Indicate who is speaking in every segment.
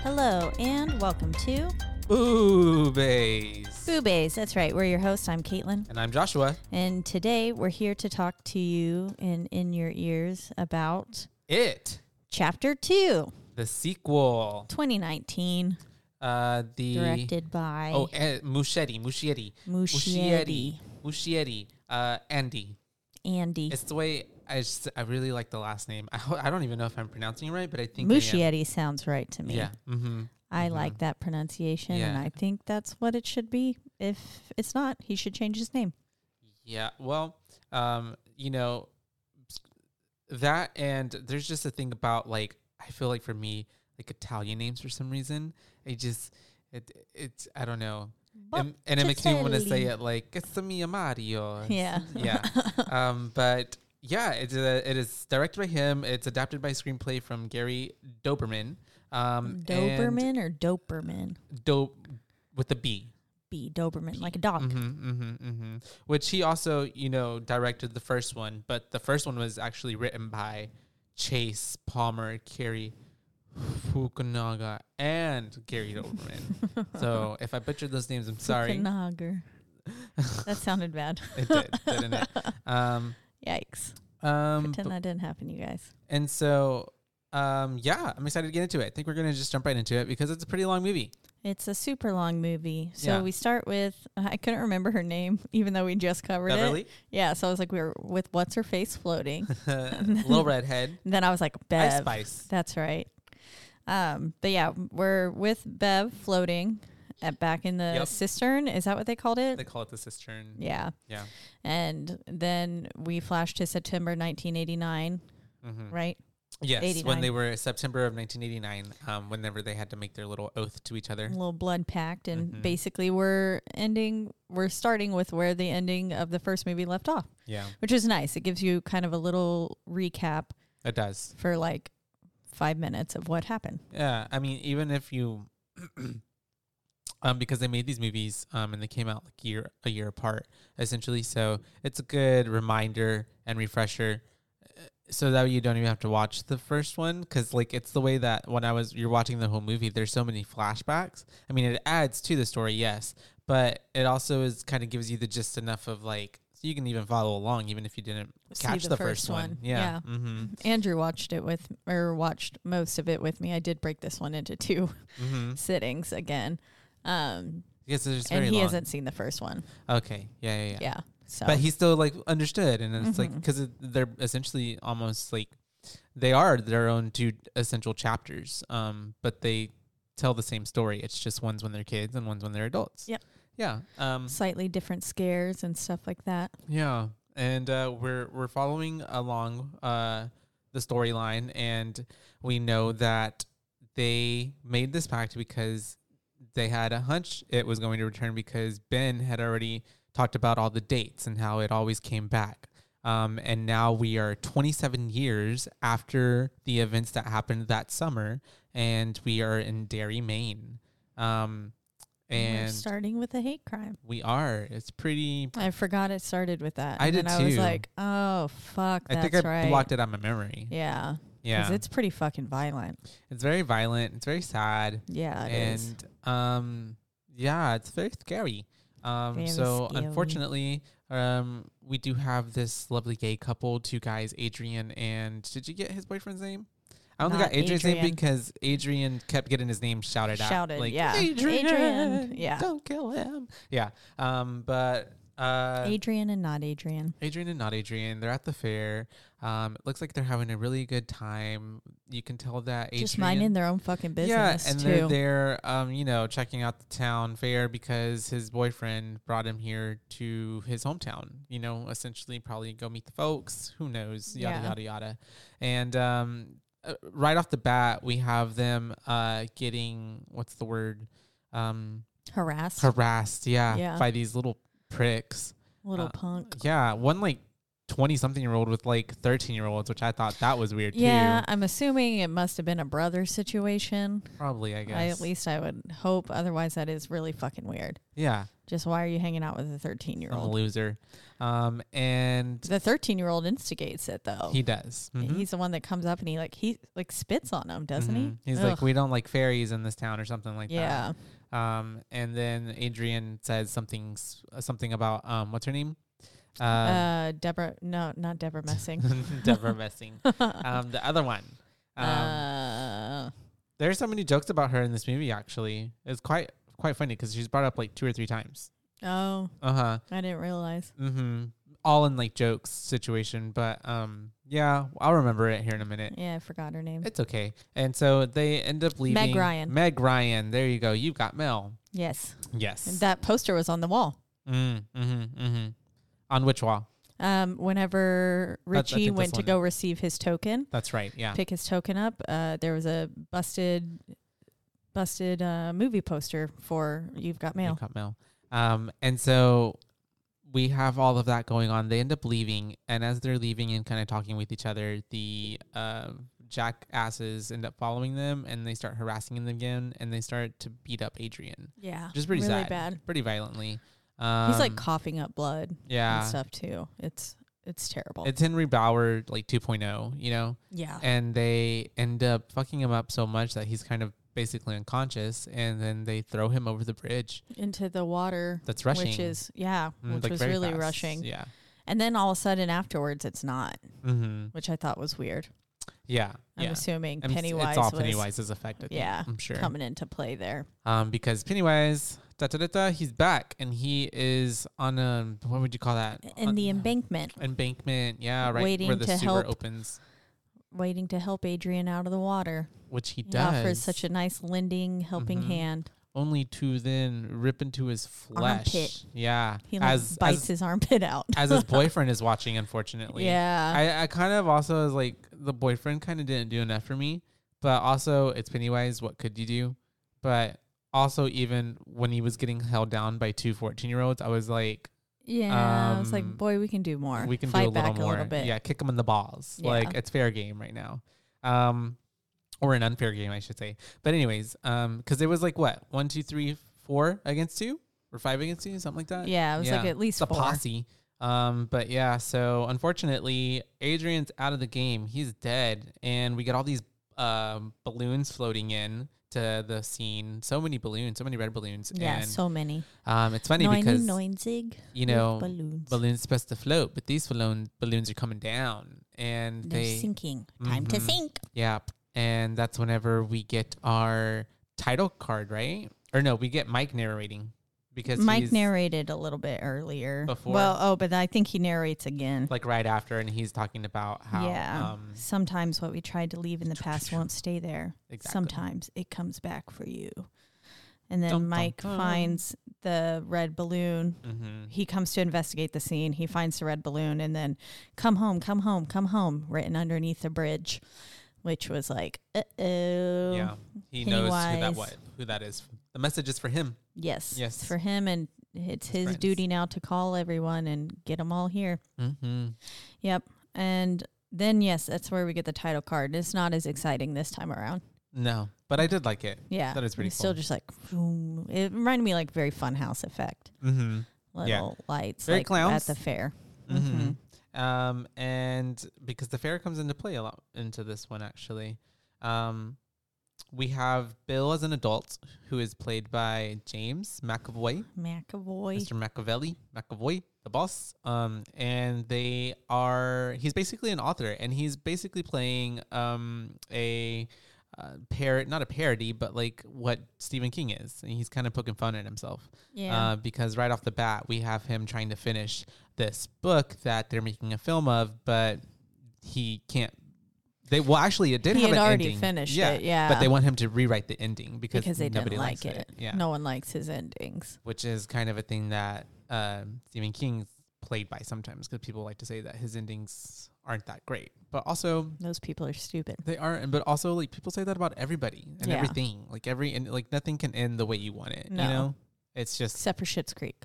Speaker 1: Hello and welcome to
Speaker 2: Boobies.
Speaker 1: Boobays. That's right, we're your hosts. I'm Caitlin,
Speaker 2: And I'm Joshua.
Speaker 1: and today we're here to talk to you and in your ears about
Speaker 2: It,
Speaker 1: Chapter 2,
Speaker 2: the sequel.
Speaker 1: 2019,
Speaker 2: Uh, the
Speaker 1: directed by
Speaker 2: Oh, eh, Muschietti. Muschietti.
Speaker 1: Muschietti.
Speaker 2: Muschietti. Uh, Andy.
Speaker 1: Andy.
Speaker 2: It's the way I just, I really like the last name. I, ho- I don't even know if I'm pronouncing it right, but I think I am.
Speaker 1: Muschietti sounds right to me.
Speaker 2: Yeah. Mm-hmm.
Speaker 1: I like that pronunciation, and
Speaker 2: Yeah.
Speaker 1: I think that's what it should be. If it's not, he should change his name.
Speaker 2: Yeah. Well, um, you know, that and there's just a thing about like I feel like for me like Italian names for some reason it just it it's I don't know and, and it makes me want to say
Speaker 1: Botticelli.
Speaker 2: it like it's a mia Mario.
Speaker 1: Yeah.
Speaker 2: Yeah. um, but yeah, it's a, it is directed by him. It's adapted by screenplay from Gary Doberman. Um, and
Speaker 1: Doberman or Doperman?
Speaker 2: Dope with the B.
Speaker 1: B. Doberman, like a dog.
Speaker 2: Mm-hmm, mm-hmm, mm-hmm. Which he also, you know, directed the first one, but the first one was actually written by Chase Palmer, Carrie Fukunaga, and Gary Doberman. so if I butchered those names, I'm sorry.
Speaker 1: Kanager. that sounded bad.
Speaker 2: It did, didn't it? Um,
Speaker 1: Yikes.
Speaker 2: um,
Speaker 1: Pretend
Speaker 2: bu-
Speaker 1: that didn't happen, you guys.
Speaker 2: and so, um, yeah, I'm excited to get into it. I think we're gonna just jump right into it because it's a pretty long movie.
Speaker 1: It's a super long movie. So
Speaker 2: Yeah.
Speaker 1: we start with, I couldn't remember her name, even though we just covered it.
Speaker 2: Beverly,
Speaker 1: Yeah. So I was like, we were with What's Her Face floating.
Speaker 2: little redhead,
Speaker 1: And then I was like,
Speaker 2: Ice
Speaker 1: Bev.
Speaker 2: Spice.
Speaker 1: That's right. Um, but yeah, we're with Bev floating at back in the
Speaker 2: Yep.
Speaker 1: cistern. Is that what they called it?
Speaker 2: They call it the cistern.
Speaker 1: yeah.
Speaker 2: Yeah.
Speaker 1: And then we flash to September 1989,
Speaker 2: Mm-hmm.
Speaker 1: right?
Speaker 2: Yes, when they
Speaker 1: 89.
Speaker 2: were September of 1989, um, whenever they had to make their little oath to each other.
Speaker 1: a little blood packed and
Speaker 2: Mhm.
Speaker 1: basically we're ending we're starting with where the ending of the first movie left off
Speaker 2: Yeah,
Speaker 1: which is nice it gives you kind of a little recap
Speaker 2: it does.
Speaker 1: for like five minutes of what happened
Speaker 2: Yeah, I mean, even if you, um, because they made these movies, um, and they came out like year a year apart, essentially. So it's a good reminder and refresher, uh, so that you don't even have to watch the first one, because like it's the way that when I was you're watching the whole movie, there's so many flashbacks. I mean, it adds to the story, yes, but it also is kind of gives you the gist enough of like. So you can even follow along, even if you didn't
Speaker 1: See
Speaker 2: catch
Speaker 1: the
Speaker 2: the,
Speaker 1: first
Speaker 2: first, one.
Speaker 1: one.
Speaker 2: Yeah. Mm-hmm.
Speaker 1: andrew watched it with or watched most of it with me i did break this one into two
Speaker 2: Mm-hmm.
Speaker 1: sittings again um
Speaker 2: Yes, it's
Speaker 1: and
Speaker 2: very
Speaker 1: he
Speaker 2: long.
Speaker 1: hasn't seen the first one
Speaker 2: Okay. Yeah. Yeah. Yeah.
Speaker 1: yeah, so
Speaker 2: but he still like understood and it's like
Speaker 1: Mhm.
Speaker 2: because they're essentially almost like they are their own two essential chapters um but they tell the same story it's just one's when they're kids and one's when they're adults
Speaker 1: Yep.
Speaker 2: yeah um
Speaker 1: slightly different scares and stuff like that
Speaker 2: yeah and uh we're we're following along uh the storyline and we know that they made this pact because they had a hunch it was going to return because Ben had already talked about all the dates and how it always came back. Um, and now we are 27 years after the events that happened that summer, and we are in Derry, Maine. Um,
Speaker 1: we're
Speaker 2: and
Speaker 1: starting with a hate crime
Speaker 2: we are. It's pretty.
Speaker 1: I forgot it started with that.
Speaker 2: I
Speaker 1: and then
Speaker 2: did
Speaker 1: I was
Speaker 2: too.
Speaker 1: like, oh fuck,
Speaker 2: I
Speaker 1: that's
Speaker 2: think I
Speaker 1: right.
Speaker 2: blocked it out of my memory.
Speaker 1: Yeah,
Speaker 2: Yeah,
Speaker 1: because it's pretty fucking violent.
Speaker 2: it's very violent. It's very sad.
Speaker 1: Yeah, it
Speaker 2: and
Speaker 1: is.
Speaker 2: um yeah it's very scary Um,
Speaker 1: Very
Speaker 2: so
Speaker 1: scary.
Speaker 2: unfortunately, um, we do have this lovely gay couple, two guys, Adrian and did you get his boyfriend's name? I only
Speaker 1: Not
Speaker 2: got Adrian's name
Speaker 1: Adrian.
Speaker 2: because Adrian kept getting his name shouted out.
Speaker 1: Shouted,
Speaker 2: like,
Speaker 1: yeah.
Speaker 2: Adrian,
Speaker 1: Adrian, yeah.
Speaker 2: don't kill him. Yeah. Um, but uh,
Speaker 1: Adrian and not Adrian.
Speaker 2: Adrian and not Adrian, they're at the fair. Um, it looks like they're having a really good time. You can tell that Adrian,
Speaker 1: Just minding their own fucking business
Speaker 2: yeah, and
Speaker 1: too.
Speaker 2: they're there, um, you know, checking out the town fair because his boyfriend brought him here to his hometown. You know, essentially, probably go meet the folks. Who knows? Yada
Speaker 1: Yeah.
Speaker 2: yada yada. And um, uh, right off the bat, we have them uh, getting what's the word? Um,
Speaker 1: Harassed.
Speaker 2: harassed, yeah,
Speaker 1: Yeah.
Speaker 2: by these little pricks.
Speaker 1: little
Speaker 2: uh,
Speaker 1: punk.
Speaker 2: Yeah, one like twenty something year old with like thirteen year olds, which I thought that was weird
Speaker 1: Yeah, I'm assuming it must have been a brother situation.
Speaker 2: too. Probably, I guess.
Speaker 1: I, at least I would hope. Otherwise, that is really fucking weird.
Speaker 2: yeah.
Speaker 1: Just why are you hanging out with a 13 year
Speaker 2: I'm a
Speaker 1: old?
Speaker 2: loser. Um, and
Speaker 1: The 13 year old instigates it though.
Speaker 2: he does. Mhm.
Speaker 1: Oh. He's the one that comes up and he like he like spits on him, doesn't
Speaker 2: Mhm.
Speaker 1: he?
Speaker 2: He's
Speaker 1: Ugh.
Speaker 2: like, we don't like fairies in this town, or something like
Speaker 1: yeah,
Speaker 2: that. Um, and then Adrian says something, s- uh, something about um, what's her name? Uh,
Speaker 1: uh, Deborah, no, not Deborah Messing.
Speaker 2: Deborah Messing. um, the other one. Um,
Speaker 1: uh,
Speaker 2: there's so many jokes about her in this movie. Actually, it's quite quite funny because she's brought up like two or three times.
Speaker 1: oh,
Speaker 2: Uh huh.
Speaker 1: I didn't realize.
Speaker 2: Mm-hmm. All in like jokes situation, but um, yeah, I'll remember it here in a minute.
Speaker 1: Yeah, I forgot her name.
Speaker 2: It's okay. And so they end up leaving.
Speaker 1: Ryan.
Speaker 2: Meg Ryan. There you go. You got Mel.
Speaker 1: yes,
Speaker 2: Yes.
Speaker 1: that poster was on the wall.
Speaker 2: mm, mm-hmm, mm-hmm. On which wall?
Speaker 1: Um, whenever
Speaker 2: I think
Speaker 1: Richie
Speaker 2: this
Speaker 1: went to
Speaker 2: one.
Speaker 1: go receive his token,
Speaker 2: That's right. Yeah.
Speaker 1: pick his token up, uh, there was a busted, busted uh, movie poster for "You've Got
Speaker 2: You
Speaker 1: Mail."
Speaker 2: got Mel. Um, and so we have all of that going on. They end up leaving, and as they're leaving and kind of talking with each other, the uh, jackasses end up following them, and they start harassing them again, and they start to beat up Adrian,
Speaker 1: Yeah,
Speaker 2: which is pretty
Speaker 1: really
Speaker 2: sad,
Speaker 1: bad.
Speaker 2: pretty violently. Um,
Speaker 1: He's like coughing up blood
Speaker 2: yeah.
Speaker 1: and stuff too. It's it's terrible.
Speaker 2: It's Henry Bauer like 2.0, you know.
Speaker 1: yeah.
Speaker 2: and they end up fucking him up so much that he's kind of basically unconscious and then they throw him over the bridge
Speaker 1: into the water,
Speaker 2: that's rushing
Speaker 1: which is yeah,
Speaker 2: Mm,
Speaker 1: which
Speaker 2: like,
Speaker 1: was
Speaker 2: very
Speaker 1: really
Speaker 2: fast.
Speaker 1: rushing.
Speaker 2: yeah
Speaker 1: And then all of a sudden afterwards, it's not,
Speaker 2: mm-hmm.
Speaker 1: which I thought was weird.
Speaker 2: yeah
Speaker 1: I'm
Speaker 2: yeah
Speaker 1: assuming
Speaker 2: I mean, it's-
Speaker 1: Pennywise
Speaker 2: it's all
Speaker 1: was
Speaker 2: pennywise is affected
Speaker 1: Yeah,
Speaker 2: i'm sure
Speaker 1: coming into play there.
Speaker 2: um because pennywise da, da, da, da, he's back and he is on a what would you call that
Speaker 1: In
Speaker 2: On-
Speaker 1: the embankment,
Speaker 2: embankment yeah right where
Speaker 1: Waiting
Speaker 2: the
Speaker 1: to
Speaker 2: sewer
Speaker 1: help.
Speaker 2: opens
Speaker 1: waiting to help Adrian out of the water,
Speaker 2: which he
Speaker 1: He offers
Speaker 2: does
Speaker 1: such a nice lending, helping
Speaker 2: Mhm.
Speaker 1: hand.
Speaker 2: only to then rip into his flesh
Speaker 1: Armpit.
Speaker 2: yeah
Speaker 1: He like bites
Speaker 2: as,
Speaker 1: his armpit out.
Speaker 2: as his boyfriend is watching unfortunately
Speaker 1: yeah,
Speaker 2: I, I kind of also was like the boyfriend kind of didn't do enough for me, but also it's Pennywise. What could you do? But also even when he was getting held down by two 14 year olds, I was like,
Speaker 1: yeah. I was
Speaker 2: um,
Speaker 1: like, boy, we can do more.
Speaker 2: we can
Speaker 1: fight
Speaker 2: do a little
Speaker 1: back
Speaker 2: more.
Speaker 1: a little bit.
Speaker 2: Yeah, kick him in the balls.
Speaker 1: Yeah.
Speaker 2: Like it's fair game right now. Um, or an unfair game, I should say. But anyways, um, because it was like what one, two, three, four against two or five against two, something like that.
Speaker 1: Yeah, it was like
Speaker 2: Yeah.
Speaker 1: at least
Speaker 2: It's a
Speaker 1: four.
Speaker 2: posse. Um, but yeah, so unfortunately, Adrian's out of the game. He's dead, and we get all these um, balloons floating in to the scene. So many balloons, so many red balloons.
Speaker 1: Yeah,
Speaker 2: and,
Speaker 1: so many.
Speaker 2: um, it's funny
Speaker 1: Neun,
Speaker 2: because
Speaker 1: neunzig
Speaker 2: you know
Speaker 1: balloons.
Speaker 2: balloons supposed to float, but these balloon balloons are coming down, and
Speaker 1: They're
Speaker 2: they
Speaker 1: sinking. Time to
Speaker 2: Mhm.
Speaker 1: sink.
Speaker 2: yeah, and that's whenever we get our title card, right? Or no, we get Mike narrating because
Speaker 1: Mike
Speaker 2: he's,
Speaker 1: narrated a little bit earlier.
Speaker 2: Before.
Speaker 1: Well, oh, but I think he narrates again.
Speaker 2: like right after, and he's talking about how
Speaker 1: yeah.
Speaker 2: um,
Speaker 1: Sometimes what we tried to leave in the past won't stay there.
Speaker 2: Exactly.
Speaker 1: Sometimes it comes back for you. And then
Speaker 2: Dum, dum,
Speaker 1: Mike
Speaker 2: dum.
Speaker 1: finds the red balloon.
Speaker 2: Mm-hmm.
Speaker 1: He comes to investigate the scene. He finds the red balloon and then come home, come home, come home, written underneath the bridge, which was like, uh oh.
Speaker 2: Yeah, he knows who that
Speaker 1: Pennywise.
Speaker 2: what who that is. The message is for him.
Speaker 1: Yes.
Speaker 2: Yes.
Speaker 1: It's for him. And it's his
Speaker 2: friends.
Speaker 1: duty now to call everyone and get them all here.
Speaker 2: Mm-hmm.
Speaker 1: Yep. And then, yes, that's where we get the title card. It's not as exciting this time around.
Speaker 2: No, but I did like it.
Speaker 1: Yeah.
Speaker 2: That is pretty
Speaker 1: It's still
Speaker 2: cool.
Speaker 1: just like, boom. It reminded me like very fun house effect.
Speaker 2: Mm-hmm.
Speaker 1: Little
Speaker 2: Yeah.
Speaker 1: lights
Speaker 2: Very
Speaker 1: like
Speaker 2: clowns.
Speaker 1: at the fair.
Speaker 2: Mm-hmm. Um, and because the fair comes into play a lot into this one actually. Um, we have Bill as an adult, who is played by James McAvoy,
Speaker 1: McAvoy.
Speaker 2: Mr. Machiavelli, McAvoy, the boss. Um, and they are, he's basically an author, and he's basically playing um, a uh, parrot, not a parody, but like what Stephen King is. And he's kind of poking fun at himself.
Speaker 1: Yeah.
Speaker 2: Uh, because right off the bat, we have him trying to finish this book that they're making a film of, but he can't. They well, actually, it did.
Speaker 1: He
Speaker 2: have
Speaker 1: had
Speaker 2: an
Speaker 1: already
Speaker 2: ending.
Speaker 1: finished
Speaker 2: yeah,
Speaker 1: it, yeah.
Speaker 2: but they want him to rewrite the ending because,
Speaker 1: because they
Speaker 2: nobody
Speaker 1: didn't like
Speaker 2: likes
Speaker 1: it.
Speaker 2: Yeah,
Speaker 1: No one likes his endings.
Speaker 2: which is kind of a thing that um, Stephen King's played by sometimes because people like to say that his endings aren't that great, but also
Speaker 1: Those people are stupid.
Speaker 2: they are, and but also like people say that about everybody and
Speaker 1: Yeah.
Speaker 2: everything. Like every and like nothing can end the way you want it.
Speaker 1: No.
Speaker 2: You know, it's just
Speaker 1: Except for Shit's Creek.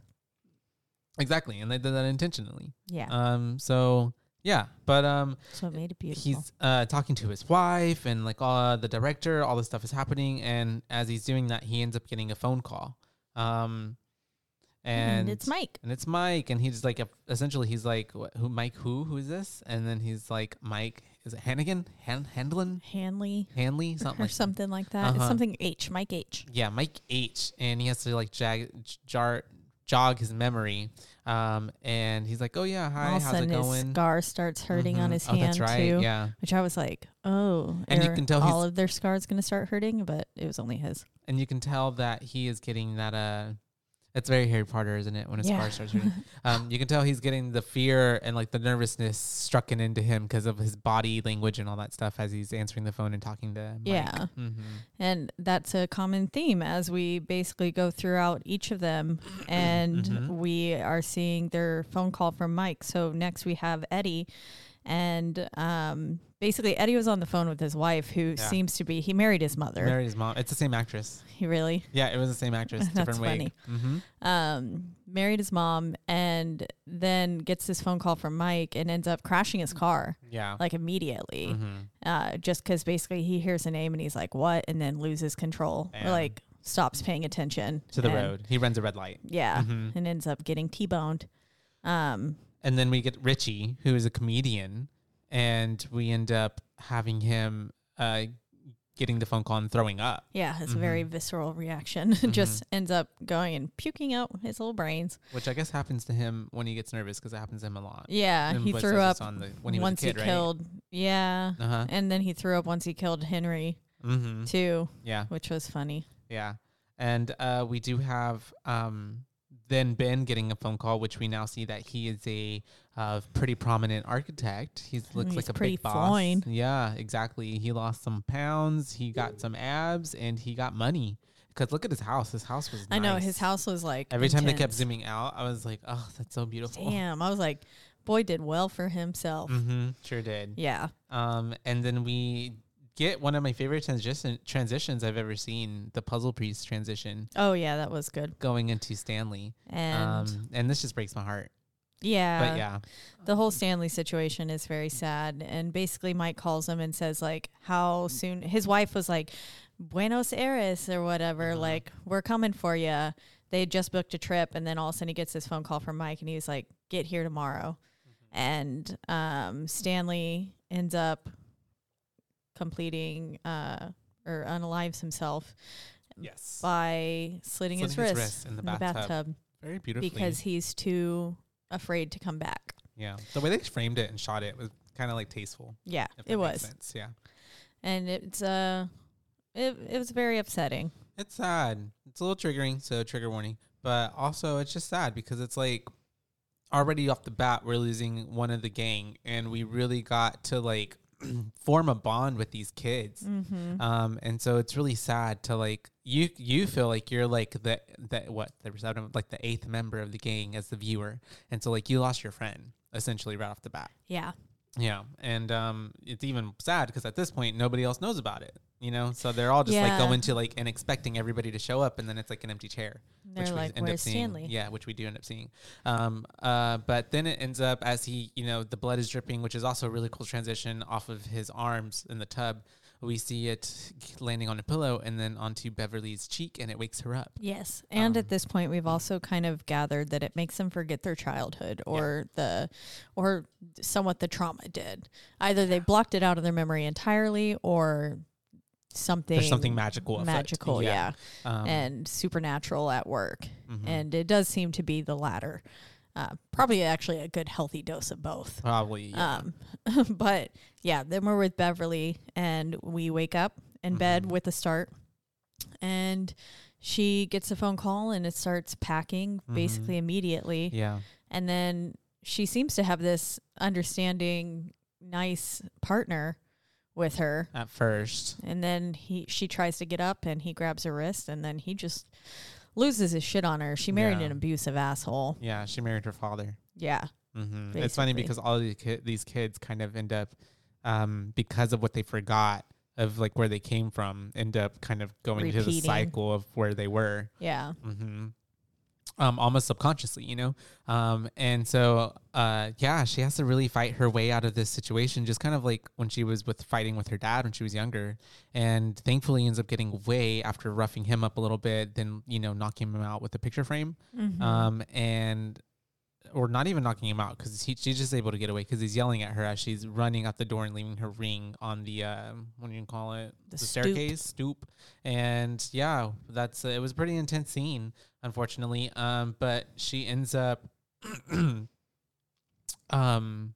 Speaker 2: exactly, and they did that intentionally.
Speaker 1: Yeah.
Speaker 2: Um. So yeah, but um,
Speaker 1: so it made it beautiful.
Speaker 2: he's uh talking to his wife and like uh the director. All this stuff is happening, and as he's doing that, he ends up getting a phone call. Um, and,
Speaker 1: and Hmm, it's Mike.
Speaker 2: and it's Mike, and he's like, essentially, he's like, "Wh- who, Mike, who, who is this? And then he's like, Mike, is it Hannigan, Han- Handlin,
Speaker 1: Hanley
Speaker 2: Hanley, something
Speaker 1: or
Speaker 2: like that.
Speaker 1: something like that. It's
Speaker 2: Uh-huh.
Speaker 1: something H. Mike H.
Speaker 2: Yeah, Mike H, and he has to like jag, j- jar, jog his memory. Um, and he's like, oh yeah, hi,
Speaker 1: All of a
Speaker 2: how's it
Speaker 1: sudden his
Speaker 2: going?
Speaker 1: scar starts hurting on
Speaker 2: Mhm.
Speaker 1: his
Speaker 2: oh,
Speaker 1: hand
Speaker 2: that's right.
Speaker 1: too.
Speaker 2: Yeah,
Speaker 1: Which I was like, oh,
Speaker 2: And you
Speaker 1: are
Speaker 2: can tell he's-
Speaker 1: all of their scars going to start hurting, but it was only his.
Speaker 2: and you can tell that he is getting that uh it's very Harry Potter, isn't it? When his
Speaker 1: Yeah.
Speaker 2: scar starts reading, um, you can tell he's getting the fear and like the nervousness strucken into him because of his body language and all that stuff as he's answering the phone and talking to. Mike.
Speaker 1: Yeah.
Speaker 2: hmm
Speaker 1: And that's a common theme as we basically go throughout each of them. And
Speaker 2: Mhm.
Speaker 1: we are seeing their phone call from Mike. So next we have Eddie. And um, basically, Eddie was on the phone with his wife, who
Speaker 2: Yeah.
Speaker 1: seems to be, he married his mother.
Speaker 2: Married his mom. It's the same actress.
Speaker 1: He really
Speaker 2: Yeah, it was the same actress.
Speaker 1: That's
Speaker 2: different wig. hmm
Speaker 1: um, married his mom and then gets this phone call from Mike and ends up crashing his car
Speaker 2: Yeah.
Speaker 1: like immediately.
Speaker 2: hmm
Speaker 1: uh, just because basically he hears a name and he's like, "What?" and then loses control
Speaker 2: Yeah.
Speaker 1: or like stops paying attention
Speaker 2: To the
Speaker 1: and-
Speaker 2: road. He runs a red light.
Speaker 1: Yeah,
Speaker 2: Mhm.
Speaker 1: and ends up getting t-boned. Um,
Speaker 2: And then we get Richie, who is a comedian, and we end up having him uh, getting the phone call and throwing up.
Speaker 1: yeah, it's a very
Speaker 2: Mm-hmm.
Speaker 1: visceral reaction. just ends up going and puking out his little brains.
Speaker 2: which I guess happens to him when he gets nervous because it happens to him a lot.
Speaker 1: Yeah,
Speaker 2: And
Speaker 1: he
Speaker 2: Blitz
Speaker 1: threw
Speaker 2: does
Speaker 1: up
Speaker 2: this on the- when he was a
Speaker 1: once
Speaker 2: kid,
Speaker 1: he
Speaker 2: right?
Speaker 1: killed. Yeah,
Speaker 2: Uh huh.
Speaker 1: and then he threw up once he killed Henry
Speaker 2: Mm-hmm.
Speaker 1: too,
Speaker 2: Yeah,
Speaker 1: which was funny.
Speaker 2: yeah. And uh, we do have um, then Ben getting a phone call, which we now see that he is a uh, pretty prominent architect. He looks
Speaker 1: Mm, he's
Speaker 2: like a
Speaker 1: pretty
Speaker 2: big boss.
Speaker 1: fine.
Speaker 2: Yeah, exactly. He lost some pounds, he got some abs, and he got money. Because look at his house. His house was.
Speaker 1: I know
Speaker 2: nice.
Speaker 1: his house was like
Speaker 2: Every time they kept
Speaker 1: intense.
Speaker 2: zooming out, I was like, "Oh, that's so beautiful."
Speaker 1: Damn, I was like, boy did well for himself.
Speaker 2: Mm-hmm. Sure did.
Speaker 1: Yeah,
Speaker 2: Um, and then we get one of my favorite transition transitions I've ever seen, the puzzle piece transition
Speaker 1: oh yeah, that was good.
Speaker 2: going into Stanley.
Speaker 1: And
Speaker 2: um, and this just breaks my heart.
Speaker 1: yeah,
Speaker 2: but yeah,
Speaker 1: the whole Stanley situation is very sad. And basically, Mike calls him and says, like, how soon his wife was like, Buenos Aires or whatever,
Speaker 2: Uh-huh.
Speaker 1: like, we're coming for you. They had just booked a trip. And then all of a sudden, he gets this phone call from Mike and he's like, get here tomorrow.
Speaker 2: Mm-hmm.
Speaker 1: And um, Stanley ends up completing uh, or unalives himself
Speaker 2: yes,
Speaker 1: by slitting, his,
Speaker 2: Slitting his
Speaker 1: wrist
Speaker 2: wrist in the bathtub. very beautifully.
Speaker 1: because he's too afraid to come back.
Speaker 2: yeah, the way they framed it and shot it was kind of like tasteful.
Speaker 1: Yeah,
Speaker 2: If that
Speaker 1: it
Speaker 2: makes
Speaker 1: was.
Speaker 2: sense. yeah.
Speaker 1: and it's uh it, it was very upsetting
Speaker 2: It's sad. It's a little triggering, so trigger warning. But also, it's just sad because it's like already off the bat, we're losing one of the gang, and we really got to like form a bond with these kids. Um, and so it's really sad to like you you feel like you're like the the what the receptive like the eighth member of the gang as the viewer, and so like you lost your friend essentially right off the bat.
Speaker 1: yeah
Speaker 2: Yeah, and um, it's even sad because at this point nobody else knows about it. You know, so they're all just like
Speaker 1: Yeah.
Speaker 2: going to like and expecting everybody to show up, and then it's like an empty chair,
Speaker 1: They're like, "Where's
Speaker 2: seeing.
Speaker 1: Stanley?"
Speaker 2: Yeah, which we do end up seeing. Um, uh, but then it ends up as he, you know, the blood is dripping, which is also a really cool transition off of his arms in the tub. We see it landing on a pillow and then onto Beverly's cheek, and it wakes her up.
Speaker 1: yes and
Speaker 2: Um,
Speaker 1: at this point we've also kind of gathered that it makes them forget their childhood or the or somewhat the trauma did either they blocked it out of their memory entirely or something
Speaker 2: There's something magical. afoot.
Speaker 1: magical, yeah,
Speaker 2: Um,
Speaker 1: and supernatural at work,
Speaker 2: mhm.
Speaker 1: and it does seem to be the latter. Uh, probably actually a good healthy dose of both.
Speaker 2: probably. yeah.
Speaker 1: Um, but yeah, then we're with Beverly, and we wake up in
Speaker 2: Mm-hmm.
Speaker 1: bed with a start, and she gets a phone call, and it starts packing basically immediately,
Speaker 2: Mm-hmm. yeah.
Speaker 1: and then she seems to have this understanding, nice partner with her.
Speaker 2: At first.
Speaker 1: And then he she tries to get up and he grabs her wrist and then he just loses his shit on her. She married
Speaker 2: Yeah.
Speaker 1: an abusive asshole.
Speaker 2: Yeah. She married her father.
Speaker 1: Yeah.
Speaker 2: Mm-hmm. It's funny
Speaker 1: Basically.
Speaker 2: because all of these, ki- these kids kind of end up, um, because of what they forgot of like where they came from, end up kind of going into the
Speaker 1: Repeating.
Speaker 2: cycle of where they were.
Speaker 1: Yeah.
Speaker 2: Mm-hmm. Um, almost subconsciously, you know? Um, and so, uh, yeah, she has to really fight her way out of this situation, just kind of like when she was with fighting with her dad when she was younger. And thankfully ends up getting away after roughing him up a little bit, then, you know, knocking him out with a picture frame.
Speaker 1: Mm-hmm.
Speaker 2: Um, and, or not even knocking him out because she's just able to get away because he's yelling at her as she's running out the door and leaving her ring on the, um, what do you call it?
Speaker 1: The stoop.
Speaker 2: staircase, stoop. And yeah, that's, uh, it was a pretty intense scene unfortunately. Um, but she ends up, um,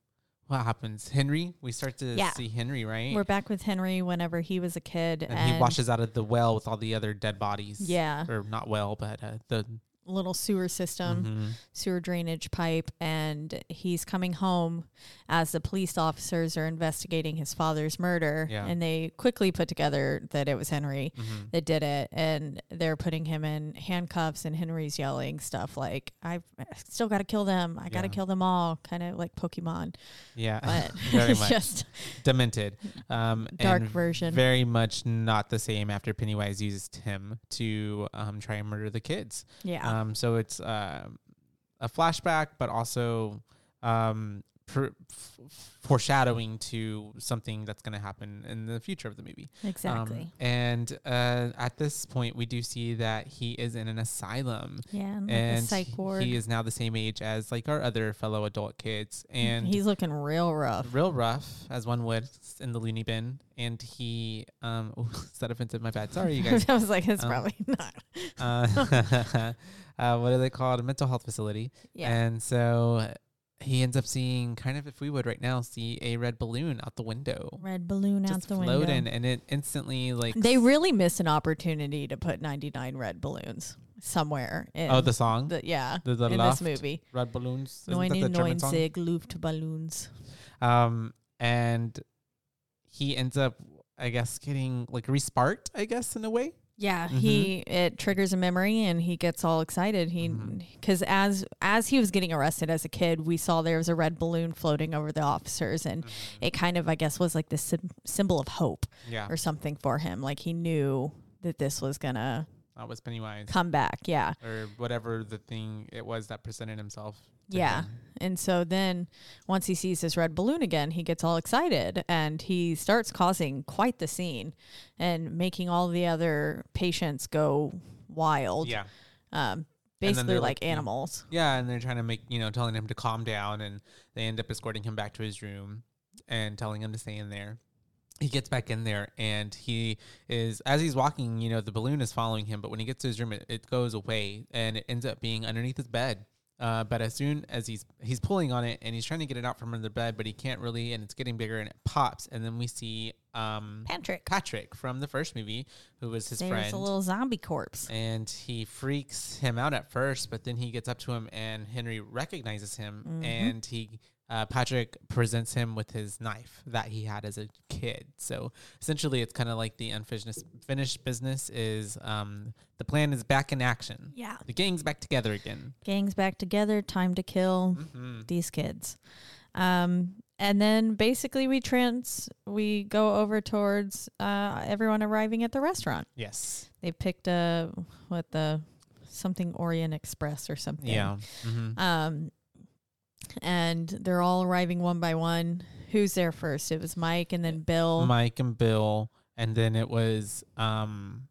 Speaker 2: what happens? Henry, we start to
Speaker 1: Yeah.
Speaker 2: see Henry, right?
Speaker 1: We're back with Henry whenever he was a kid and,
Speaker 2: and, he washes out of the well with all the other dead bodies.
Speaker 1: Yeah.
Speaker 2: or not well, but uh, the
Speaker 1: Little sewer system,
Speaker 2: mhm.
Speaker 1: sewer drainage pipe, and he's coming home as the police officers are investigating his father's murder.
Speaker 2: Yeah. Mm-hmm.
Speaker 1: And they quickly put together that it was Henry that did it. And they're putting him in handcuffs, and Henry's yelling stuff like, I've I still got to kill them. I got to
Speaker 2: Yeah.
Speaker 1: kill them all. Kind of like Pokemon,
Speaker 2: yeah,
Speaker 1: but
Speaker 2: very
Speaker 1: it's
Speaker 2: much
Speaker 1: just
Speaker 2: demented. Um,
Speaker 1: dark
Speaker 2: and
Speaker 1: version.
Speaker 2: Very much not the same after Pennywise used him to um, try and murder the kids.
Speaker 1: yeah.
Speaker 2: Um, so it's uh, a flashback, but also um, pr- f- foreshadowing to something that's going to happen in the future of the movie. Um,
Speaker 1: exactly.
Speaker 2: and uh, at this point, we do see that he is in an asylum.
Speaker 1: yeah. And, like
Speaker 2: And
Speaker 1: the Mm-hmm. psych ward.
Speaker 2: he is now the same age as like our other fellow adult kids, and
Speaker 1: Mm-hmm. he's looking real rough.
Speaker 2: real rough as one would in the loony bin. And he, um, oh, is that offensive? My bad. Sorry, you guys.
Speaker 1: I was like, it's
Speaker 2: Um,
Speaker 1: probably not.
Speaker 2: uh, uh, what are they called? A mental health facility.
Speaker 1: Yeah.
Speaker 2: And so uh, he ends up seeing, kind of, if we would right now, see a red balloon out the window,
Speaker 1: Red balloon out
Speaker 2: just
Speaker 1: the window.
Speaker 2: floating, and it instantly like
Speaker 1: They really missed an opportunity to put 99 red balloons somewhere. In
Speaker 2: oh the song
Speaker 1: the- yeah.
Speaker 2: the, the
Speaker 1: in
Speaker 2: Luft,
Speaker 1: this movie.
Speaker 2: red balloons isn't that the German song?
Speaker 1: 99 Luftballons.
Speaker 2: Um, and he ends up, I guess, getting like resparked, I guess, in a way.
Speaker 1: Yeah,
Speaker 2: Mm-hmm.
Speaker 1: he it triggers a memory and he gets all excited. He
Speaker 2: Mm-hmm.
Speaker 1: because as as he was getting arrested as a kid, we saw there was a red balloon floating over the officers, and it kind of I guess was like this sym symbol of hope
Speaker 2: Mm-hmm. Yeah,
Speaker 1: or something for him. Like he knew that this was gonna
Speaker 2: that was Pennywise.
Speaker 1: come back. Yeah,
Speaker 2: or whatever the thing it was that presented himself. to
Speaker 1: Yeah.
Speaker 2: him.
Speaker 1: And so then once he sees this red balloon again, he gets all excited and he starts causing quite the scene and making all the other patients go wild.
Speaker 2: Yeah.
Speaker 1: Um,
Speaker 2: And then
Speaker 1: basically
Speaker 2: they're
Speaker 1: like
Speaker 2: like, yeah.
Speaker 1: animals.
Speaker 2: Yeah, and they're trying to make you know, telling him to calm down, and they end up escorting him back to his room and telling him to stay in there. He gets back in there, and he is as he's walking. You know, the balloon is following him, but when he gets to his room, it, it goes away, and it ends up being underneath his bed. Uh, but as soon as he's he's pulling on it and he's trying to get it out from under the bed, but he can't really, and it's getting bigger, and it pops, and then we see um,
Speaker 1: Patrick.
Speaker 2: Patrick from the first movie, who was his
Speaker 1: There's
Speaker 2: friend
Speaker 1: a little zombie corpse.
Speaker 2: and he freaks him out at first, but then he gets up to him and Henry recognizes him, and he uh, Patrick presents him with his knife that he had as a kid. So essentially, it's kind of like the unfinished finished business is um, the plan is back in action.
Speaker 1: Yeah.
Speaker 2: The gang's back together again.
Speaker 1: Gangs back together, time to kill
Speaker 2: Mhm.
Speaker 1: these kids. Um, and then basically we trans we go over towards uh, everyone arriving at the restaurant.
Speaker 2: Yes.
Speaker 1: They picked a what the something Orient Express or something.
Speaker 2: Yeah. Mhm.
Speaker 1: Um, and they're all arriving one by one. Who's there first? It was Mike, and then Bill,
Speaker 2: Mike and Bill, and then it was um,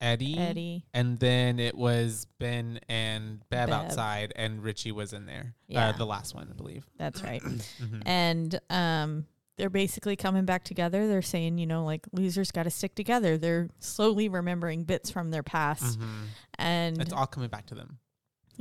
Speaker 2: Eddie.
Speaker 1: Eddie.
Speaker 2: And then it was Ben and Bev,
Speaker 1: Bev.
Speaker 2: outside, and Richie was in there.
Speaker 1: Yeah.
Speaker 2: Uh, the last one, I believe.
Speaker 1: Mm-hmm. That's right.
Speaker 2: Mhm.
Speaker 1: and um, they're basically coming back together. They're saying, you know, like losers got to stick together. They're slowly remembering bits from their past.
Speaker 2: Mhm.
Speaker 1: And
Speaker 2: It's all coming back to them.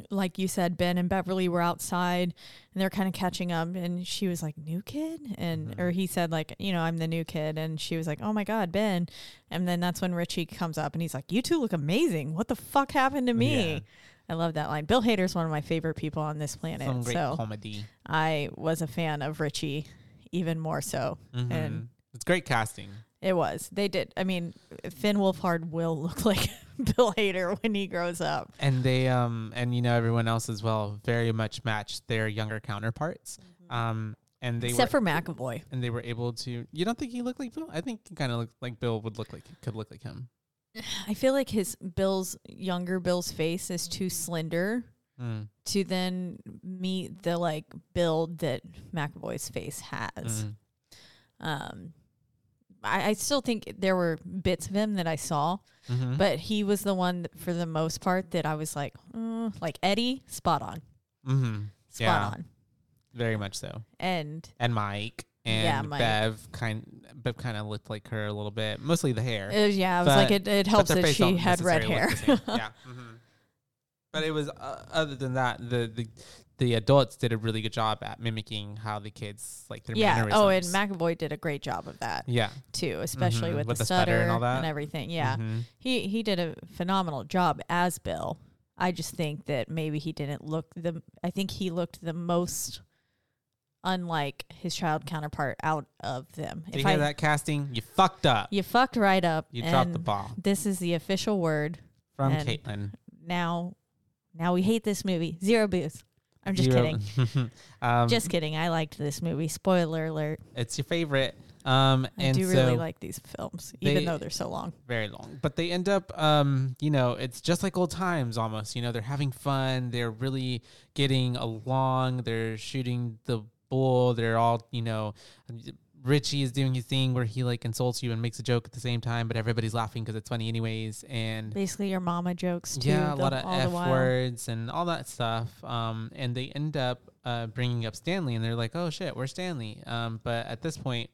Speaker 1: like you said, Ben and Beverly were outside and they're kind of catching up. And she was like, new kid? And,
Speaker 2: Mhm.
Speaker 1: or he said, like, you know, I'm the new kid. And she was like, oh my God, Ben. And then that's when Richie comes up and he's like, you two look amazing. What the fuck happened to me?
Speaker 2: Yeah.
Speaker 1: I love that line. Bill Hader's one of my favorite people on this planet.
Speaker 2: Some great
Speaker 1: so
Speaker 2: comedy.
Speaker 1: I was a fan of Richie even more so.
Speaker 2: Mhm. it's great casting.
Speaker 1: It was. They did. I mean, Finn Wolfhard will look like Bill Hader when he grows up.
Speaker 2: and they um and you know everyone else as well very much matched their younger counterparts um and they
Speaker 1: Mm-hmm. Except
Speaker 2: were
Speaker 1: for McAvoy.
Speaker 2: and they were able to you don't think he looked like bill i think he kind of looked like bill would look like could look like him
Speaker 1: I feel like his Bill's younger Bill's face is too slender
Speaker 2: Mm,
Speaker 1: to then meet the like build that McAvoy's face has.
Speaker 2: mm.
Speaker 1: Um I, I still think there were bits of him that I saw,
Speaker 2: Mhm.
Speaker 1: but he was the one that, for the most part that I was like, mm, like Eddie, spot on,
Speaker 2: Mhm.
Speaker 1: spot
Speaker 2: Yeah.
Speaker 1: on,
Speaker 2: very much so
Speaker 1: and
Speaker 2: and mike and
Speaker 1: Yeah, Mike.
Speaker 2: bev kind bev kind of looked like her a little bit mostly the hair
Speaker 1: Uh, yeah, I was like,
Speaker 2: But-
Speaker 1: it, it
Speaker 2: but
Speaker 1: helps
Speaker 2: their
Speaker 1: that
Speaker 2: face don't
Speaker 1: she had red hair.
Speaker 2: necessarily look the same. yeah mhm. but it was uh, other than that the the the adults did a really good job at mimicking how the kids like their
Speaker 1: yeah.
Speaker 2: mannerisms.
Speaker 1: Oh, and McAvoy did a great job of that
Speaker 2: Yeah.
Speaker 1: too, especially
Speaker 2: Mhm.
Speaker 1: with,
Speaker 2: With
Speaker 1: the,
Speaker 2: the
Speaker 1: stutter,
Speaker 2: stutter and all that.
Speaker 1: everything. Yeah,
Speaker 2: Mhm.
Speaker 1: he he did a phenomenal job as Bill. I just think that maybe he didn't look the. I think he looked the most unlike his child counterpart out of them.
Speaker 2: Did you
Speaker 1: If I,
Speaker 2: hear that casting? You fucked up.
Speaker 1: You fucked right up.
Speaker 2: You dropped the
Speaker 1: and
Speaker 2: ball
Speaker 1: This is the official word.
Speaker 2: from
Speaker 1: and-
Speaker 2: Caitlin.
Speaker 1: Now, now we hate this movie. Zero booze. I'm just
Speaker 2: Zero-
Speaker 1: kidding.
Speaker 2: um,
Speaker 1: Just kidding. I liked this movie. Spoiler alert.
Speaker 2: it's your favorite. Um,
Speaker 1: I
Speaker 2: and
Speaker 1: do
Speaker 2: so
Speaker 1: really like these films, even
Speaker 2: they-
Speaker 1: though they're so long.
Speaker 2: very long, but they end up, um, you know, it's just like old times almost. You know, they're having fun. They're really getting along. They're shooting the bull. They're all, you know, Richie is doing his thing where he like insults you and makes a joke at the same time, but everybody's laughing because it's funny anyways. And
Speaker 1: Basically, your mama jokes too.
Speaker 2: yeah, a
Speaker 1: the-
Speaker 2: lot of
Speaker 1: all the
Speaker 2: f
Speaker 1: while.
Speaker 2: words and all that stuff. Um, and they end up uh, bringing up Stanley, and they're like, "Oh shit, where's Stanley?" Um, but at this point,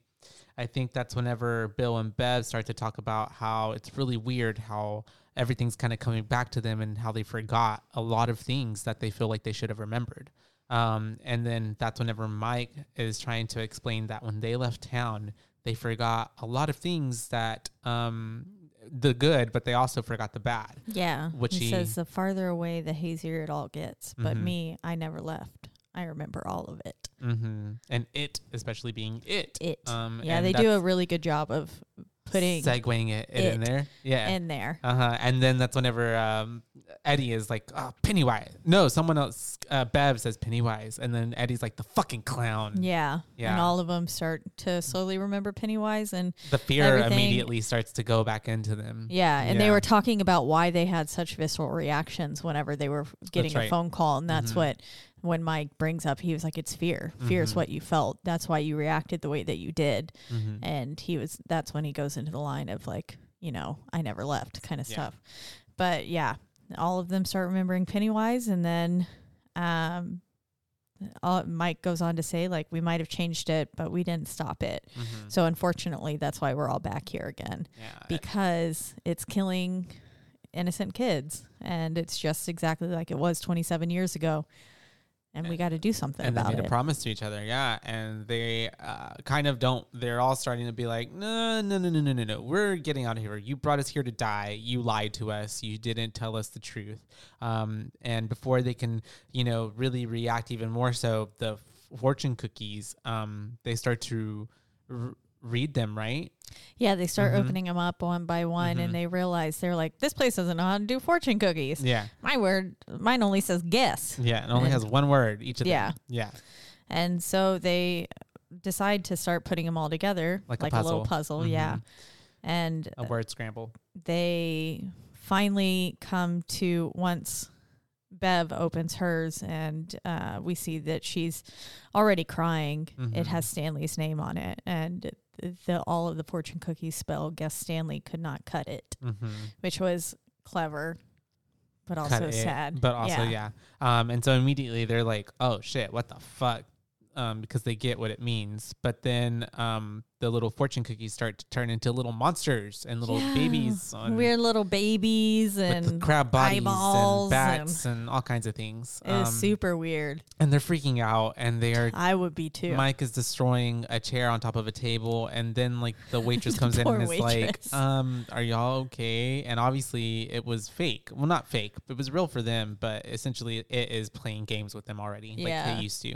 Speaker 2: I think that's whenever Bill and Bev start to talk about how it's really weird how everything's kind of coming back to them and how they forgot a lot of things that they feel like they should have remembered. Um, and then that's whenever Mike is trying to explain that when they left town, they forgot a lot of things that um, the good, but they also forgot the bad.
Speaker 1: Yeah,
Speaker 2: Which
Speaker 1: he,
Speaker 2: he-
Speaker 1: says the farther away, the hazier it all gets. But
Speaker 2: Mhm.
Speaker 1: me, I never left. I remember all of it.
Speaker 2: Mm-hmm. And it, especially being it.
Speaker 1: It.
Speaker 2: Um,
Speaker 1: yeah,
Speaker 2: and
Speaker 1: they do a
Speaker 2: that's
Speaker 1: really good job of putting
Speaker 2: segueing it, it in
Speaker 1: it
Speaker 2: there. Yeah.
Speaker 1: in there.
Speaker 2: uh huh. And then that's whenever um, Eddie is like, oh, Pennywise. No, someone else, uh, Bev says Pennywise. And then Eddie's like, the fucking clown.
Speaker 1: Yeah. and
Speaker 2: Yeah.
Speaker 1: all of them start to slowly remember Pennywise, and
Speaker 2: The fear
Speaker 1: Everything-
Speaker 2: immediately starts to go back into them.
Speaker 1: yeah, and they
Speaker 2: Yeah.
Speaker 1: were talking about why they had such visceral reactions whenever they were getting a
Speaker 2: right.
Speaker 1: phone call, and that's
Speaker 2: Mhm.
Speaker 1: what when Mike brings up, he was like, "It's fear. Fear is
Speaker 2: Mhm.
Speaker 1: what you felt. That's why you reacted the way that you did."
Speaker 2: Mhm.
Speaker 1: and he was that's when he goes into the line of like you know i never left kind of
Speaker 2: Yeah.
Speaker 1: stuff but yeah all of them start remembering pennywise and then um all, mike goes on to say like we might have changed it but we didn't stop it
Speaker 2: Mhm.
Speaker 1: so unfortunately that's why we're all back here again
Speaker 2: Yeah.
Speaker 1: because it's killing innocent kids and it's just exactly like it was 27 years ago and we got to do something
Speaker 2: and they
Speaker 1: about
Speaker 2: made
Speaker 1: it
Speaker 2: a promise to each other, yeah. And they uh, kind of don't. They're all starting to be like, no, no, no, no, no, no, no. We're getting out of here. You brought us here to die. You lied to us. You didn't tell us the truth. Um, and before they can, you know, really react even more so, the fortune cookies, um, they start to r- read them, right?
Speaker 1: Yeah, they start
Speaker 2: Mhm.
Speaker 1: opening them up one by one, and
Speaker 2: Mhm.
Speaker 1: they realize they're like, "This place doesn't know how to do fortune cookies."
Speaker 2: Yeah,
Speaker 1: My word, mine only says guess,
Speaker 2: yeah. It only
Speaker 1: And-
Speaker 2: has one word each of
Speaker 1: Yeah.
Speaker 2: them. Yeah,
Speaker 1: and so they decide to start putting them all together
Speaker 2: Like a
Speaker 1: little puzzle.
Speaker 2: puzzle.
Speaker 1: Yeah,
Speaker 2: Mhm.
Speaker 1: and
Speaker 2: a word scramble.
Speaker 1: they finally come to once Bev opens hers, and uh, we see that she's already crying. It
Speaker 2: Mhm.
Speaker 1: has Stanley's name on it, and the all of the fortune cookies spell guess Stanley could not cut it.
Speaker 2: Mm-hmm.
Speaker 1: which was clever, but also
Speaker 2: cut it,
Speaker 1: sad.
Speaker 2: But also, yeah. Um, and so immediately they're like, "Oh shit, what the fuck?" um, because they get what it means. But then um, the little fortune cookies start to turn into little monsters and little
Speaker 1: Yeah.
Speaker 2: babies on
Speaker 1: Weird little babies
Speaker 2: with
Speaker 1: and
Speaker 2: crab bodies
Speaker 1: eyeballs
Speaker 2: and bats and, all kinds of things.
Speaker 1: It was
Speaker 2: Um,
Speaker 1: super weird.
Speaker 2: and they're freaking out and they are
Speaker 1: I would be too.
Speaker 2: Mike is destroying a chair on top of a table, and then like the waitress comes in
Speaker 1: Poor
Speaker 2: and is
Speaker 1: waitress.
Speaker 2: like, "Um, are y'all okay?" And obviously, it was fake. Well, not fake. It was real for them, but essentially, it is playing games with them already, like
Speaker 1: Yeah.
Speaker 2: they used to.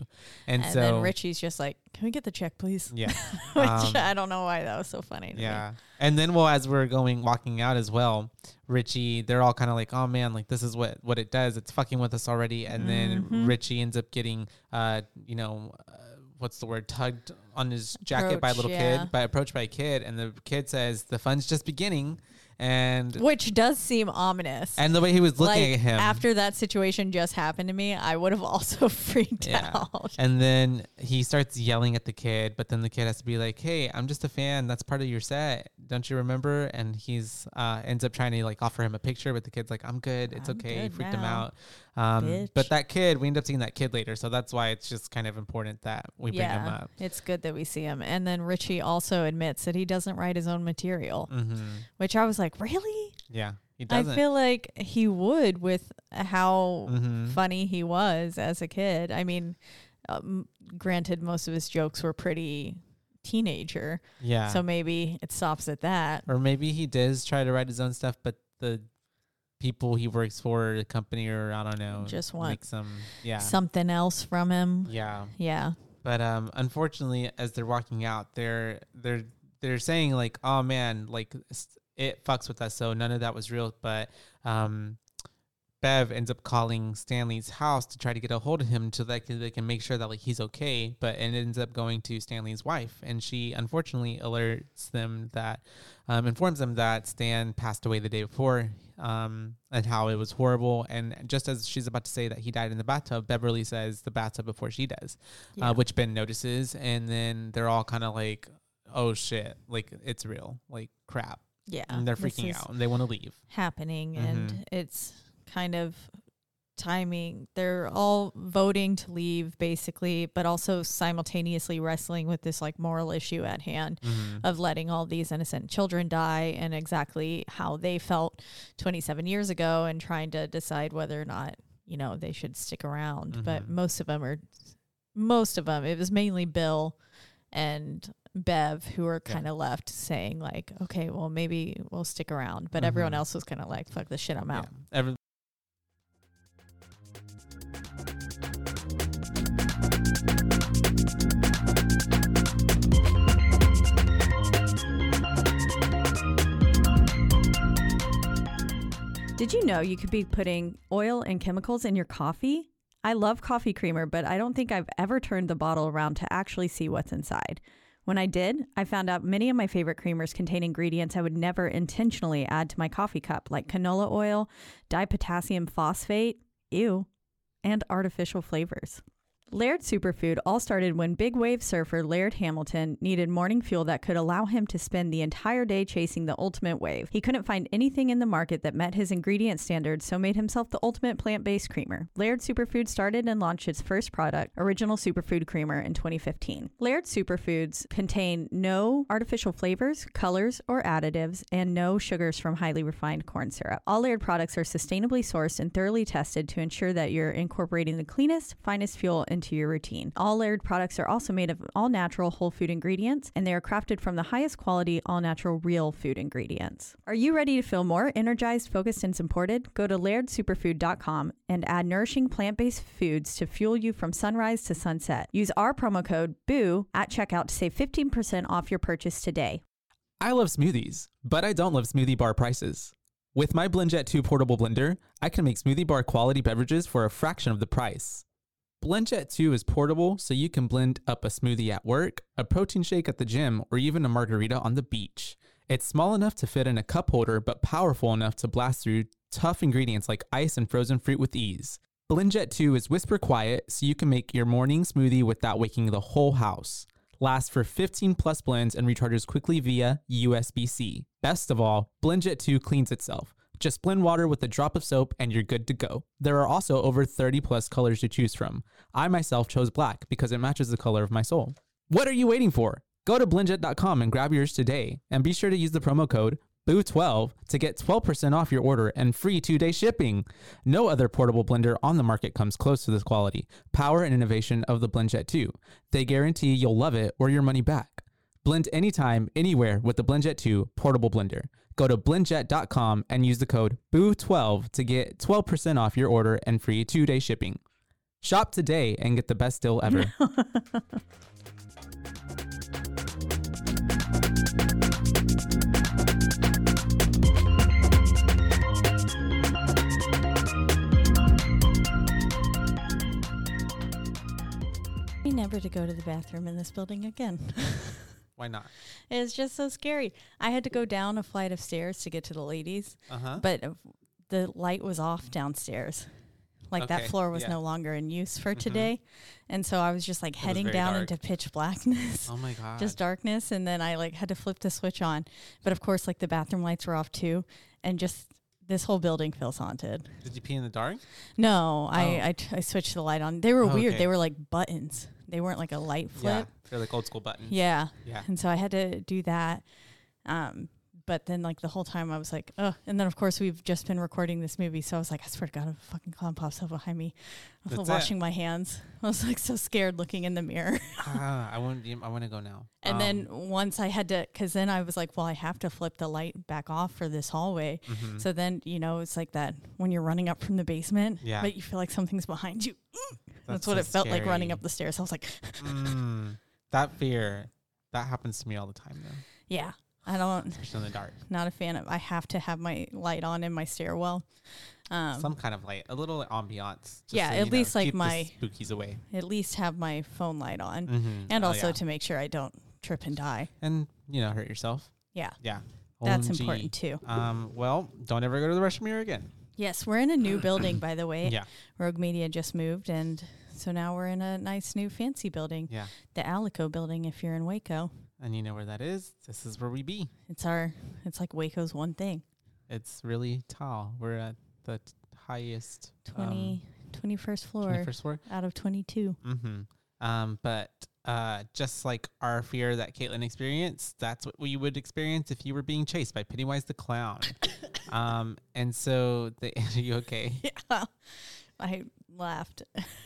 Speaker 2: And,
Speaker 1: and
Speaker 2: so,
Speaker 1: then Richie's just like, "Can we get the check, please?"
Speaker 2: yeah,
Speaker 1: Which
Speaker 2: um,
Speaker 1: I don't know why that was so funny. to me.
Speaker 2: yeah. And then, well, as we're going walking out as well, Richie, they're all kind of like, "Oh man, like this is what what it does. It's fucking with us already." And
Speaker 1: Mm-hmm.
Speaker 2: then Richie ends up getting, uh, you know, uh, what's the word, tugged on his jacket by a
Speaker 1: Approached,
Speaker 2: little
Speaker 1: yeah.
Speaker 2: kid, by approached by a kid, and the kid says, "The fun's just beginning." And
Speaker 1: Which does seem ominous.
Speaker 2: and the way he was looking
Speaker 1: like
Speaker 2: at him
Speaker 1: after that situation just happened to me, I would have also freaked out.
Speaker 2: And then he starts yelling at the kid, but then the kid has to be like, "Hey, I'm just a fan. That's part of your set. Don't you remember?" And he's uh, ends up trying to like offer him a picture, but the kid's like, "I'm good. It's
Speaker 1: I'm
Speaker 2: okay."
Speaker 1: good
Speaker 2: Freaked him
Speaker 1: now,
Speaker 2: out. Um,
Speaker 1: bitch.
Speaker 2: but that kid, we end up seeing that kid later, so that's why it's just kind of important that we bring him
Speaker 1: Yeah,
Speaker 2: up.
Speaker 1: it's good that we see him. And then Richie also admits that he doesn't write his own material,
Speaker 2: Mm.
Speaker 1: which I was like, really?
Speaker 2: Mm-hmm. Yeah, he
Speaker 1: I
Speaker 2: doesn't.
Speaker 1: feel like he would with how
Speaker 2: Mhm.
Speaker 1: funny he was as a kid. I mean, um, granted, most of his jokes were pretty teenager,
Speaker 2: yeah.
Speaker 1: so maybe it stops at that.
Speaker 2: or maybe he does try to write his own stuff, but the people he works for, the company, or I don't know,
Speaker 1: Just want
Speaker 2: make some yeah.
Speaker 1: Something else from him.
Speaker 2: yeah.
Speaker 1: Yeah.
Speaker 2: But um, unfortunately, as they're walking out, they're they're they're saying like, "Oh man, like s- it fucks with us." So none of that was real. But um, Bev ends up calling Stanley's house to try to get a hold of him so that they can make sure that like he's okay. But it ends up going to Stanley's wife, and she unfortunately alerts them that um, informs them that Stan passed away the day before. Um, and how it was horrible. And just as she's about to say that he died in the bathtub, Beverly says the bathtub before she does
Speaker 1: Yeah.
Speaker 2: uh, which Ben notices, and then they're all kind of like, "Oh shit! Like it's real! Like crap!"
Speaker 1: Yeah.
Speaker 2: and they're
Speaker 1: this
Speaker 2: freaking
Speaker 1: is
Speaker 2: out Mm-hmm. and they want to leave.
Speaker 1: Happening, and it's kind of timing. They're all voting to leave, basically, but also simultaneously wrestling with this like moral issue at hand. of letting all these innocent children die and exactly how they felt 27 years ago and trying to decide whether or not you know they should stick around but
Speaker 2: Mhm.
Speaker 1: most of them are most of them it was mainly bill and bev who were
Speaker 2: Yeah.
Speaker 1: kind of left saying like okay well maybe we'll stick around but everyone
Speaker 2: Mhm.
Speaker 1: else was kind of like fuck this shit i'm out
Speaker 2: Yeah. Every-
Speaker 1: Did you know you could be putting oil and chemicals in your coffee? I love coffee creamer, but I don't think I've ever turned the bottle around to actually see what's inside. When I did, I found out many of my favorite creamers contain ingredients I would never intentionally add to my coffee cup, like canola oil, dipotassium phosphate, ew, and artificial flavors. Laird Superfood all started when big wave surfer Laird Hamilton needed morning fuel that could allow him to spend the entire day chasing the ultimate wave. He couldn't find anything in the market that met his ingredient standards, so made himself the ultimate plant based creamer. Laird Superfood started and launched its first product, Original Superfood Creamer, in 2015. Laird Superfoods contain no artificial flavors, colors, or additives, and no sugars from highly refined corn syrup. All Laird products are sustainably sourced and thoroughly tested to ensure that you're incorporating the cleanest, finest fuel into your routine. All Laird products are also made of all natural whole food ingredients and they are crafted from the highest quality all natural real food ingredients. Are you ready to feel more energized, focused, and supported? Go to lairdsuperfood.com and add nourishing plant based foods to fuel you from sunrise to sunset. Use our promo code BOO at checkout to save 15% off your purchase today.
Speaker 2: I love smoothies, but I don't love smoothie bar prices. With my BlendJet 2 portable blender, I can make smoothie bar quality beverages for a fraction of the price. BlendJet 2 is portable, so you can blend up a smoothie at work, a protein shake at the gym, or even a margarita on the beach. It's small enough to fit in a cup holder, but powerful enough to blast through tough ingredients like ice and frozen fruit with ease. BlendJet 2 is whisper quiet, so you can make your morning smoothie without waking the whole house lasts for 15 plus blends and recharges quickly via USB-C. Best of all, BlendJet 2 cleans itself. Just blend water with a drop of soap and you're good to go. There are also over 30 plus colors to choose from. I myself chose black because it matches the color of my soul. What are you waiting for? Go to blendjet.com and grab yours today. And be sure to use the promo code BOO12 to get 12% off your order and free two day shipping. No other portable blender on the market comes close to this quality, power, and innovation of the BlendJet 2. They guarantee you'll love it or your money back. Blend anytime, anywhere with the BlendJet 2 portable blender. Go to blendjet.com and use the code BOO12 to get 12% off your order and free two day shipping. Shop today and get the best deal ever.
Speaker 1: Me never to go to the bathroom in this building again.
Speaker 2: Why not?
Speaker 1: it's just so scary. I had to go down a flight of stairs to get to the ladies,
Speaker 2: Uh huh.
Speaker 1: but uh, the light was off downstairs. Like
Speaker 2: Okay,
Speaker 1: that floor was
Speaker 2: yeah. Mm-hmm.
Speaker 1: no longer in use for today. And so I was just like heading
Speaker 2: very
Speaker 1: down
Speaker 2: dark.
Speaker 1: into pitch blackness.
Speaker 2: Oh my god.
Speaker 1: just darkness and then i like had to flip the switch on but of course like the bathroom lights were off too and just this whole building feels haunted
Speaker 2: Did you pee in the dark?
Speaker 1: no
Speaker 2: Oh.
Speaker 1: I I, t- I switched the light on they were
Speaker 2: Oh,
Speaker 1: weird
Speaker 2: okay.
Speaker 1: they were like buttons they weren't like a light flip
Speaker 2: Yeah. They're like old school buttons.
Speaker 1: yeah,
Speaker 2: Yeah.
Speaker 1: and so i had to do that um but then like the whole time i was like oh and then of course we've just been recording this movie so i was like i swear to god a fucking clown pops up behind me i was
Speaker 2: That's it.
Speaker 1: washing my hands i was like so scared looking in the mirror
Speaker 2: Ah, I want. I want to go now.
Speaker 1: And
Speaker 2: Um,
Speaker 1: then once I had to, because then I was like, well, I have to flip the light back off for this hallway.
Speaker 2: Mm-hmm.
Speaker 1: So then, you know, it's like that when you're running up from the basement,
Speaker 2: Yeah.
Speaker 1: but you feel like something's behind you. That's, what
Speaker 2: so
Speaker 1: it felt like running
Speaker 2: scary.
Speaker 1: up the stairs. I was like,
Speaker 2: Mm, that fear. That happens to me all the time though.
Speaker 1: yeah, I don't,
Speaker 2: Just in the dark.
Speaker 1: not a fan of, I have to have my light on in my stairwell. Um,
Speaker 2: Some kind of light, a little ambiance. just
Speaker 1: Yeah,
Speaker 2: so
Speaker 1: at
Speaker 2: you know,
Speaker 1: least, like,
Speaker 2: keep the
Speaker 1: my-
Speaker 2: spookies away.
Speaker 1: at least have my phone light on
Speaker 2: Mhm.
Speaker 1: and
Speaker 2: Oh,
Speaker 1: also
Speaker 2: yeah.
Speaker 1: to make sure I don't trip and die.
Speaker 2: and you know hurt yourself.
Speaker 1: Yeah.
Speaker 2: Yeah.
Speaker 1: That's
Speaker 2: OMG.
Speaker 1: important too.
Speaker 2: Um. Well, don't ever go to the restroom here again.
Speaker 1: Yes, we're in a new building, by the way.
Speaker 2: Yeah.
Speaker 1: Rogue Media just moved, and so now we're in a nice new fancy building,
Speaker 2: Yeah.
Speaker 1: the Alico building. If you're in Waco,
Speaker 2: And you know where that is. This is where we be.
Speaker 1: it's our it's like Waco's one thing.
Speaker 2: It's really tall. We're at the t- highest um,
Speaker 1: 20, 21st floor
Speaker 2: 21st floor.
Speaker 1: out of 22.
Speaker 2: Mm-hmm. Um, but uh, just like our fear that Caitlin experienced, that's what we would experience if you were being chased by Pennywise the clown. um, and so they are you okay
Speaker 1: Yeah, I laughed,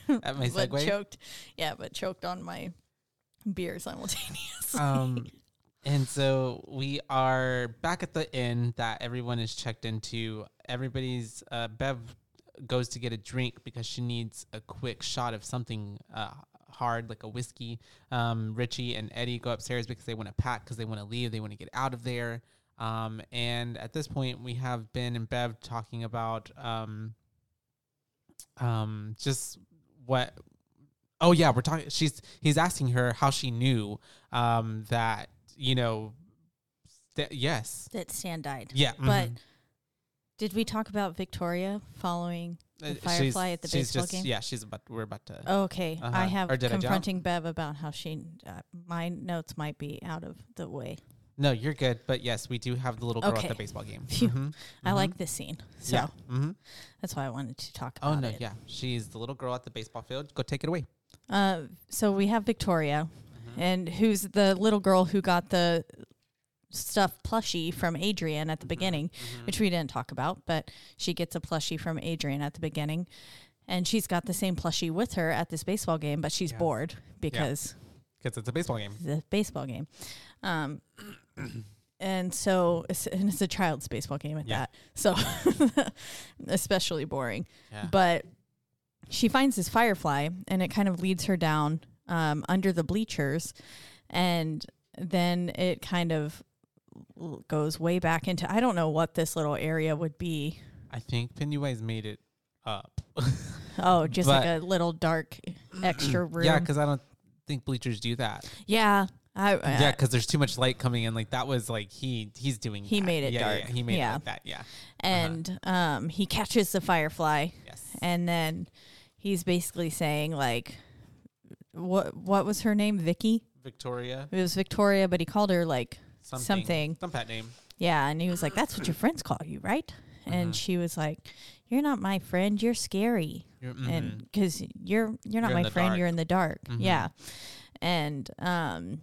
Speaker 2: at my
Speaker 1: but
Speaker 2: segue?
Speaker 1: choked. Yeah, but choked on my beer simultaneously.
Speaker 2: Um, and so we are back at the inn that everyone is checked into. Everybody's uh, Bev goes to get a drink because she needs a quick shot of something uh, hard, like a whiskey. Um, Richie and Eddie go upstairs because they want to pack because they want to leave. They want to get out of there. Um, and at this point, we have Ben and Bev talking about um, um, just what. Oh yeah, we're talking. She's he's asking her how she knew um, that you know. That, yes.
Speaker 1: that Stan died.
Speaker 2: Yeah.
Speaker 1: But
Speaker 2: mhm.
Speaker 1: did we talk about Victoria following? the
Speaker 2: Uh,
Speaker 1: Firefly at the
Speaker 2: she's
Speaker 1: baseball
Speaker 2: just,
Speaker 1: game? Oh.
Speaker 2: Yeah, she's about. We're about to.
Speaker 1: Okay, I
Speaker 2: Uh-huh.
Speaker 1: have
Speaker 2: Or did I jump?
Speaker 1: confronting Bev about how she. Uh, my notes might be out of the way.
Speaker 2: No, you're good. But yes, we do have the little girl
Speaker 1: Okay.
Speaker 2: at the baseball game.
Speaker 1: Phew.
Speaker 2: Mhm,
Speaker 1: I
Speaker 2: mhm.
Speaker 1: like this scene, so
Speaker 2: Yeah. hmm
Speaker 1: that's why I wanted to talk
Speaker 2: Oh
Speaker 1: about
Speaker 2: no,
Speaker 1: it.
Speaker 2: yeah, she's the little girl at the baseball field. Go take it away.
Speaker 1: Uh, so we have Victoria,
Speaker 2: Mm-hmm.
Speaker 1: and who's the little girl who got the stuff plushie from Adrian
Speaker 2: Mm-hmm.
Speaker 1: at the beginning, which we didn't talk about, but she gets a plushie from Adrian at the beginning, and she's got the same plushie with her at this baseball game, but she's
Speaker 2: Yeah.
Speaker 1: bored because
Speaker 2: Because it's a baseball game.
Speaker 1: the baseball game. Um, and so it's, and it's a child's baseball game at
Speaker 2: Yeah.
Speaker 1: that. So especially boring.
Speaker 2: Yeah.
Speaker 1: But she finds this firefly and it kind of leads her down um, under the bleachers. And then it kind of l- goes way back into I don't know what this little area would be.
Speaker 2: I think Pennywise made it up.
Speaker 1: Oh, just
Speaker 2: But-
Speaker 1: like a little dark extra room.
Speaker 2: yeah, because I don't think bleachers do that.
Speaker 1: yeah. I, I-
Speaker 2: yeah, because there's too much light coming in. Like that was like he he's doing.
Speaker 1: He
Speaker 2: that.
Speaker 1: made it
Speaker 2: yeah, yeah,
Speaker 1: dark.
Speaker 2: Yeah, he made
Speaker 1: Yeah.
Speaker 2: it like that. Yeah.
Speaker 1: uh, and
Speaker 2: uh-huh.
Speaker 1: um, he catches the firefly,
Speaker 2: Yes.
Speaker 1: and then he's basically saying like, "What what was her name? Vicky?
Speaker 2: Victoria.
Speaker 1: It was Victoria, but he called her like
Speaker 2: Something.
Speaker 1: Something.
Speaker 2: Some pet name.
Speaker 1: yeah." And he was like, "That's what your friends call you, right?" and
Speaker 2: Mhm.
Speaker 1: she was like, "You're not my friend. You're scary."
Speaker 2: You're-
Speaker 1: and
Speaker 2: mhm.
Speaker 1: because you're you're not
Speaker 2: You're in
Speaker 1: my
Speaker 2: the
Speaker 1: friend
Speaker 2: dark.
Speaker 1: you're in the dark
Speaker 2: Mhm.
Speaker 1: yeah and um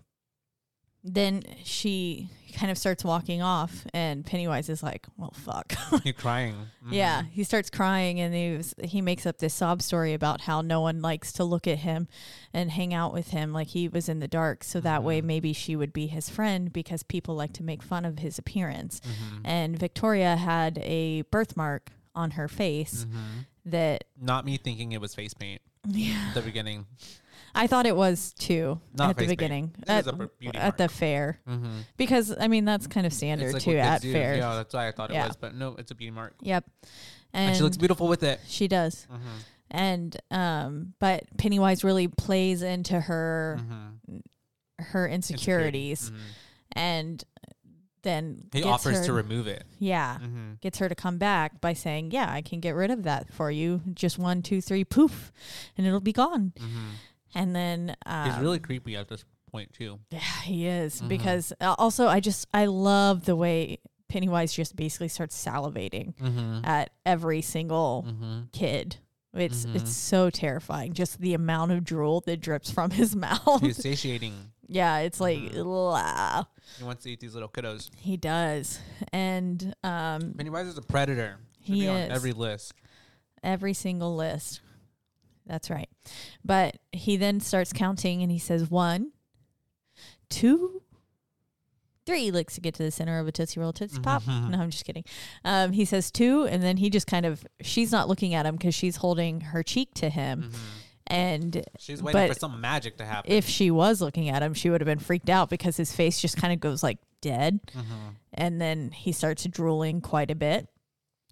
Speaker 1: then she kind of starts walking off and pennywise is like well fuck
Speaker 2: you're crying. Mhm.
Speaker 1: mm-hmm. yeah he starts crying and he was, he makes up this sob story about how no one likes to look at him and hang out with him like he was in the dark so that way
Speaker 2: Mhm.
Speaker 1: maybe she would be his friend because people like to make fun of his appearance
Speaker 2: Mhm.
Speaker 1: and victoria had a birthmark on her face
Speaker 2: Mhm.
Speaker 1: that
Speaker 2: Not me thinking it was face paint.
Speaker 1: yeah
Speaker 2: at The beginning.
Speaker 1: I thought it was too
Speaker 2: Not
Speaker 1: at the
Speaker 2: face paint.
Speaker 1: beginning
Speaker 2: It
Speaker 1: at,
Speaker 2: is a b- beauty
Speaker 1: at the fair
Speaker 2: Mm-hmm.
Speaker 1: because I mean that's kind of standard too at fairs.
Speaker 2: Yeah, that's why I thought
Speaker 1: Yeah.
Speaker 2: it was, but no, it's a beauty mark.
Speaker 1: Yep, and,
Speaker 2: And, she looks beautiful with it.
Speaker 1: She does,
Speaker 2: Mm-hmm.
Speaker 1: and um, but Pennywise really plays into her
Speaker 2: Mm-hmm.
Speaker 1: her insecurities,
Speaker 2: hmm
Speaker 1: and then
Speaker 2: He
Speaker 1: gets
Speaker 2: offers
Speaker 1: her,
Speaker 2: to remove it.
Speaker 1: yeah.
Speaker 2: Mm-hmm.
Speaker 1: Gets her to come back by saying, "Yeah, I can get rid of that for you. Just one, two, three, poof, and it'll be gone."
Speaker 2: Mm-hmm.
Speaker 1: And then um,
Speaker 2: He's really creepy at this point too.
Speaker 1: Yeah, he is
Speaker 2: Mhm.
Speaker 1: because uh, also I just I love the way Pennywise just basically starts salivating
Speaker 2: Mm-hmm.
Speaker 1: at every single
Speaker 2: Mm-hmm.
Speaker 1: kid. It's
Speaker 2: Mhm.
Speaker 1: it's so terrifying. Just the amount of drool that drips from his mouth.
Speaker 2: He's satiating.
Speaker 1: yeah, it's like
Speaker 2: Mhm.
Speaker 1: "Ugh."
Speaker 2: He wants to eat these little kiddos.
Speaker 1: he does, and um,
Speaker 2: Pennywise is a predator. Should
Speaker 1: He
Speaker 2: be on
Speaker 1: is.
Speaker 2: every list.
Speaker 1: every single list. That's right. But he then starts counting and he says one, two, three. Licks to get to the center of a Tootsie Roll Tootsie Pop. No, I'm just kidding. Um, he says two, and then he just kind of, she's not looking at him because she's holding her cheek to him. And
Speaker 2: She's waiting
Speaker 1: But
Speaker 2: for some magic to happen.
Speaker 1: if she was looking at him, she would have been freaked out because his face just kind of goes like dead.
Speaker 2: Mm-hmm.
Speaker 1: And then he starts drooling quite a bit.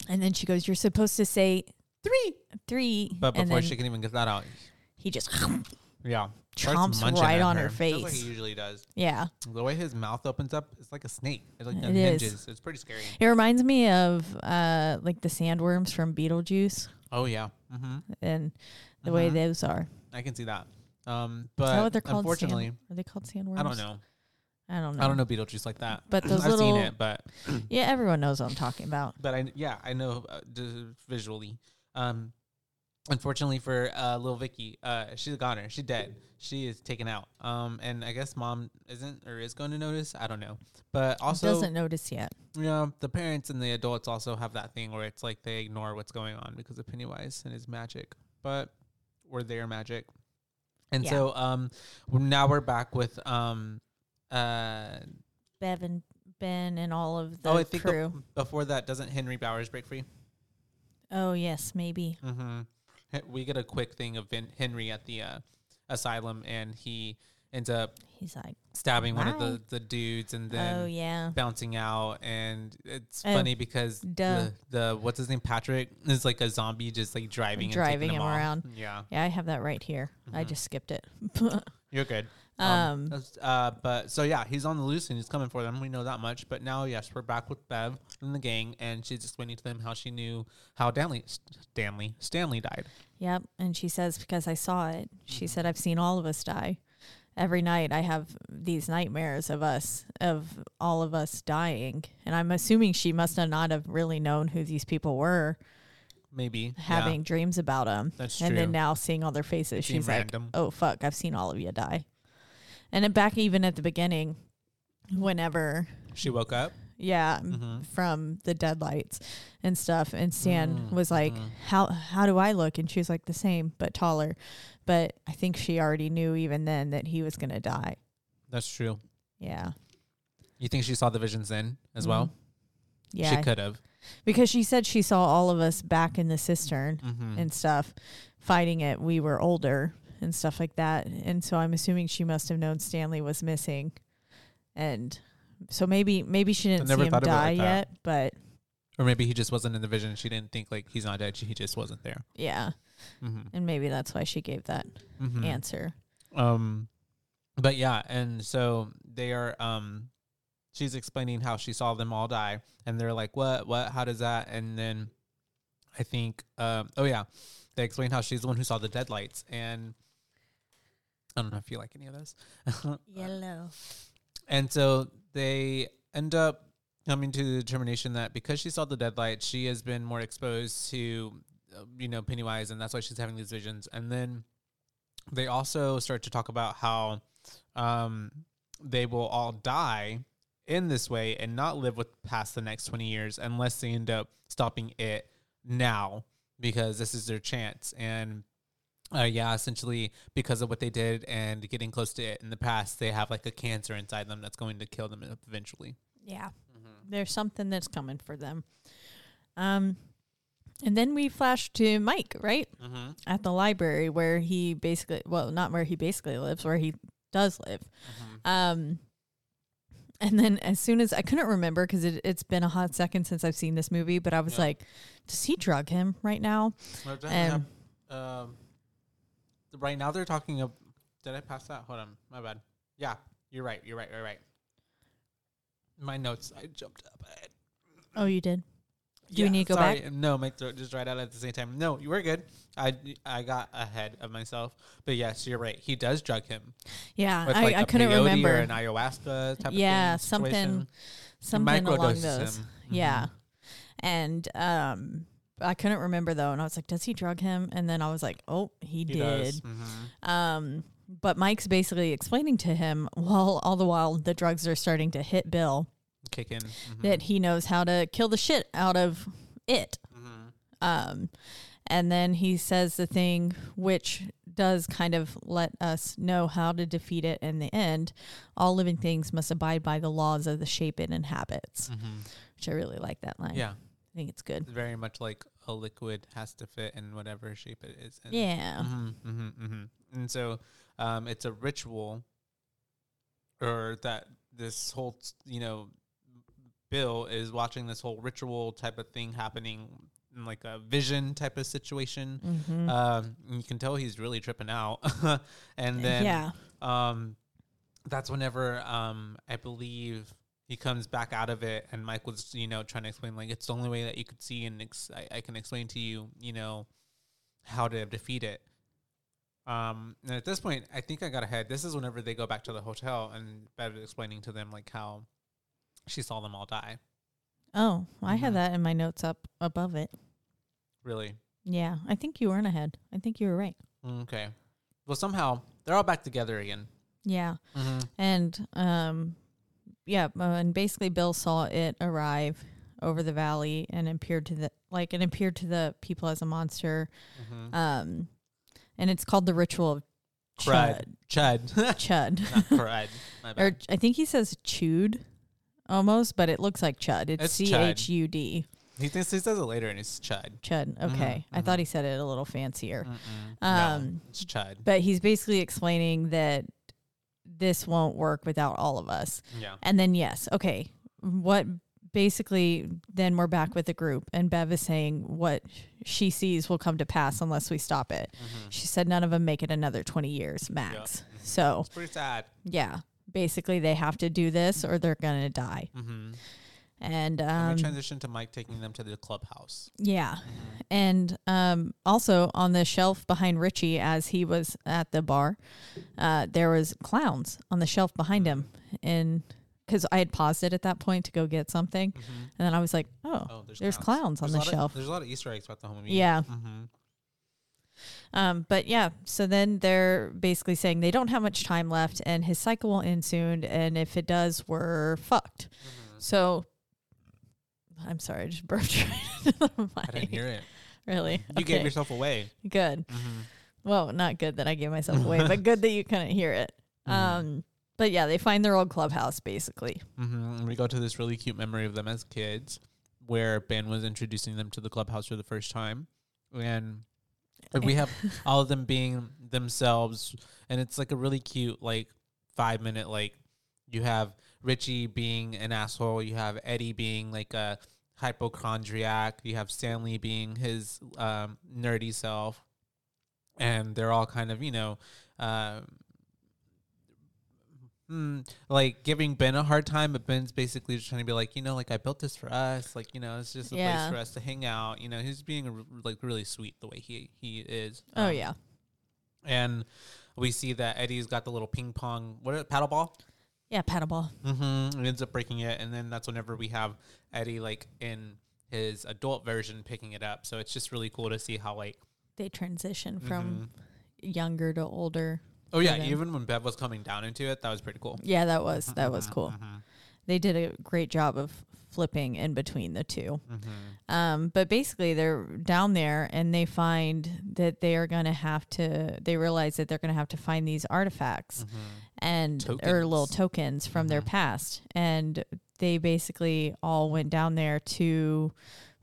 Speaker 1: And then she goes, You're supposed to say three, three.
Speaker 2: but
Speaker 1: and
Speaker 2: before
Speaker 1: then
Speaker 2: she can even get that out,
Speaker 1: he just
Speaker 2: yeah, starts
Speaker 1: chomps
Speaker 2: munching
Speaker 1: right
Speaker 2: at
Speaker 1: on her,
Speaker 2: That's what
Speaker 1: face.
Speaker 2: he usually does.
Speaker 1: yeah.
Speaker 2: The way his mouth opens up, it's like a snake. It like
Speaker 1: It
Speaker 2: unhinges.
Speaker 1: is.
Speaker 2: It's pretty scary.
Speaker 1: It reminds me of uh, like the sandworms from Beetlejuice
Speaker 2: Oh yeah, mm-hmm.
Speaker 1: and the way
Speaker 2: Mhm.
Speaker 1: those are.
Speaker 2: I can see that. Um,
Speaker 1: Is
Speaker 2: but
Speaker 1: that what they're called? Sand-
Speaker 2: unfortunately,
Speaker 1: are they called sandworms?
Speaker 2: I don't know.
Speaker 1: I don't know.
Speaker 2: I don't know Beetlejuice like that.
Speaker 1: But those
Speaker 2: I've
Speaker 1: little-
Speaker 2: seen it, but
Speaker 1: Yeah, everyone knows what I'm talking about.
Speaker 2: but I yeah I know uh, d- visually. Um, unfortunately for uh, little Vicky, uh, she's gone. Her, she's dead. She is taken out. Um, and I guess mom isn't or is going to notice. I don't know. But also,
Speaker 1: Doesn't notice yet.
Speaker 2: you know, the parents and the adults also have that thing where it's like they ignore what's going on because of Pennywise and his magic, but or their magic. And
Speaker 1: Yeah.
Speaker 2: so um, w- now we're back with um, uh,
Speaker 1: Bev and Ben and all of the
Speaker 2: oh, I think bef-
Speaker 1: crew.
Speaker 2: before that, doesn't Henry Bowers break free?
Speaker 1: oh yes, maybe.
Speaker 2: Mm-hmm. We get a quick thing of Vin- Henry at the uh, asylum, and he ends up
Speaker 1: He's like,
Speaker 2: stabbing one of
Speaker 1: Why?
Speaker 2: the, the dudes, and then
Speaker 1: oh yeah,
Speaker 2: bouncing out. And it's
Speaker 1: Oh,
Speaker 2: funny because
Speaker 1: duh.
Speaker 2: the, the what's his name Patrick is like a zombie, just like driving, and
Speaker 1: Driving
Speaker 2: taking
Speaker 1: him
Speaker 2: off.
Speaker 1: around.
Speaker 2: Yeah,
Speaker 1: yeah. I have that right here. I
Speaker 2: Mhm.
Speaker 1: just skipped it.
Speaker 2: you're good.
Speaker 1: Um,
Speaker 2: that's- uh, but so yeah, he's on the loose and he's coming for them. We know that much. But now, yes, we're back with Bev and the gang, and she's explaining to them how she knew how Danley, Stanley, Stanley died.
Speaker 1: Yep. And she says, because I saw it, she
Speaker 2: Mm-hmm.
Speaker 1: said, I've seen all of us die. Every night I have these nightmares of us, of all of us dying. And I'm assuming she must have not have really known who these people were,
Speaker 2: Maybe Yeah.
Speaker 1: having dreams about them.
Speaker 2: That's
Speaker 1: and then
Speaker 2: true.
Speaker 1: now seeing all their faces,
Speaker 2: Seem
Speaker 1: she's like,
Speaker 2: random.
Speaker 1: oh, fuck, I've seen all of you die. And then back even at the beginning, whenever,
Speaker 2: she woke up.
Speaker 1: yeah,
Speaker 2: Mm-hmm.
Speaker 1: from the deadlights and stuff. And Stan
Speaker 2: Mm,
Speaker 1: was like,
Speaker 2: mhm.
Speaker 1: "How how do I look?" And she was like, "The same, but taller." But I think she already knew even then that he was gonna die.
Speaker 2: That's true.
Speaker 1: Yeah.
Speaker 2: You think she saw the visions then as well?
Speaker 1: Mm, Yeah,
Speaker 2: She could have.
Speaker 1: because she said she saw all of us back in the cistern
Speaker 2: Mm-hmm.
Speaker 1: and stuff, fighting it. We were older and stuff like that, and so I'm assuming she must have known Stanley was missing, and so maybe maybe she didn't see
Speaker 2: never
Speaker 1: him
Speaker 2: thought of it
Speaker 1: die
Speaker 2: like
Speaker 1: yet,
Speaker 2: that.
Speaker 1: but
Speaker 2: or maybe he just wasn't in the vision. She didn't think like he's not dead. She, he just wasn't there.
Speaker 1: yeah,
Speaker 2: Mm-hmm.
Speaker 1: and maybe that's why she gave that
Speaker 2: Mm-hmm.
Speaker 1: answer.
Speaker 2: um, but yeah, and so they are. Um, she's explaining how she saw them all die, and they're like, "What? What? How does that?" And then I think, um, oh yeah, they explain how she's the one who saw the deadlights, and I don't know if you like any of this.
Speaker 1: Yellow.
Speaker 2: And so they end up coming to the determination that because she saw the deadlight, she has been more exposed to, uh, you know, Pennywise, and that's why she's having these visions. And then they also start to talk about how um, they will all die in this way and not live with past the next 20 years unless they end up stopping it now because this is their chance. And uh, yeah, essentially because of what they did and getting close to it in the past, they have like a cancer inside them that's going to kill them eventually.
Speaker 3: Yeah.
Speaker 1: There's something that's coming for them. Um, and then we flash to Mike, right?
Speaker 2: Mm-hmm.
Speaker 1: At the library where he basically, well, not where he basically lives, where he does live.
Speaker 2: Mm-hmm.
Speaker 1: Um, and then as soon as I couldn't remember because it, it's been a hot second since I've seen this movie, but I was
Speaker 2: Yeah.
Speaker 1: like, does he drug him right now? Um,
Speaker 2: um, right now they're talking of. Did I pass that? Hold on, my bad. Yeah, you're right. You're right. You're right. My notes. I jumped up.
Speaker 1: Oh, you did? Do you need to go
Speaker 2: sorry. No, my throat just dried out at the same time. No, you were good. I I got ahead of myself. But yes, you're right. He does drug him
Speaker 1: Yeah,
Speaker 2: with
Speaker 1: I,
Speaker 2: like
Speaker 1: I
Speaker 2: a
Speaker 1: couldn't
Speaker 2: peyote
Speaker 1: remember.
Speaker 2: or an ayahuasca type.
Speaker 1: Yeah,
Speaker 2: of thing,
Speaker 1: something-
Speaker 2: situation.
Speaker 1: something along
Speaker 2: microdoses
Speaker 1: those.
Speaker 2: him.
Speaker 1: Yeah. And um I couldn't remember though, and I was like, "Does he drug him?" And then I was like, "Oh, he,
Speaker 2: He
Speaker 1: did."
Speaker 2: does. Mhm.
Speaker 1: Um, but Mike's basically explaining to him, while all the while the drugs are starting to hit Bill,
Speaker 2: Kick in.
Speaker 1: that he knows how to kill the shit out of it.
Speaker 2: Mm-hmm.
Speaker 1: Um, and then he says the thing which does kind of let us know how to defeat it in the end. All living things must abide by the laws of the shape it inhabits, which I really like that line.
Speaker 2: Mm-hmm. Yeah.
Speaker 1: I think it's good.
Speaker 2: Very much like a liquid has to fit in whatever shape it is. In.
Speaker 1: Yeah.
Speaker 2: hmm hmm hmm And so um, it's a ritual, or that this whole, s- you know, Bill is watching this whole ritual type of thing happening, in like a vision type of situation.
Speaker 1: Mm-hmm.
Speaker 2: Um, and you can tell he's really tripping out. and then
Speaker 1: yeah.
Speaker 2: um, that's whenever um, I believe he comes back out of it, and Mike was, you know, trying to explain like it's the only way that you could see, and ex- I, I can explain to you, you know, how to defeat it. Um, and at this point, I think I got ahead. This is whenever they go back to the hotel, and Bev is explaining to them like how she saw them all die.
Speaker 1: Oh, I
Speaker 2: Mhm.
Speaker 1: had that in my notes up above it.
Speaker 2: Really,
Speaker 1: Yeah. I think you weren't ahead. I think you were right.
Speaker 2: okay. Well, somehow they're all back together again.
Speaker 1: Yeah.
Speaker 2: Mm-hmm.
Speaker 1: And um, yeah, uh, and basically Bill saw it arrive over the valley and appeared to the like it appeared to the people as a monster.
Speaker 2: Mhm.
Speaker 1: Um, and it's called the ritual of
Speaker 2: Crud.
Speaker 1: chud.
Speaker 2: Chud,
Speaker 1: Chud,
Speaker 2: not crud. My bad.
Speaker 1: or I think he says chewed, almost, but it looks like chud. It's
Speaker 2: It's
Speaker 1: C
Speaker 2: chud.
Speaker 1: H U D.
Speaker 2: He thinks he says it later, and it's Chud.
Speaker 1: Chud.
Speaker 2: Mm-hmm,
Speaker 1: Okay, I thought he said it a little fancier. Um,
Speaker 2: no, it's Chud.
Speaker 1: But he's basically explaining that this won't work without all of us.
Speaker 2: Yeah.
Speaker 1: And then yes, okay. What basically then we're back with the group and Bev is saying what she sees will come to pass unless we stop it.
Speaker 2: Mm-hmm.
Speaker 1: She said none of them make it another 20 years max. So,
Speaker 2: It's pretty sad.
Speaker 1: yeah. Basically they have to do this or they're going to die.
Speaker 2: Mm-hmm.
Speaker 1: And
Speaker 2: and
Speaker 1: um
Speaker 2: we transition to Mike taking them to the clubhouse.
Speaker 1: yeah. And um also on the shelf behind Richie as he was at the bar, uh there was clowns on the shelf behind him and cuz I had paused it at that point to go get something. And then I was like, oh,
Speaker 2: Mm-hmm. Oh, there's,
Speaker 1: there's clowns, on
Speaker 2: There's
Speaker 1: the
Speaker 2: a lot of-
Speaker 1: shelf.
Speaker 2: there's a lot of Easter eggs about the home.
Speaker 1: Yeah.
Speaker 2: Mm-hmm.
Speaker 1: Um, but yeah, so then they're basically saying they don't have much time left and his cycle will end soon. And if it does, we're fucked.
Speaker 2: Mm-hmm.
Speaker 1: So I'm sorry, I just burped right into the mic.
Speaker 2: I didn't hear it.
Speaker 1: Really?
Speaker 2: You gave
Speaker 1: Okay,
Speaker 2: yourself away.
Speaker 1: Good.
Speaker 2: Mm-hmm.
Speaker 1: Well, not good that I gave myself away, but good that you couldn't hear it. Um, but yeah, they find their old clubhouse basically.
Speaker 2: Mm-hmm. And we go to this really cute memory of them as kids, where Ben was introducing them to the clubhouse for the first time, and we have all of them being themselves, and it's like a really cute like five minute like you have Richie being an asshole, you have Eddie being like a hypochondriac, you have Stanley being his um, nerdy self, and they're all kind of you know. Um, mm, like giving Ben a hard time, but Ben's basically just trying to be like, you know, like I built this for us, like you know, it's just a
Speaker 1: Yeah.
Speaker 2: place for us to hang out. You know, he's being a r- like really sweet the way he he is.
Speaker 1: Oh
Speaker 2: Um,
Speaker 1: yeah,
Speaker 2: and we see that Eddie's got the little ping pong, what is it, paddle ball?
Speaker 1: Yeah, paddleball.
Speaker 2: Mm-hmm. And ends up breaking it, and then that's whenever we have Eddie like in his adult version picking it up. So it's just really cool to see how like
Speaker 1: They transition from younger to older.
Speaker 2: oh yeah,
Speaker 1: Even.
Speaker 2: even when Bev was coming down into it, that was pretty cool.
Speaker 1: Yeah, that was that was cool. They did a great job of flipping in between the 2
Speaker 2: Mm-hmm.
Speaker 1: Um, but basically, they're down there and they find that they are going to have to. They realize that they're going to have to find these artifacts and or little
Speaker 2: Mm-hmm. Tokens. Mm-hmm.
Speaker 1: tokens from their past, and they basically all went down there to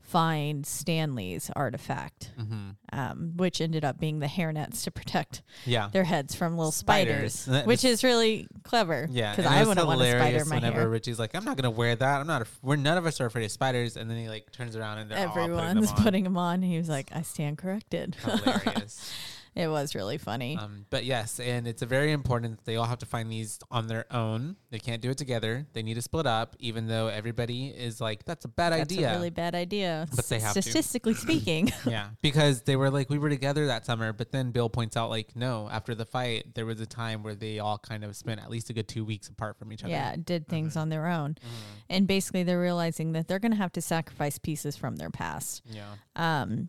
Speaker 1: find Stanley's artifact,
Speaker 2: Mm-hmm.
Speaker 1: um, which ended up being the hairnets to protect
Speaker 2: Yeah.
Speaker 1: their heads from little
Speaker 2: Spiders.
Speaker 1: spiders,
Speaker 2: That
Speaker 1: which
Speaker 2: was-
Speaker 1: is really clever.
Speaker 2: Yeah,
Speaker 1: because
Speaker 2: and it
Speaker 1: I
Speaker 2: was
Speaker 1: wouldn't want to spider
Speaker 2: hilarious
Speaker 1: my
Speaker 2: whenever
Speaker 1: hair.
Speaker 2: Richie's like, "I'm not gonna wear that. I'm not. af- We're none of us are afraid of spiders." And then he like turns around and they're
Speaker 1: Everyone's
Speaker 2: all putting
Speaker 1: putting them on. He was like, "I stand corrected."
Speaker 2: them on. hilarious.
Speaker 1: it was really funny.
Speaker 2: Um, but yes, and it's a very important that they all have to find these on their own. They can't do it together. They need to split up, even though everybody is like, "That's a bad
Speaker 1: That's
Speaker 2: idea."
Speaker 1: a really bad idea.
Speaker 2: But they have to.
Speaker 1: statistically speaking.
Speaker 2: yeah, because they were like, we were together that summer, but then Bill points out, like, no, after the fight, there was a time where they all kind of spent at least a good two weeks apart from each other.
Speaker 1: yeah, did things on their own,
Speaker 2: Mm-hmm.
Speaker 1: and basically they're realizing that they're going to have to sacrifice pieces from their past.
Speaker 2: Yeah.
Speaker 1: Um,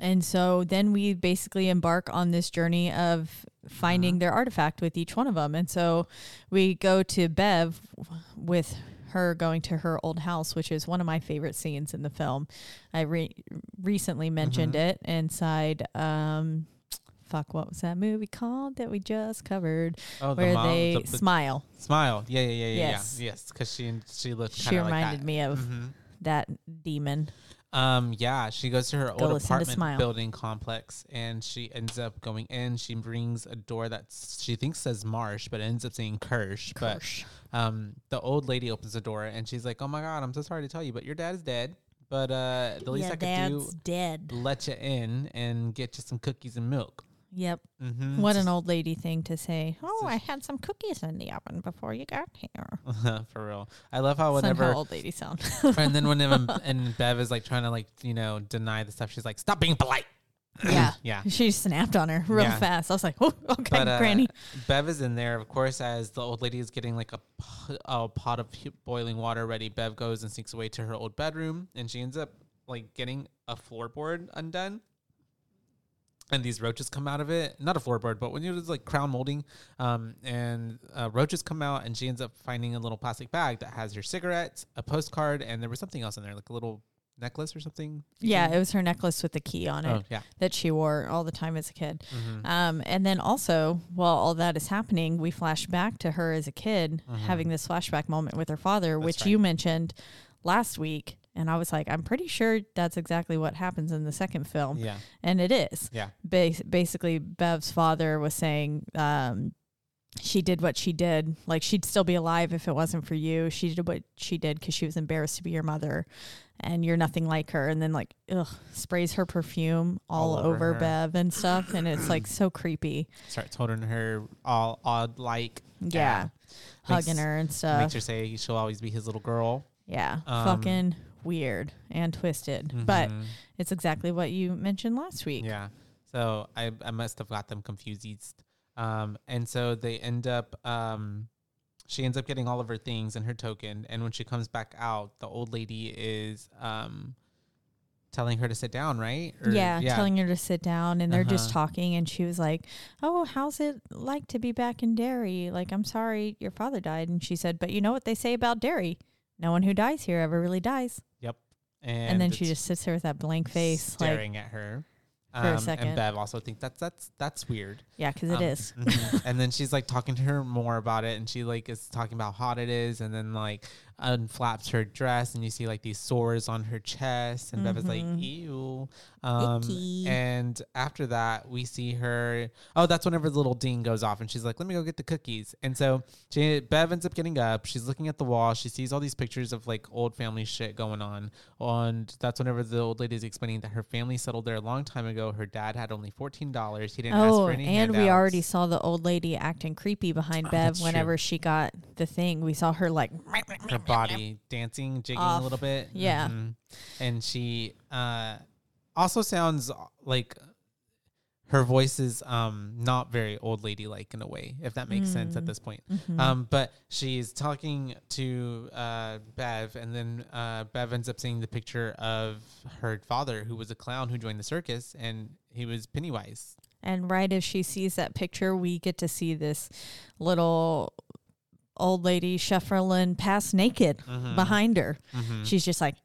Speaker 1: and so then we basically embark on this journey of finding
Speaker 2: Uh-huh.
Speaker 1: their artifact with each one of them. And so we go to Bev w- with her going to her old house, which is one of my favorite scenes in the film. I re- recently mentioned
Speaker 2: Mm-hmm.
Speaker 1: it inside. Um, fuck, what was that movie called that we just covered?
Speaker 2: Oh, the
Speaker 1: where
Speaker 2: mom,
Speaker 1: they
Speaker 2: the- the-
Speaker 1: smile.
Speaker 2: Smile. Yeah, yeah, yeah, yeah,
Speaker 1: Yes.
Speaker 2: yeah. Yes, because she she looked
Speaker 1: She
Speaker 2: kind of like
Speaker 1: reminded
Speaker 2: that.
Speaker 1: me of
Speaker 2: Mhm.
Speaker 1: that demon.
Speaker 2: Um, yeah, she goes to her
Speaker 1: Go
Speaker 2: old
Speaker 1: listen to
Speaker 2: apartment
Speaker 1: Smile.
Speaker 2: building complex and she ends up going in. She brings a door that s- she thinks says Marsh, but ends up saying Kirsch.
Speaker 1: Kirsch.
Speaker 2: But um, the old lady opens the door and she's like, Oh my God, I'm so sorry to tell you, but your dad is dead. But uh, the least I could do,
Speaker 1: dead.
Speaker 2: let you in and get you some cookies and milk.
Speaker 1: Yep.
Speaker 2: Mm-hmm.
Speaker 1: What an old lady thing to say. Oh, I had some cookies in the oven before you got here.
Speaker 2: For real. Oh, I love how
Speaker 1: Somehow
Speaker 2: whenever
Speaker 1: old lady sound.
Speaker 2: and then whenever and Bev is like trying to like you know deny the stuff, she's like, "Stop being polite."
Speaker 1: yeah.
Speaker 2: Yeah.
Speaker 1: She snapped on her real
Speaker 2: Yeah.
Speaker 1: fast. I was like, oh, okay,
Speaker 2: But uh,
Speaker 1: granny.
Speaker 2: Bev is in there, of course, as the old lady is getting like a, p- a pot of hu- boiling water ready. Bev goes and sneaks away to her old bedroom, and she ends up like getting a floorboard undone. And these roaches come out of it. Not a floorboard, but when you just like crown molding, um, and uh, roaches come out, and she ends up finding a little plastic bag that has her cigarettes, a postcard, and there was something else in there, like a little necklace or something.
Speaker 1: Yeah, it was her necklace with the key on it
Speaker 2: Oh, Mm-hmm. yeah.
Speaker 1: that she wore all the time as a kid. Um, and then also, while all that is happening, we flash back to her as a kid having this flashback moment with her father, which
Speaker 2: Mm-hmm. right.
Speaker 1: you mentioned last week. And I was like, I'm pretty sure that's exactly what happens in the second film.
Speaker 2: Yeah.
Speaker 1: And it is.
Speaker 2: Yeah.
Speaker 1: Bas- basically, Bev's father was saying um, she did what she did. Like, she'd still be alive if it wasn't for you. She did what she did because she was embarrassed to be your mother and you're nothing like her. And then, like, ugh, sprays her perfume all,
Speaker 2: All over
Speaker 1: over,
Speaker 2: her.
Speaker 1: Bev and stuff. And it's like so creepy.
Speaker 2: Starts holding her all odd like. uh,
Speaker 1: Yeah. Hugging
Speaker 2: Makes-
Speaker 1: her and
Speaker 2: makes
Speaker 1: stuff.
Speaker 2: her say she'll always be his little girl.
Speaker 1: yeah.
Speaker 2: um, Mm-hmm.
Speaker 1: fucking weird and twisted. But it's exactly what you mentioned last week.
Speaker 2: Yeah. So I, I must have got them confused. Um, and so they end up, um, she ends up getting all of her things and her token. And when she comes back out, the old lady is um, telling her to sit down, right? Or-
Speaker 1: yeah, telling her to sit down, and they're just
Speaker 2: Uh-huh.
Speaker 1: talking, and she was like, "Oh, how's it like to be back in Derry? Like, I'm sorry your father died." And she said, "But you know what they say about Derry? No one who dies here ever really dies."
Speaker 2: Yep.
Speaker 1: And, then she
Speaker 2: it's
Speaker 1: just sits there with that blank face, like,
Speaker 2: staring at her. Um,
Speaker 1: for a
Speaker 2: And
Speaker 1: second.
Speaker 2: Bev also thinks that's that's that's weird.
Speaker 1: yeah, because it
Speaker 2: Um,
Speaker 1: is.
Speaker 2: mhm. and then she's like talking to her more about it, and she like is talking about how hot it is, and then like unflaps her dress, and you see like these sores on her chest, and Bev is like, ew. Um,
Speaker 1: Mm-hmm. Icky.
Speaker 2: and after that, we see her. Oh, that's whenever the little ding goes off, and she's like, "Let me go get the cookies." And so she, Bev ends up getting up. She's looking at the wall. She sees all these pictures of like old family shit going on. And that's whenever the old lady's explaining that her family settled there a long time ago. Her dad had only fourteen dollars. He didn't ask
Speaker 1: Oh,
Speaker 2: for any.
Speaker 1: and we already
Speaker 2: handouts. Oh,
Speaker 1: saw the old lady acting creepy behind
Speaker 2: that's
Speaker 1: Bev
Speaker 2: true.
Speaker 1: whenever she got the thing. We saw her like,
Speaker 2: her body dancing, jigging a
Speaker 1: Off.
Speaker 2: little bit. Mm-hmm.
Speaker 1: Yeah.
Speaker 2: Mhm. And she uh, also sounds like uh, her voice is um not very old lady like in a way, if that makes
Speaker 1: Mm.
Speaker 2: sense at this point.
Speaker 1: Mm-hmm.
Speaker 2: Um, but she's talking to uh Bev, and then uh Bev ends up seeing the picture of her father, who was a clown who joined the circus, and he was Pennywise.
Speaker 1: And right as she sees that picture, we get to see this little old lady Shefferlin pass naked
Speaker 2: Mm-hmm. Hmm.
Speaker 1: behind her. She's just like,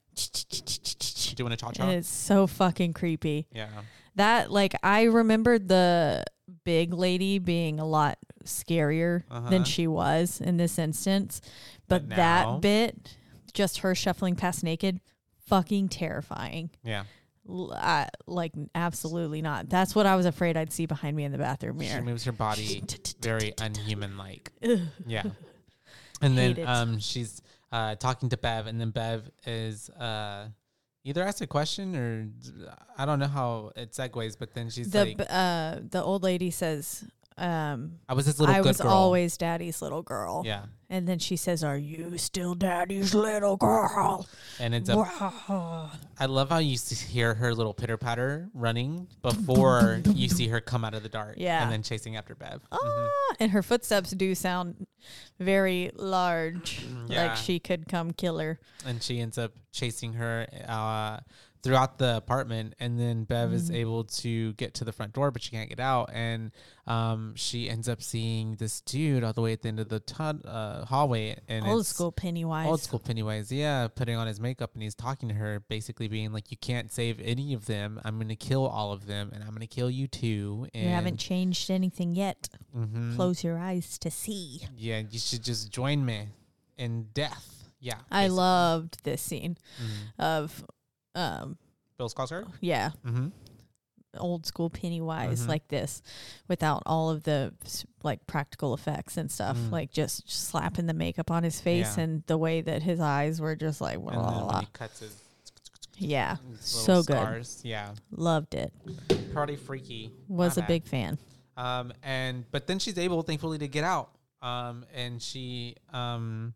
Speaker 2: Doing a cha
Speaker 1: and
Speaker 2: cha.
Speaker 1: it's so fucking creepy.
Speaker 2: Yeah.
Speaker 1: That, like, I remembered the big lady being a lot scarier than she was in this instance. But,
Speaker 2: But Uh-huh. now-
Speaker 1: that bit, just her shuffling past naked, fucking terrifying.
Speaker 2: Yeah.
Speaker 1: L- I, like, absolutely not. That's what I was afraid I'd see behind me in the bathroom
Speaker 2: She
Speaker 1: mirror.
Speaker 2: moves her body very unhuman like. yeah. And
Speaker 1: Hate it.
Speaker 2: then um she's uh talking to Bev and then Bev is uh either asks a question or I don't know how it segues, but then she's
Speaker 1: the
Speaker 2: like
Speaker 1: b uh the old lady says um
Speaker 2: I was this little
Speaker 1: i
Speaker 2: good
Speaker 1: was
Speaker 2: girl.
Speaker 1: always daddy's little girl
Speaker 2: yeah.
Speaker 1: and then she says are you still daddy's little girl
Speaker 2: And it's a I love how you s- hear her little pitter patter running before you see her come out of the dark.
Speaker 1: Yeah.
Speaker 2: And then chasing after Bev.
Speaker 1: Ah, and her footsteps do sound very large
Speaker 2: Mm. Yeah.
Speaker 1: like she could come kill her
Speaker 2: and she ends up chasing her uh, throughout the apartment. And then Bev
Speaker 1: Mm-hmm.
Speaker 2: is able to get to the front door, but she can't get out. And um, she ends up seeing this dude all the way at the end of the tun- uh, hallway. And
Speaker 1: old
Speaker 2: it's
Speaker 1: school pennywise
Speaker 2: Old school Pennywise, yeah, putting on his makeup and he's talking to her, basically being like, "You can't save any of them. I'm gonna kill all of them, and I'm gonna kill you too." And
Speaker 1: you haven't changed anything yet
Speaker 2: Mhm.
Speaker 1: close your eyes to see
Speaker 2: yeah, you should just join me in death. Yeah,
Speaker 1: i
Speaker 2: basically.
Speaker 1: loved this scene
Speaker 2: Mhm.
Speaker 1: of um
Speaker 2: Bill Skarsgård.
Speaker 1: yeah
Speaker 2: Mm-hmm.
Speaker 1: old school Pennywise
Speaker 2: Mhm.
Speaker 1: like this, without all of the s- like practical effects and stuff,
Speaker 2: Mm.
Speaker 1: like just slapping the makeup on his face
Speaker 2: Yeah.
Speaker 1: and the way that his eyes were just like, blah,
Speaker 2: And
Speaker 1: blah,
Speaker 2: then when
Speaker 1: blah.
Speaker 2: he cuts his
Speaker 1: yeah,
Speaker 2: His
Speaker 1: so
Speaker 2: little
Speaker 1: good,
Speaker 2: scars. Yeah,
Speaker 1: loved it.
Speaker 2: pretty freaky.
Speaker 1: Was
Speaker 2: Not
Speaker 1: a
Speaker 2: bad.
Speaker 1: big fan.
Speaker 2: Um, and but then she's able, thankfully, to get out. Um, and she, um,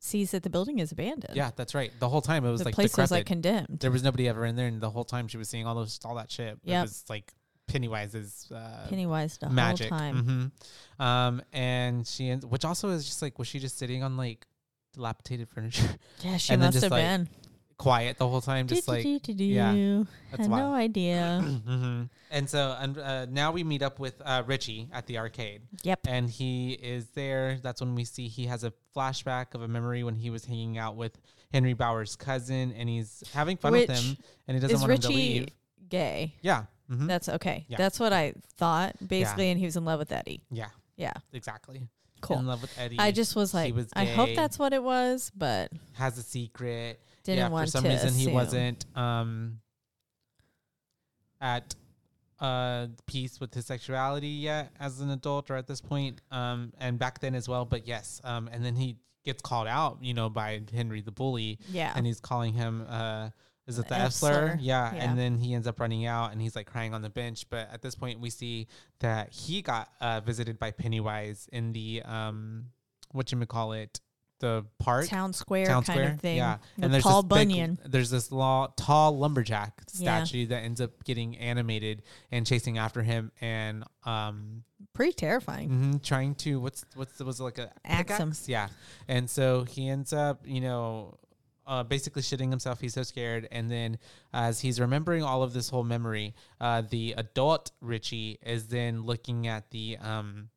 Speaker 1: Sees that the building is abandoned.
Speaker 2: yeah, that's right. The whole time it was
Speaker 1: the
Speaker 2: like
Speaker 1: place
Speaker 2: decrepit.
Speaker 1: was like condemned.
Speaker 2: there was nobody ever in there, and the whole time she was seeing all those all that shit. It
Speaker 1: Yep.
Speaker 2: was like Pennywise's uh,
Speaker 1: Pennywise the
Speaker 2: magic.
Speaker 1: whole time.
Speaker 2: Mm-hmm. Um, and she ends, which also is just like, was she just sitting on like dilapidated furniture,
Speaker 1: Yeah, she
Speaker 2: Mm-hmm. And then
Speaker 1: must
Speaker 2: just,
Speaker 1: have
Speaker 2: like,
Speaker 1: been.
Speaker 2: quiet the whole time, just like yeah,
Speaker 1: yeah,
Speaker 2: that's
Speaker 1: had
Speaker 2: wild.
Speaker 1: no idea.
Speaker 2: hmm And so, and uh, now we meet up with uh, Richie at the arcade,
Speaker 1: yep.
Speaker 2: and he is there. That's when we see he has a flashback of a memory when he was hanging out with Henry Bauer's cousin, and he's having fun with
Speaker 1: Which
Speaker 2: him, and he doesn't
Speaker 1: Is
Speaker 2: want him to
Speaker 1: Richie
Speaker 2: leave.
Speaker 1: gay?
Speaker 2: Yeah, hmm
Speaker 1: That's okay.
Speaker 2: Yeah.
Speaker 1: That's what I thought basically, and he was in love with Eddie.
Speaker 2: yeah,
Speaker 1: Yeah,
Speaker 2: exactly.
Speaker 1: cool.
Speaker 2: In love with Eddie.
Speaker 1: I just was
Speaker 2: he
Speaker 1: like,
Speaker 2: was
Speaker 1: I hope
Speaker 2: gay.
Speaker 1: that's what it was, but
Speaker 2: has a secret.
Speaker 1: Didn't
Speaker 2: yeah,
Speaker 1: want
Speaker 2: for some
Speaker 1: to
Speaker 2: reason he
Speaker 1: assume.
Speaker 2: wasn't um at uh peace with his sexuality yet as an adult or at this point um and back then as well but yes um and then he gets called out you know by henry the bully
Speaker 1: yeah.
Speaker 2: and he's calling him uh is it the
Speaker 1: F
Speaker 2: F slur?
Speaker 1: slur,
Speaker 2: Yeah.
Speaker 1: yeah.
Speaker 2: And then he ends up running out and he's like crying on the bench. But at this point, we see that he got uh, visited by Pennywise in the, um, whatchamacallit, the park
Speaker 1: town square
Speaker 2: town
Speaker 1: kind
Speaker 2: square
Speaker 1: of thing.
Speaker 2: yeah
Speaker 1: With Paul
Speaker 2: this big-
Speaker 1: Bunyan.
Speaker 2: there's this law, tall lumberjack
Speaker 1: Yeah.
Speaker 2: statue that ends up getting animated and chasing after him and um
Speaker 1: Pretty terrifying.
Speaker 2: mhm, trying to what's what's was it like a
Speaker 1: Axe him.
Speaker 2: pickaxe? yeah and so he ends up you know uh, basically shitting himself he's so scared and then as he's remembering all of this whole memory uh, the adult richie is then looking at the um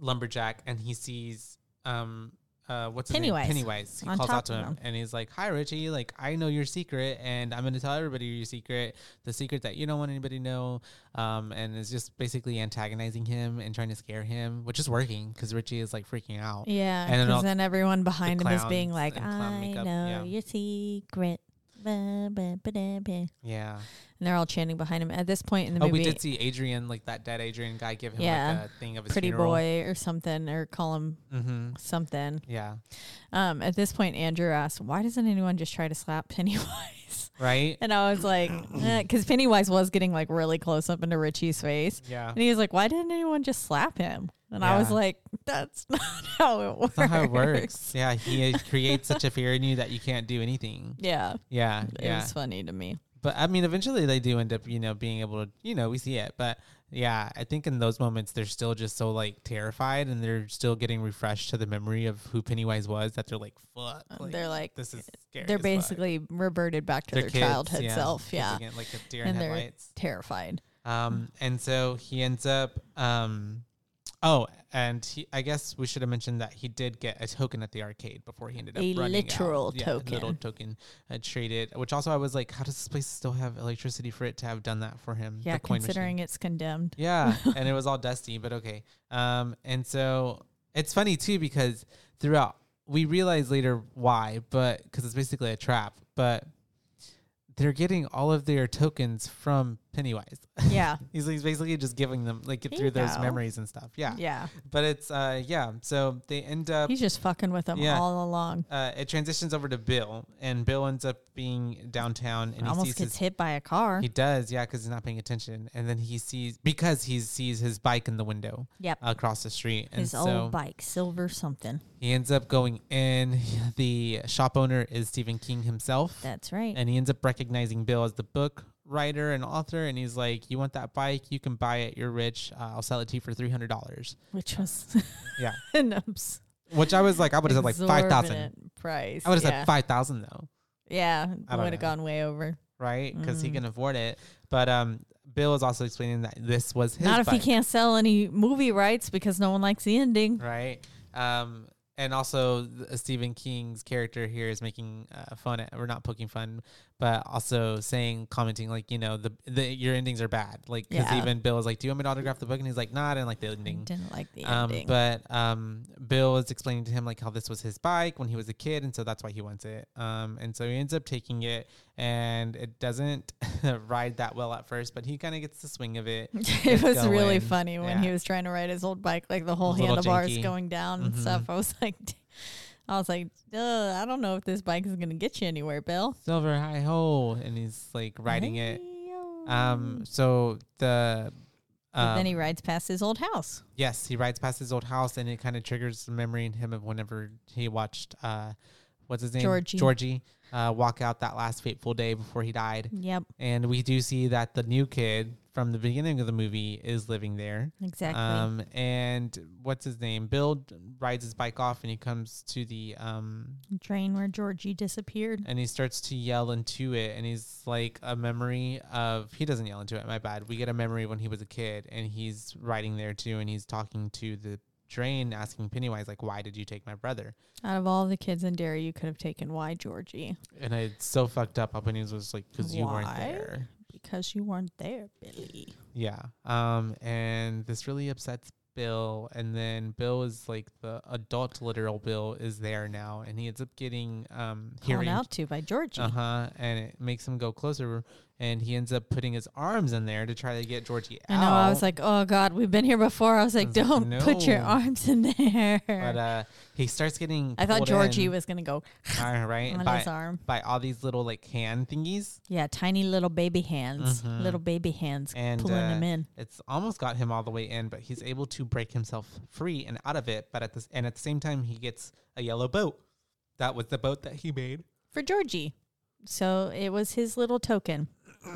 Speaker 2: lumberjack and he sees um uh what's his
Speaker 1: Pennywise.
Speaker 2: name Pennywise he
Speaker 1: On
Speaker 2: calls
Speaker 1: top
Speaker 2: out to
Speaker 1: of
Speaker 2: him
Speaker 1: him.
Speaker 2: and he's like hi Richie like I know your secret and I'm going to tell everybody your secret the secret that you don't want anybody to know um and is just basically antagonizing him and trying to scare him which is working cuz Richie is like freaking out
Speaker 1: Yeah,
Speaker 2: Mm-hmm. And then all
Speaker 1: because then everyone behind him is
Speaker 2: clowns
Speaker 1: being like,
Speaker 2: and clown
Speaker 1: "I
Speaker 2: makeup,
Speaker 1: know
Speaker 2: yeah.
Speaker 1: your secret," Ba, ba, ba, da, ba. and
Speaker 2: yeah
Speaker 1: they're all chanting behind him. At this point in the
Speaker 2: oh
Speaker 1: movie,
Speaker 2: we did see Adrian like that dead Adrian guy give him
Speaker 1: Yeah.
Speaker 2: like a thing of his
Speaker 1: pretty
Speaker 2: funeral.
Speaker 1: boy or something, or call him
Speaker 2: mhm
Speaker 1: something.
Speaker 2: yeah
Speaker 1: Um, at this point, Andrew asked, "Why doesn't anyone just try to slap Pennywise?"
Speaker 2: right
Speaker 1: And I was like, "Because Pennywise was getting like really close up into Richie's face."
Speaker 2: yeah
Speaker 1: And he was like, "Why didn't anyone just slap him?" And I was
Speaker 2: Yeah.
Speaker 1: like, "That's not how it works."
Speaker 2: that's not how it works uh, yeah he creates such a fear in you that you can't do anything
Speaker 1: Yeah,
Speaker 2: yeah
Speaker 1: it
Speaker 2: yeah
Speaker 1: was funny to me.
Speaker 2: but I mean, eventually they do end up, you know, being able to, you know, we see it. But yeah, I think in those moments they're still just so like terrified, and they're still getting refreshed to the memory of who Pennywise was. That they're like, fuck,
Speaker 1: They're like-
Speaker 2: this is scary.
Speaker 1: They're
Speaker 2: as fuck."
Speaker 1: basically reverted back to
Speaker 2: They're
Speaker 1: their
Speaker 2: kids,
Speaker 1: childhood
Speaker 2: yeah,
Speaker 1: self.
Speaker 2: kids
Speaker 1: Yeah.
Speaker 2: again, like the deer in
Speaker 1: And they're
Speaker 2: headlights.
Speaker 1: terrified.
Speaker 2: Um, and so he ends up. Um, oh, and he, I guess we should have mentioned that he did get a token at the arcade before he ended up
Speaker 1: A
Speaker 2: running out.
Speaker 1: literal
Speaker 2: Yeah, a little
Speaker 1: token.
Speaker 2: token uh, traded. Which also I was like, how does this place still have electricity for it to have done that for him?
Speaker 1: Yeah,
Speaker 2: the coin
Speaker 1: considering
Speaker 2: machine.
Speaker 1: it's condemned.
Speaker 2: Yeah, and it was all dusty, but okay. Um, and so it's funny too because throughout we realize later why, but because it's basically a trap, but. They're getting all of their tokens from Pennywise.
Speaker 1: Yeah.
Speaker 2: He's, he's basically just giving them like
Speaker 1: Here
Speaker 2: through
Speaker 1: you
Speaker 2: those
Speaker 1: go.
Speaker 2: memories and stuff. Yeah.
Speaker 1: Yeah.
Speaker 2: But it's uh yeah. So they end up
Speaker 1: He's just fucking with them
Speaker 2: Yeah.
Speaker 1: all along.
Speaker 2: uh it transitions over to Bill and Bill ends up being downtown and he
Speaker 1: Almost
Speaker 2: sees
Speaker 1: gets
Speaker 2: his,
Speaker 1: hit by a car.
Speaker 2: he does, yeah, because he's not paying attention. And then he sees because he sees his bike in the window
Speaker 1: Yep.
Speaker 2: across the street. And
Speaker 1: His
Speaker 2: so
Speaker 1: old bike, silver something.
Speaker 2: he ends up going in. The shop owner is Stephen King himself.
Speaker 1: That's right.
Speaker 2: and he ends up recognizing Bill as the book writer and author. And he's like, "You want that bike? You can buy it. You're rich. Uh, I'll sell it to you for three hundred dollars."
Speaker 1: which was
Speaker 2: Yeah,
Speaker 1: an abs-
Speaker 2: which I was like, I would have said like five thousand.
Speaker 1: exorbitant price.
Speaker 2: I would have
Speaker 1: yeah.
Speaker 2: said five thousand though,
Speaker 1: Yeah,
Speaker 2: I don't
Speaker 1: would have
Speaker 2: know.
Speaker 1: gone way over.
Speaker 2: right? Because
Speaker 1: Mm.
Speaker 2: he can afford it. But um, Bill is also explaining that this was his
Speaker 1: Not if
Speaker 2: bike,
Speaker 1: he can't sell any movie rights because no one likes the ending.
Speaker 2: right? Um. And also, th- Stephen King's character here is making uh, fun. At, we're not poking fun, but also saying, commenting like, you know, the, the your endings are bad. Like, because
Speaker 1: Yeah.
Speaker 2: even Bill is like, "Do you want me to autograph the book?" And he's like, "Nah, I didn't like the ending."
Speaker 1: Didn't like the
Speaker 2: Um,
Speaker 1: ending.
Speaker 2: but um, Bill is explaining to him like how this was his bike when he was a kid, and so that's why he wants it. Um, and so he ends up taking it, and it doesn't ride that well at first, but he kind of gets the swing of it.
Speaker 1: it
Speaker 2: It's
Speaker 1: was really
Speaker 2: going,
Speaker 1: funny when he
Speaker 2: yeah.
Speaker 1: was trying to ride his old bike, like the whole
Speaker 2: A little
Speaker 1: handlebars
Speaker 2: janky. Mm-hmm.
Speaker 1: going down and stuff. I was like, I was like, "Duh, I don't know if this bike is gonna get you anywhere, Bill.
Speaker 2: Silver high ho, and he's like riding it.
Speaker 1: Hey-o.
Speaker 2: Um, so the
Speaker 1: But
Speaker 2: um,
Speaker 1: then he rides past his old house.
Speaker 2: yes, he rides past his old house, and it kind of triggers the memory in him of whenever he watched uh, what's his name,
Speaker 1: Georgie.
Speaker 2: Georgie, uh, walk out that last fateful day before he died.
Speaker 1: Yep,
Speaker 2: and we do see that the new kid from the beginning of the movie is living there.
Speaker 1: exactly.
Speaker 2: Um, and what's his name? Bill d- rides his bike off, and he comes to the um,
Speaker 1: Train where Georgie disappeared.
Speaker 2: and he starts to yell into it, and he's like a memory of he doesn't yell into it. My bad. We get a memory when he was a kid, and he's riding there too, and he's talking to the train, asking Pennywise like, "Why did you take my brother?"
Speaker 1: Out of all the kids in Derry, you could have taken why Georgie?
Speaker 2: And it's so fucked up. Up, and he was like, "Cause you weren't
Speaker 1: Why?
Speaker 2: there."
Speaker 1: Because you weren't there, Billy.
Speaker 2: Yeah. Um, and this really upsets Bill. And then Bill is like the adult literal Bill is there now, and he ends up getting um
Speaker 1: Called
Speaker 2: hearing.
Speaker 1: out to by Georgie.
Speaker 2: Uh huh. And it makes him go closer, and he ends up putting his arms in there to try to get Georgie
Speaker 1: I
Speaker 2: out.
Speaker 1: know. I was like, oh God, we've been here before. I was like,
Speaker 2: was like,
Speaker 1: don't put your
Speaker 2: no.
Speaker 1: arms in there.
Speaker 2: but uh, he starts getting.
Speaker 1: I thought
Speaker 2: pulled
Speaker 1: Georgie
Speaker 2: in,
Speaker 1: was gonna go
Speaker 2: uh, right
Speaker 1: on his
Speaker 2: by,
Speaker 1: arm.
Speaker 2: by all these little like hand thingies.
Speaker 1: Yeah, tiny little baby hands,
Speaker 2: Mhm.
Speaker 1: little baby hands
Speaker 2: and
Speaker 1: pulling
Speaker 2: uh,
Speaker 1: him in.
Speaker 2: It's almost got him all the way in, but he's able to break himself free and out of it. But at this, and at the same time, he gets a yellow boat. That was the boat that he made.
Speaker 1: for Georgie. So it was his little token.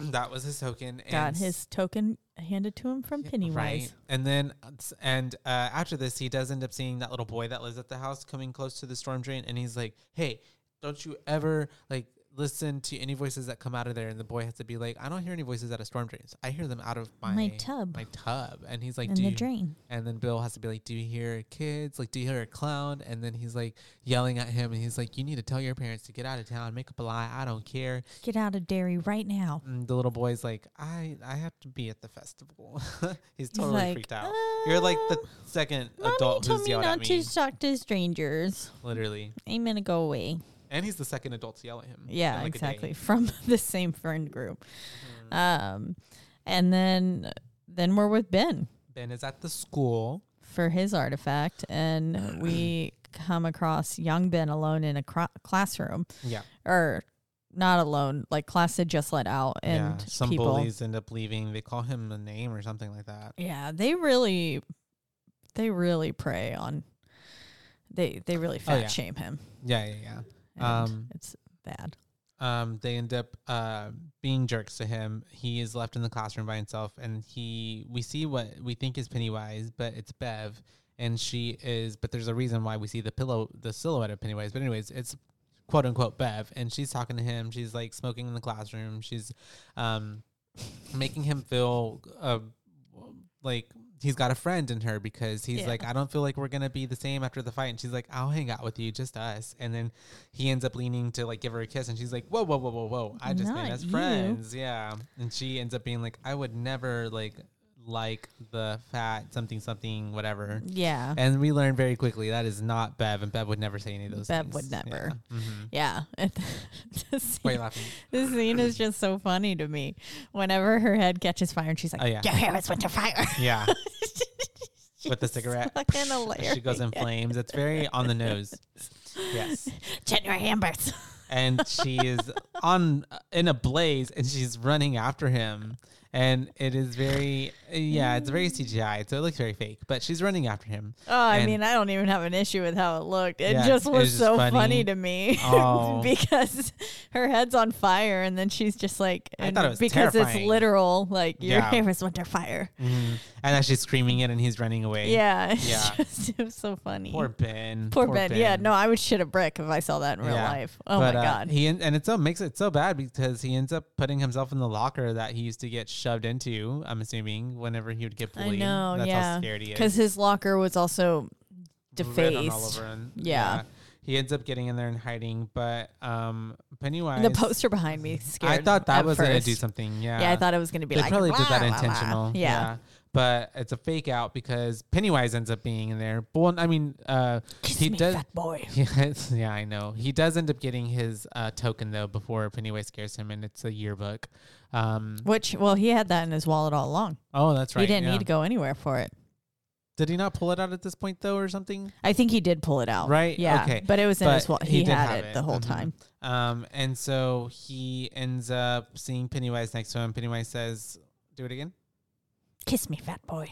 Speaker 2: that was his token. And
Speaker 1: Got
Speaker 2: s-
Speaker 1: his token handed to him from
Speaker 2: yeah,
Speaker 1: Pennywise.
Speaker 2: And then, uh, s- and uh, after this, he does end up seeing that little boy that lives at the house coming close to the storm drain, and he's like, "Hey, don't you ever like." Listen to any voices that come out of there, and the boy has to be like, "I don't hear any voices out of storm drains. I hear them out of my,
Speaker 1: My tub."
Speaker 2: My tub." And he's like,
Speaker 1: in
Speaker 2: "Do
Speaker 1: the
Speaker 2: you,
Speaker 1: drain.
Speaker 2: And then Bill has to be like, Do you hear kids? Like, do you hear a clown? And then he's like yelling at him and he's like, You need to tell your parents to get out of town, make up a lie, I don't care.
Speaker 1: Get out of dairy right now.
Speaker 2: And the little boy's like, I I have to be at the festival. he's totally
Speaker 1: like,
Speaker 2: freaked out. You're like the
Speaker 1: "Uh,
Speaker 2: second
Speaker 1: Mommy
Speaker 2: adult
Speaker 1: told
Speaker 2: who's
Speaker 1: me
Speaker 2: yelled
Speaker 1: not
Speaker 2: at me.
Speaker 1: to talk to strangers.
Speaker 2: Literally.
Speaker 1: I'm gonna go away.
Speaker 2: And he's the second adult to yell at him.
Speaker 1: Yeah,
Speaker 2: in, like, a day. Mm-hmm.
Speaker 1: exactly. From the same friend group. Um, and then then we're with Ben
Speaker 2: Ben is at the school.
Speaker 1: for his artifact, and we come across young Ben alone in a cro- classroom.
Speaker 2: Yeah.
Speaker 1: or not alone, like class had just let out and
Speaker 2: yeah. Some
Speaker 1: people.
Speaker 2: bullies end up leaving. They call him a name or something like that.
Speaker 1: Yeah, they really, they really prey on. They they really fat
Speaker 2: Oh, yeah.
Speaker 1: shame him.
Speaker 2: Yeah, yeah, yeah.
Speaker 1: and
Speaker 2: Um,
Speaker 1: it's bad.
Speaker 2: um, they end up uh, being jerks to him. He is left in the classroom by himself, and he we see what we think is Pennywise, but it's Bev, and she is. But there's a reason why we see the pillow, the silhouette of Pennywise. But anyways, it's quote unquote Bev, and she's talking to him. She's like smoking in the classroom. She's um, making him feel uh, like he's got a friend in her because he's
Speaker 1: Yeah.
Speaker 2: like, I don't feel like we're gonna be the same after the fight. And she's like, I'll hang out with you, just us. And then he ends up leaning to like give her a kiss, and she's like, Whoa, whoa, whoa, whoa, whoa! I just
Speaker 1: Not
Speaker 2: mean as
Speaker 1: you.
Speaker 2: friends, yeah. And she ends up being like, I would never like like the fat something something whatever.
Speaker 1: Yeah.
Speaker 2: And we learn very quickly that is not Bev, and Bev would never say any of those.
Speaker 1: Bev
Speaker 2: things.
Speaker 1: would never.
Speaker 2: Yeah. Mhm.
Speaker 1: Yeah. The
Speaker 2: Why are
Speaker 1: scene,
Speaker 2: you laughing?
Speaker 1: this scene is just so funny to me. Whenever her head catches fire and she's like,
Speaker 2: Oh, yeah.
Speaker 1: Your hair is winter fire.
Speaker 2: Yeah. With the cigarette,
Speaker 1: fucking
Speaker 2: she goes in flames. It's very on the nose. Yes.
Speaker 1: January Ambers.
Speaker 2: and she is on in a blaze and she's running after him and it is very yeah it's very cgi so it looks very fake but she's running after him
Speaker 1: Oh, I
Speaker 2: And-
Speaker 1: mean, I don't even have an issue with how it looked. It
Speaker 2: Yeah,
Speaker 1: just
Speaker 2: it
Speaker 1: was
Speaker 2: was just
Speaker 1: so funny.
Speaker 2: funny.
Speaker 1: to me
Speaker 2: Oh.
Speaker 1: because her head's on fire, and then she's just like,
Speaker 2: I
Speaker 1: and
Speaker 2: thought it was
Speaker 1: because it's
Speaker 2: terrifying.
Speaker 1: literal, like your
Speaker 2: Yeah.
Speaker 1: hair is winter fire.
Speaker 2: Mhm. and then she's screaming it and he's running away
Speaker 1: Yeah, it's
Speaker 2: Yeah.
Speaker 1: just it was so funny.
Speaker 2: poor ben
Speaker 1: Poor ben. Yeah, no, I would shit a brick if I saw that in real
Speaker 2: Yeah.
Speaker 1: life. Oh
Speaker 2: But,
Speaker 1: my
Speaker 2: uh,
Speaker 1: god.
Speaker 2: he en- and it so makes it so bad because he ends up putting himself in the locker that he used to get shoved into. I'm assuming whenever he would get
Speaker 1: I
Speaker 2: bullied.
Speaker 1: know.
Speaker 2: That's
Speaker 1: yeah,
Speaker 2: how scared he is.
Speaker 1: because his locker was also
Speaker 2: red on all
Speaker 1: defaced.
Speaker 2: over him.
Speaker 1: Yeah.
Speaker 2: He ends up getting in there and hiding, but um, Pennywise.
Speaker 1: the poster behind me
Speaker 2: I
Speaker 1: scared.
Speaker 2: thought that
Speaker 1: at
Speaker 2: was going to do
Speaker 1: first.
Speaker 2: something. Yeah.
Speaker 1: Yeah, I thought it was going to be
Speaker 2: they
Speaker 1: like
Speaker 2: probably did that
Speaker 1: "Wah, wah, wah."
Speaker 2: intentional.
Speaker 1: Yeah,
Speaker 2: But it's a fake out because Pennywise ends up being in there. But one, I mean, uh,
Speaker 1: Kiss
Speaker 2: he
Speaker 1: me,
Speaker 2: does.
Speaker 1: fat boy.
Speaker 2: Yes, yeah, I know. He does end up getting his uh, token though before Pennywise scares him, and it's a yearbook. Um,
Speaker 1: Which, well, he had that in his wallet all along.
Speaker 2: oh, that's right.
Speaker 1: he didn't
Speaker 2: yeah.
Speaker 1: need to go anywhere for it.
Speaker 2: Did he not pull it out at this point though, or something?
Speaker 1: I think he did pull it out.
Speaker 2: Right?
Speaker 1: Yeah.
Speaker 2: Okay.
Speaker 1: But it was in his
Speaker 2: But
Speaker 1: wallet. He,
Speaker 2: did
Speaker 1: had
Speaker 2: have
Speaker 1: it, the whole
Speaker 2: Mhm.
Speaker 1: time.
Speaker 2: Um, and so he ends up seeing Pennywise next to him. Pennywise says, "Do it again."
Speaker 1: Kiss me, fat boy.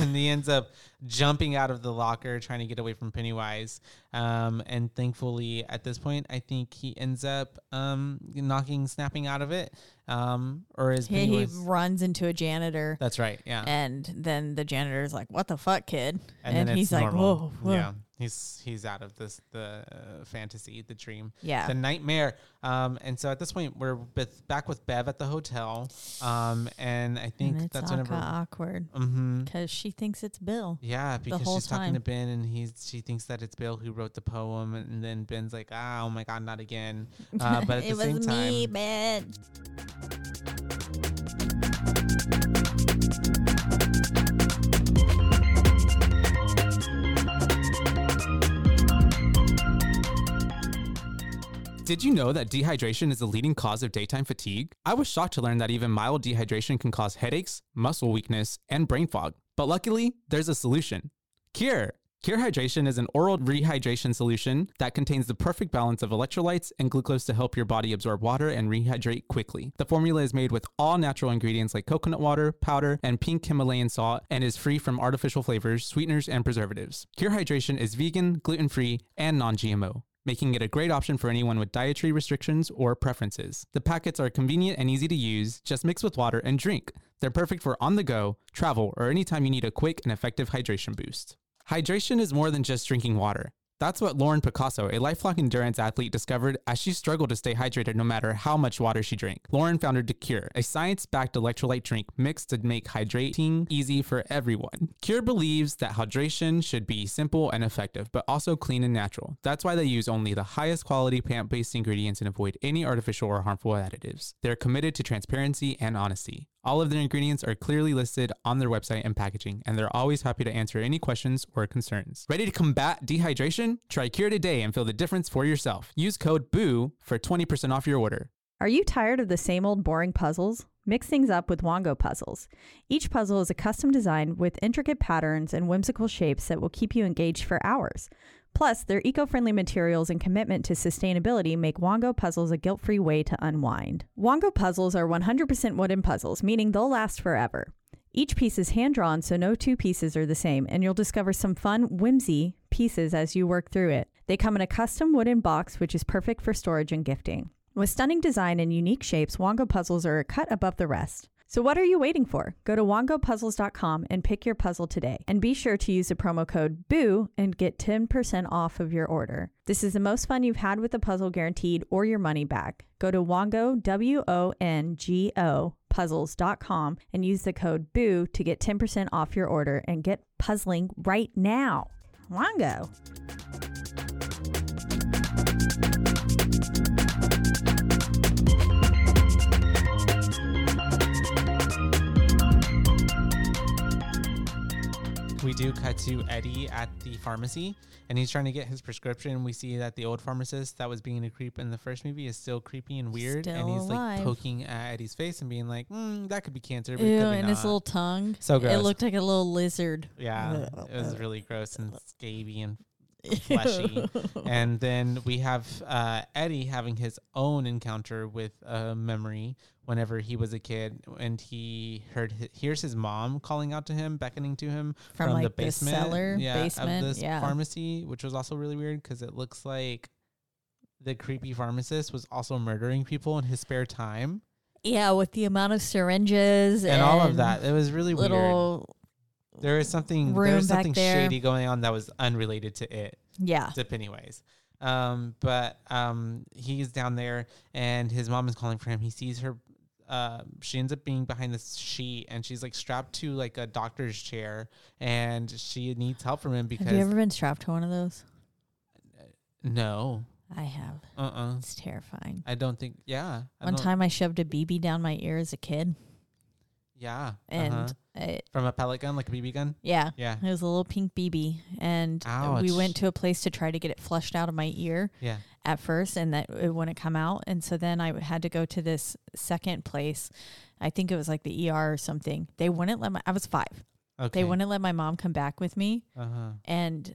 Speaker 2: and he ends up jumping out of the locker trying to get away from Pennywise. Um, and thankfully, at this point, I think he ends up um, knocking, snapping out of it. Um, or is
Speaker 1: He, he
Speaker 2: Pennywise?
Speaker 1: runs into a janitor,
Speaker 2: That's right. Yeah.
Speaker 1: and then the janitor's like, "What the fuck, kid?" And,
Speaker 2: then
Speaker 1: he's
Speaker 2: it's
Speaker 1: like,
Speaker 2: normal.
Speaker 1: "Whoa, whoa."
Speaker 2: Yeah. He's he's out of this the uh, fantasy, the dream.
Speaker 1: Yeah.
Speaker 2: the nightmare. Um, and so at this point, we're with, back with Bev at the hotel. Um, and I think
Speaker 1: And it's
Speaker 2: that's
Speaker 1: awkward,
Speaker 2: whenever.
Speaker 1: awkward
Speaker 2: Mm-hmm.
Speaker 1: because she thinks it's Bill.
Speaker 2: Yeah, because
Speaker 1: whole
Speaker 2: she's talking to
Speaker 1: time.
Speaker 2: Ben, and he's she thinks that it's Bill who wrote the poem, and then Ben's like, "Ah, "Oh my God, not again!" Uh, but at
Speaker 1: it
Speaker 2: the
Speaker 1: was
Speaker 2: same time,
Speaker 1: me, bitch.
Speaker 4: Did you know that dehydration is the leading cause of daytime fatigue? I was shocked to learn that even mild dehydration can cause headaches, muscle weakness, and brain fog. But luckily, there's a solution Cure. Cure Hydration is an oral rehydration solution that contains the perfect balance of electrolytes and glucose to help your body absorb water and rehydrate quickly. The formula is made with all natural ingredients like coconut water, powder, and pink Himalayan salt and is free from artificial flavors, sweeteners, and preservatives. Cure Hydration is vegan, gluten free, and non GMO making it a great option for anyone with dietary restrictions or preferences. The packets are convenient and easy to use, just mix with water and drink. They're perfect for on the go, travel, or anytime you need a quick and effective hydration boost. Hydration is more than just drinking water. That's what Lauren Picasso, a lifelong endurance athlete, discovered as she struggled to stay hydrated no matter how much water she drank. Lauren founded DeCure, a science backed electrolyte drink mixed to make hydrating easy for everyone. Cure believes that hydration should be simple and effective, but also clean and natural. That's why they use only the highest quality plant based ingredients and avoid any artificial or harmful additives. They're committed to transparency and honesty. All of their ingredients are clearly listed on their website and packaging, and they're always happy to answer any questions or concerns. Ready to combat dehydration? Try Cure today and feel the difference for yourself. Use code BOO for 20% off your order.
Speaker 5: Are you tired of the same old boring puzzles? Mix things up with Wongo puzzles. Each puzzle is a custom design with intricate patterns and whimsical shapes that will keep you engaged for hours. Plus, their eco friendly materials and commitment to sustainability make Wongo puzzles a guilt free way to unwind. Wongo puzzles are 100% wooden puzzles, meaning they'll last forever. Each piece is hand drawn, so no two pieces are the same, and you'll discover some fun, whimsy pieces as you work through it. They come in a custom wooden box, which is perfect for storage and gifting. With stunning design and unique shapes, Wongo puzzles are a cut above the rest. So what are you waiting for? Go to wongopuzzles.com and pick your puzzle today. And be sure to use the promo code BOO and get 10% off of your order. This is the most fun you've had with a puzzle guaranteed or your money back. Go to wongo, W O N G O, puzzles.com and use the code BOO to get 10% off your order and get puzzling right now. Wongo.
Speaker 2: We do cut to Eddie at the pharmacy, and he's trying to get his prescription. We see that the old pharmacist that was being a creep in the first movie is still creepy and weird,
Speaker 1: Still
Speaker 2: and he's
Speaker 1: alive.
Speaker 2: like poking at Eddie's face and being like, mm, "That could be cancer." But it
Speaker 1: Ew,
Speaker 2: could be
Speaker 1: and his
Speaker 2: not."
Speaker 1: little tongue.
Speaker 2: So
Speaker 1: It
Speaker 2: gross.
Speaker 1: looked like a little lizard.
Speaker 2: yeah, it was really gross and scaby and fleshy. and then we have uh, Eddie having his own encounter with a memory whenever he was a kid, and he heard hi hears his mom calling out to him, beckoning to him
Speaker 1: From,
Speaker 2: from, the
Speaker 1: like, the
Speaker 2: basement,
Speaker 1: cellar
Speaker 2: yeah,
Speaker 1: basement,
Speaker 2: of this
Speaker 1: yeah.
Speaker 2: pharmacy, which was also really weird because it looks like the creepy pharmacist was also murdering people in his spare time
Speaker 1: Yeah, with the amount of syringes
Speaker 2: and, all of that. It was really weird.
Speaker 1: Little,
Speaker 2: There was something
Speaker 1: room
Speaker 2: there was
Speaker 1: back
Speaker 2: something
Speaker 1: there.
Speaker 2: shady going on that was unrelated to it.
Speaker 1: yeah.
Speaker 2: to Pennywise. Um, but um, he's down there, and his mom is calling for him. He sees her. Uh, she ends up being behind this sheet, and she's like strapped to like a doctor's chair, and she needs help from him because
Speaker 1: Have you ever been strapped to one of those?
Speaker 2: no,
Speaker 1: I have.
Speaker 2: uh, uh
Speaker 1: It's terrifying.
Speaker 2: I don't think. Yeah, I
Speaker 1: One
Speaker 2: don't-
Speaker 1: time I shoved a BB down my ear as a kid,
Speaker 2: yeah,
Speaker 1: and
Speaker 2: uh-huh.
Speaker 1: it,
Speaker 2: from a pellet gun, like a BB gun.
Speaker 1: yeah,
Speaker 2: Yeah,
Speaker 1: it was a little pink BB, and we
Speaker 2: Ouch.
Speaker 1: went to a place to try to get it flushed out of my ear
Speaker 2: yeah,
Speaker 1: at first, and that it wouldn't come out, and so then I had to go to this second place. I think it was like the ER or something. They wouldn't let my. I was five.
Speaker 2: okay.
Speaker 1: They wouldn't let my mom come back with me,
Speaker 2: Uh huh.
Speaker 1: and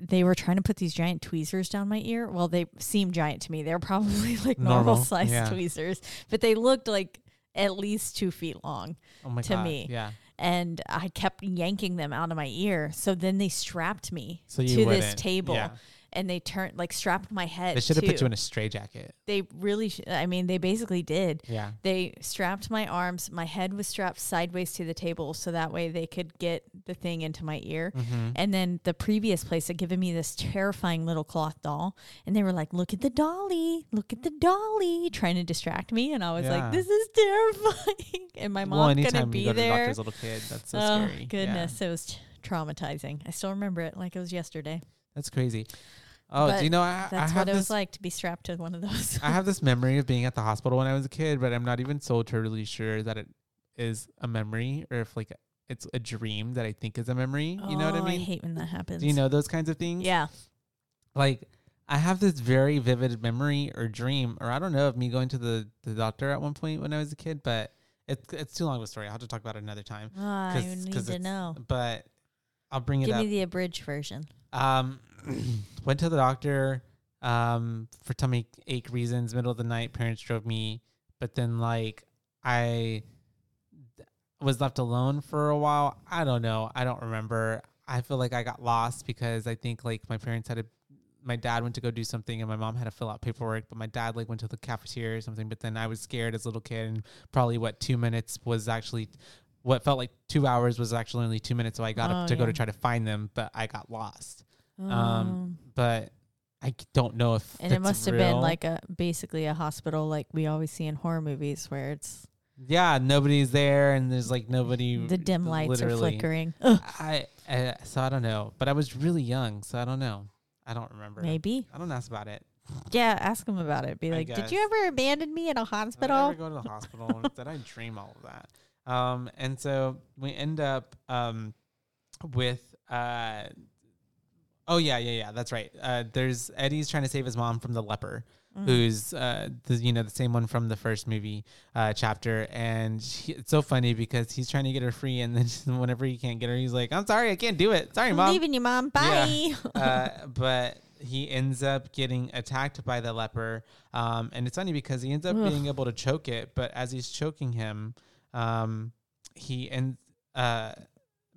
Speaker 1: they were trying to put these giant tweezers down my ear. Well, they seemed giant to me. They were probably like normal,
Speaker 2: Normal,
Speaker 1: sized
Speaker 2: yeah.
Speaker 1: tweezers, but they looked like at least two feet long.
Speaker 2: Oh my
Speaker 1: to
Speaker 2: god.
Speaker 1: me.
Speaker 2: Yeah.
Speaker 1: And I kept yanking them out of my ear. So then they strapped me
Speaker 2: So you
Speaker 1: to this
Speaker 2: wouldn't,
Speaker 1: table.
Speaker 2: yeah.
Speaker 1: And they turned, like, strapped my head.
Speaker 2: They should have put
Speaker 1: too.
Speaker 2: you in a stray jacket.
Speaker 1: They really, sh- I mean, they basically did.
Speaker 2: Yeah.
Speaker 1: They strapped my arms. My head was strapped sideways to the table so that way they could get the thing into my ear.
Speaker 2: Mm-hmm.
Speaker 1: And then the previous place had given me this terrifying little cloth doll. And they were like, look at the dolly, look at the dolly, trying to distract me. And I was
Speaker 2: Yeah.
Speaker 1: like, this is terrifying. And my
Speaker 2: well,
Speaker 1: mom
Speaker 2: anytime
Speaker 1: couldn't
Speaker 2: you
Speaker 1: be
Speaker 2: go to the
Speaker 1: there.
Speaker 2: doctor's little kid, that's so
Speaker 1: oh,
Speaker 2: scary. Yeah.
Speaker 1: goodness. It was t- traumatizing. I still remember it like it was yesterday.
Speaker 2: That's crazy. Oh,
Speaker 1: But
Speaker 2: do you know I, I
Speaker 1: That's what
Speaker 2: have
Speaker 1: it
Speaker 2: this
Speaker 1: was like to be strapped to one of those.
Speaker 2: I have this memory of being at the hospital when I was a kid, but I'm not even so totally sure that it is a memory or if like it's a dream that I think is a memory. You know what I
Speaker 1: Oh,
Speaker 2: mean?
Speaker 1: I hate when that happens.
Speaker 2: do you know those kinds of things?
Speaker 1: Yeah.
Speaker 2: Like I have this very vivid memory or dream, or I don't know of me going to the, the doctor at one point when I was a kid, but it's it's too long of a story. I'll have to talk about it another time.
Speaker 1: Oh, I
Speaker 2: 'cause-
Speaker 1: need
Speaker 2: 'cause
Speaker 1: to
Speaker 2: it's-
Speaker 1: know.
Speaker 2: But I'll bring it
Speaker 1: Give
Speaker 2: up.
Speaker 1: me the abridged version.
Speaker 2: Um, went to the doctor um, for tummy ache reasons. Middle of the night, parents drove me, but then like I was left alone for a while. I don't know. I don't remember. I feel like I got lost because I think like my parents had a my dad went to go do something and my mom had to fill out paperwork, but my dad like went to the cafeteria or something. But then I was scared as a little kid and probably what two minutes was actually what felt like two hours was actually only two minutes. So I got
Speaker 1: Oh,
Speaker 2: up to go
Speaker 1: yeah.
Speaker 2: to try to find them, but I got lost. Um, but I c- don't know if
Speaker 1: Oh. and it
Speaker 2: it's
Speaker 1: must have been
Speaker 2: real.
Speaker 1: like a basically a hospital, like we always see in horror movies, where it's
Speaker 2: yeah, nobody's there and there's like nobody.
Speaker 1: the dim lights are
Speaker 2: Mm, literally.
Speaker 1: flickering. Ugh,
Speaker 2: I, I so I don't know, but I was really young, so I don't know. I don't remember.
Speaker 1: maybe,
Speaker 2: I don't ask about it.
Speaker 1: yeah. Ask them about it. Be
Speaker 2: I
Speaker 1: like, did you
Speaker 2: guess.
Speaker 1: ever abandon me in a
Speaker 2: Did I ever
Speaker 1: hospital?
Speaker 2: go to the hospital? Did I dream all of that? Um, and so we end up um, with. Uh, oh yeah, yeah, yeah. That's right. Uh, there's Eddie's trying to save his mom from the leper, who's uh, the, you know the same one from the first movie uh, chapter. And she, it's so funny because he's trying to get her free, and then whenever he can't get her, he's like, "I'm sorry, I can't do it. Sorry,
Speaker 1: I'm
Speaker 2: mom."
Speaker 1: leaving you, mom. Bye.
Speaker 2: Yeah. uh, but he ends up getting attacked by the leper. Um, and it's funny because he ends up being able to choke it, but as he's choking him, um, he ends uh,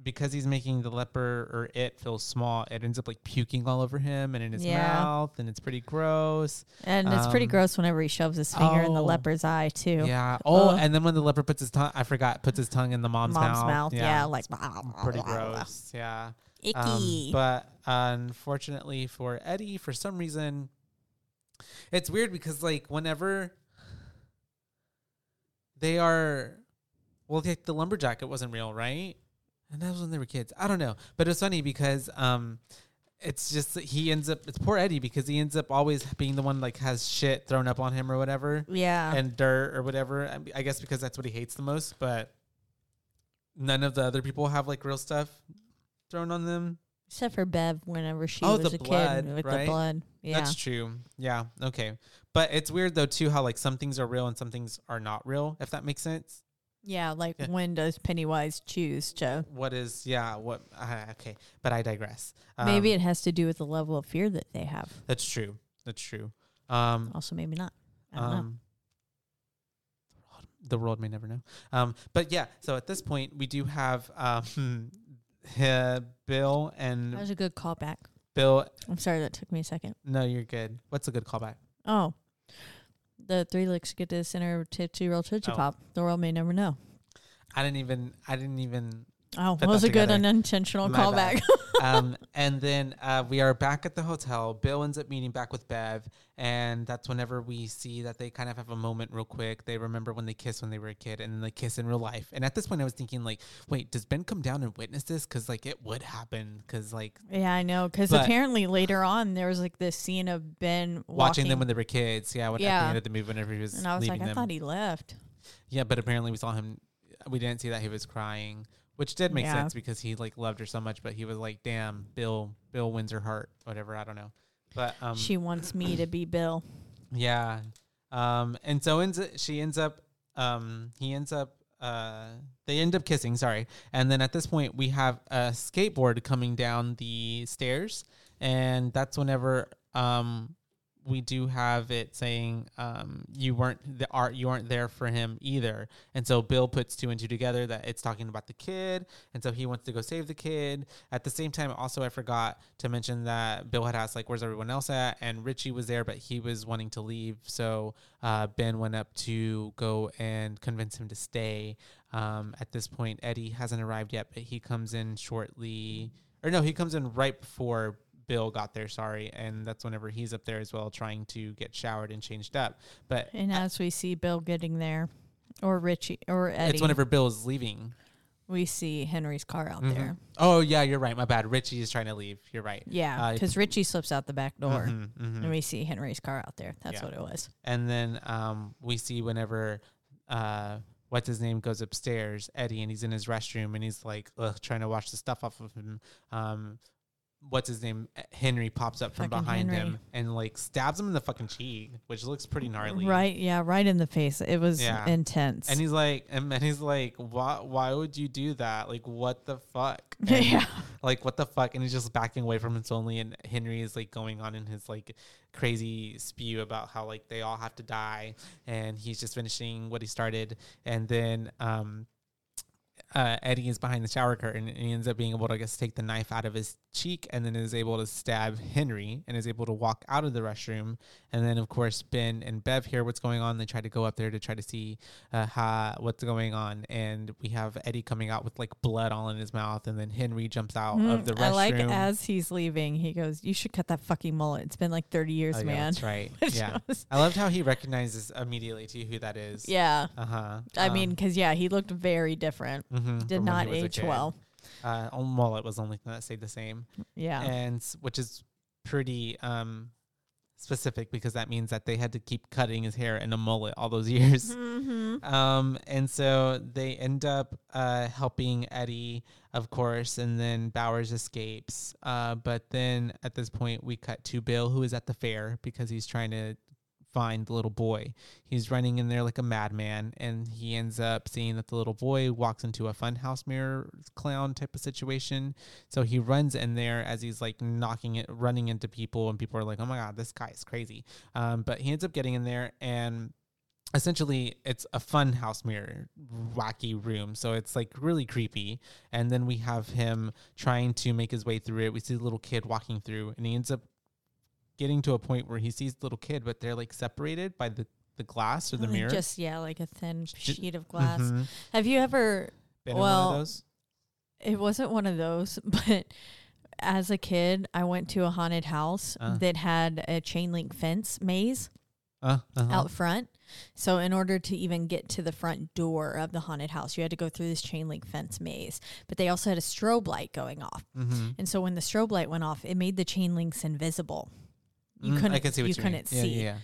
Speaker 2: because he's making the leper or it feel small, it ends up like puking all over him and in his
Speaker 6: Yeah.
Speaker 2: mouth, and it's pretty gross.
Speaker 6: And it's pretty
Speaker 2: Um,
Speaker 6: gross whenever he shoves his finger in the
Speaker 2: oh.
Speaker 6: leper's eye too.
Speaker 2: Yeah. Oh,
Speaker 6: Ugh.
Speaker 2: and then when the leper puts his tongue, I forgot, puts his tongue in the mom's,
Speaker 6: Mom's mouth. Yeah, like
Speaker 2: pretty gross. Yeah.
Speaker 6: Icky.
Speaker 2: Um, but unfortunately for Eddie, for some reason, it's weird because like whenever they are, well, like the lumberjack, it wasn't real, right? And that was when they were kids. I don't know, but it's funny because um, it's just that he ends up. It's poor Eddie because he ends up always being the one like has shit thrown up on him or whatever
Speaker 6: yeah.
Speaker 2: and dirt or whatever. I- I guess because that's what he hates the most. But none of the other people have like real stuff thrown on them.
Speaker 6: Except for Bev whenever she
Speaker 2: Oh,
Speaker 6: was
Speaker 2: the
Speaker 6: a
Speaker 2: blood,
Speaker 6: kid with
Speaker 2: right?
Speaker 6: the blood. Yeah.
Speaker 2: That's true. Yeah. Okay. But it's weird though too how like some things are real and some things are not real. If that makes sense.
Speaker 6: yeah, like
Speaker 2: Yeah.
Speaker 6: when does Pennywise choose to?
Speaker 2: What is? Yeah. What? Uh, okay. But I digress. Um,
Speaker 6: Maybe it has to do with the level of fear that they have.
Speaker 2: that's true. That's true. Um.
Speaker 6: Also, maybe not. I don't know.
Speaker 2: um the world may never know. Um, but yeah, so at this point we do have um, uh, Bill and
Speaker 6: That was a good callback.
Speaker 2: Bill,
Speaker 6: I'm sorry that took me a second.
Speaker 2: no, you're good. What's a good callback?
Speaker 6: Oh, the three licks get to the center of Tootsie Roll Tootsie
Speaker 2: Oh.
Speaker 6: Pop. The world may never know.
Speaker 2: I didn't even. I didn't even.
Speaker 6: Oh,
Speaker 2: Put
Speaker 6: that was
Speaker 2: that
Speaker 6: a good
Speaker 2: together.
Speaker 6: unintentional
Speaker 2: My bad.
Speaker 6: callback.
Speaker 2: Um, and then uh, we are back at the hotel. Bill ends up meeting back with Bev, and that's whenever we see that they kind of have a moment real quick. They remember when they kissed when they were a kid, and then they kiss in real life. And at this point, I was thinking like, wait, does Ben come down and witness this? Because like it would happen. Because like
Speaker 6: yeah, I know. Because
Speaker 2: But-
Speaker 6: apparently later on there was like this scene of Ben
Speaker 2: watching
Speaker 6: walking,
Speaker 2: them when they were kids. Yeah, when, at
Speaker 6: Yeah.
Speaker 2: the end of the movie, whenever he was
Speaker 6: and I was
Speaker 2: leaving
Speaker 6: like, I
Speaker 2: them.
Speaker 6: thought he left.
Speaker 2: yeah, but apparently we saw him. We didn't see that he was crying, which did make
Speaker 6: Yeah.
Speaker 2: sense because he like loved her so much. But he was like, "Damn, Bill, Bill wins her heart, whatever." I don't know, but um,
Speaker 6: she wants me to be Bill.
Speaker 2: yeah, um, and so ends she ends up, um, he ends up, uh, they end up kissing. Sorry, and then at this point we have a skateboard coming down the stairs, and that's whenever um we do have it saying um, you weren't the art you weren't there for him either and so bill puts two and two together that it's talking about the kid and so he wants to go save the kid at the same time also i forgot to mention that bill had asked like where's everyone else at and richie was there but he was wanting to leave so uh, ben went up to go and convince him to stay um, at this point eddie hasn't arrived yet but he comes in shortly or no he comes in right before Bill got there, sorry, and that's whenever he's up there as well, trying to get showered and changed up. But
Speaker 6: And as we see Bill getting there, or Richie, or Eddie,
Speaker 2: it's whenever Bill is leaving.
Speaker 6: we see Henry's car out there.
Speaker 2: Oh yeah, you're right. My bad. Richie is trying to leave. You're right.
Speaker 6: Yeah,
Speaker 2: Uh,
Speaker 6: because Richie slips out the back door,
Speaker 2: mhm, mhm.
Speaker 6: and we see Henry's car out there. That's
Speaker 2: Yeah.
Speaker 6: what it was.
Speaker 2: And then um, we see whenever uh, what's his name goes upstairs, Eddie, and he's in his restroom and he's like ugh, trying to wash the stuff off of him. Um, what's his name? Henry pops up from
Speaker 6: Fucking
Speaker 2: behind
Speaker 6: Henry.
Speaker 2: him and like stabs him in the fucking cheek, which looks pretty gnarly.
Speaker 6: Right? Yeah, right in the face. It was
Speaker 2: Yeah.
Speaker 6: intense.
Speaker 2: And he's like, and, and he's like, why, why would you do that? Like, what the fuck? And,
Speaker 6: yeah,
Speaker 2: Like, what the fuck? And he's just backing away from him slowly. And Henry is like going on in his like crazy spew about how like they all have to die. And he's just finishing what he started. And then, um, uh, Eddie is behind the shower curtain and he ends up being able to, I guess, take the knife out of his cheek and then is able to stab Henry and is able to walk out of the restroom. And then, of course, Ben and Bev hear what's going on. They try to go up there to try to see uh, how, what's going on. And we have Eddie coming out with like blood all in his mouth. And then Henry jumps out of the restroom.
Speaker 6: Mm-hmm. Mm, I like as he's leaving, he goes, "You should cut that fucking mullet. It's been like thirty years,
Speaker 2: Oh, yeah,
Speaker 6: man."
Speaker 2: That's right.
Speaker 6: Which
Speaker 2: yeah.
Speaker 6: was-
Speaker 2: I loved how he recognizes immediately to who that is.
Speaker 6: yeah.
Speaker 2: Uh huh.
Speaker 6: I mean, because yeah, he looked very different.
Speaker 2: Um, mm-hmm,
Speaker 6: Did not age well.
Speaker 2: Uh, oh, mullet was the only thing that stayed the same.
Speaker 6: Yeah.
Speaker 2: and s- which is pretty um specific because that means that they had to keep cutting his hair in a mullet all those years
Speaker 6: mm-hmm.
Speaker 2: um and so they end up uh helping eddie of course and then bowers escapes uh but then at this point we cut to bill who is at the fair because he's trying to find the little boy he's running in there like a madman and he ends up seeing that the little boy walks into a funhouse mirror clown type of situation so he runs in there as he's like knocking it running into people and people are like oh my god this guy is crazy um, but he ends up getting in there and essentially it's a fun house mirror wacky room so it's like really creepy and then we have him trying to make his way through it we see the little kid walking through and he ends up getting to a point where he sees the little kid but they're like separated by the, the glass or the
Speaker 6: Like
Speaker 2: mirror
Speaker 6: Mm, Just yeah, like a thin
Speaker 2: Ju-
Speaker 6: sheet of glass.
Speaker 2: Mhm.
Speaker 6: Have you ever?
Speaker 2: Been in
Speaker 6: well,
Speaker 2: one of those
Speaker 6: It wasn't one of those, but as a kid, I went to a haunted house
Speaker 2: Uh.
Speaker 6: that had a chain link fence maze
Speaker 2: uh, uh-huh.
Speaker 6: out front. So in order to even get to the front door of the haunted house, you had to go through this chain link fence maze. But they also had a strobe light going off,
Speaker 2: Mhm.
Speaker 6: and so when the strobe light went off, it made the chain links invisible. You
Speaker 2: Mm, I
Speaker 6: couldn't.
Speaker 2: can see what
Speaker 6: you,
Speaker 2: you mean.
Speaker 6: couldn't
Speaker 2: Yeah,
Speaker 6: see.
Speaker 2: yeah, yeah.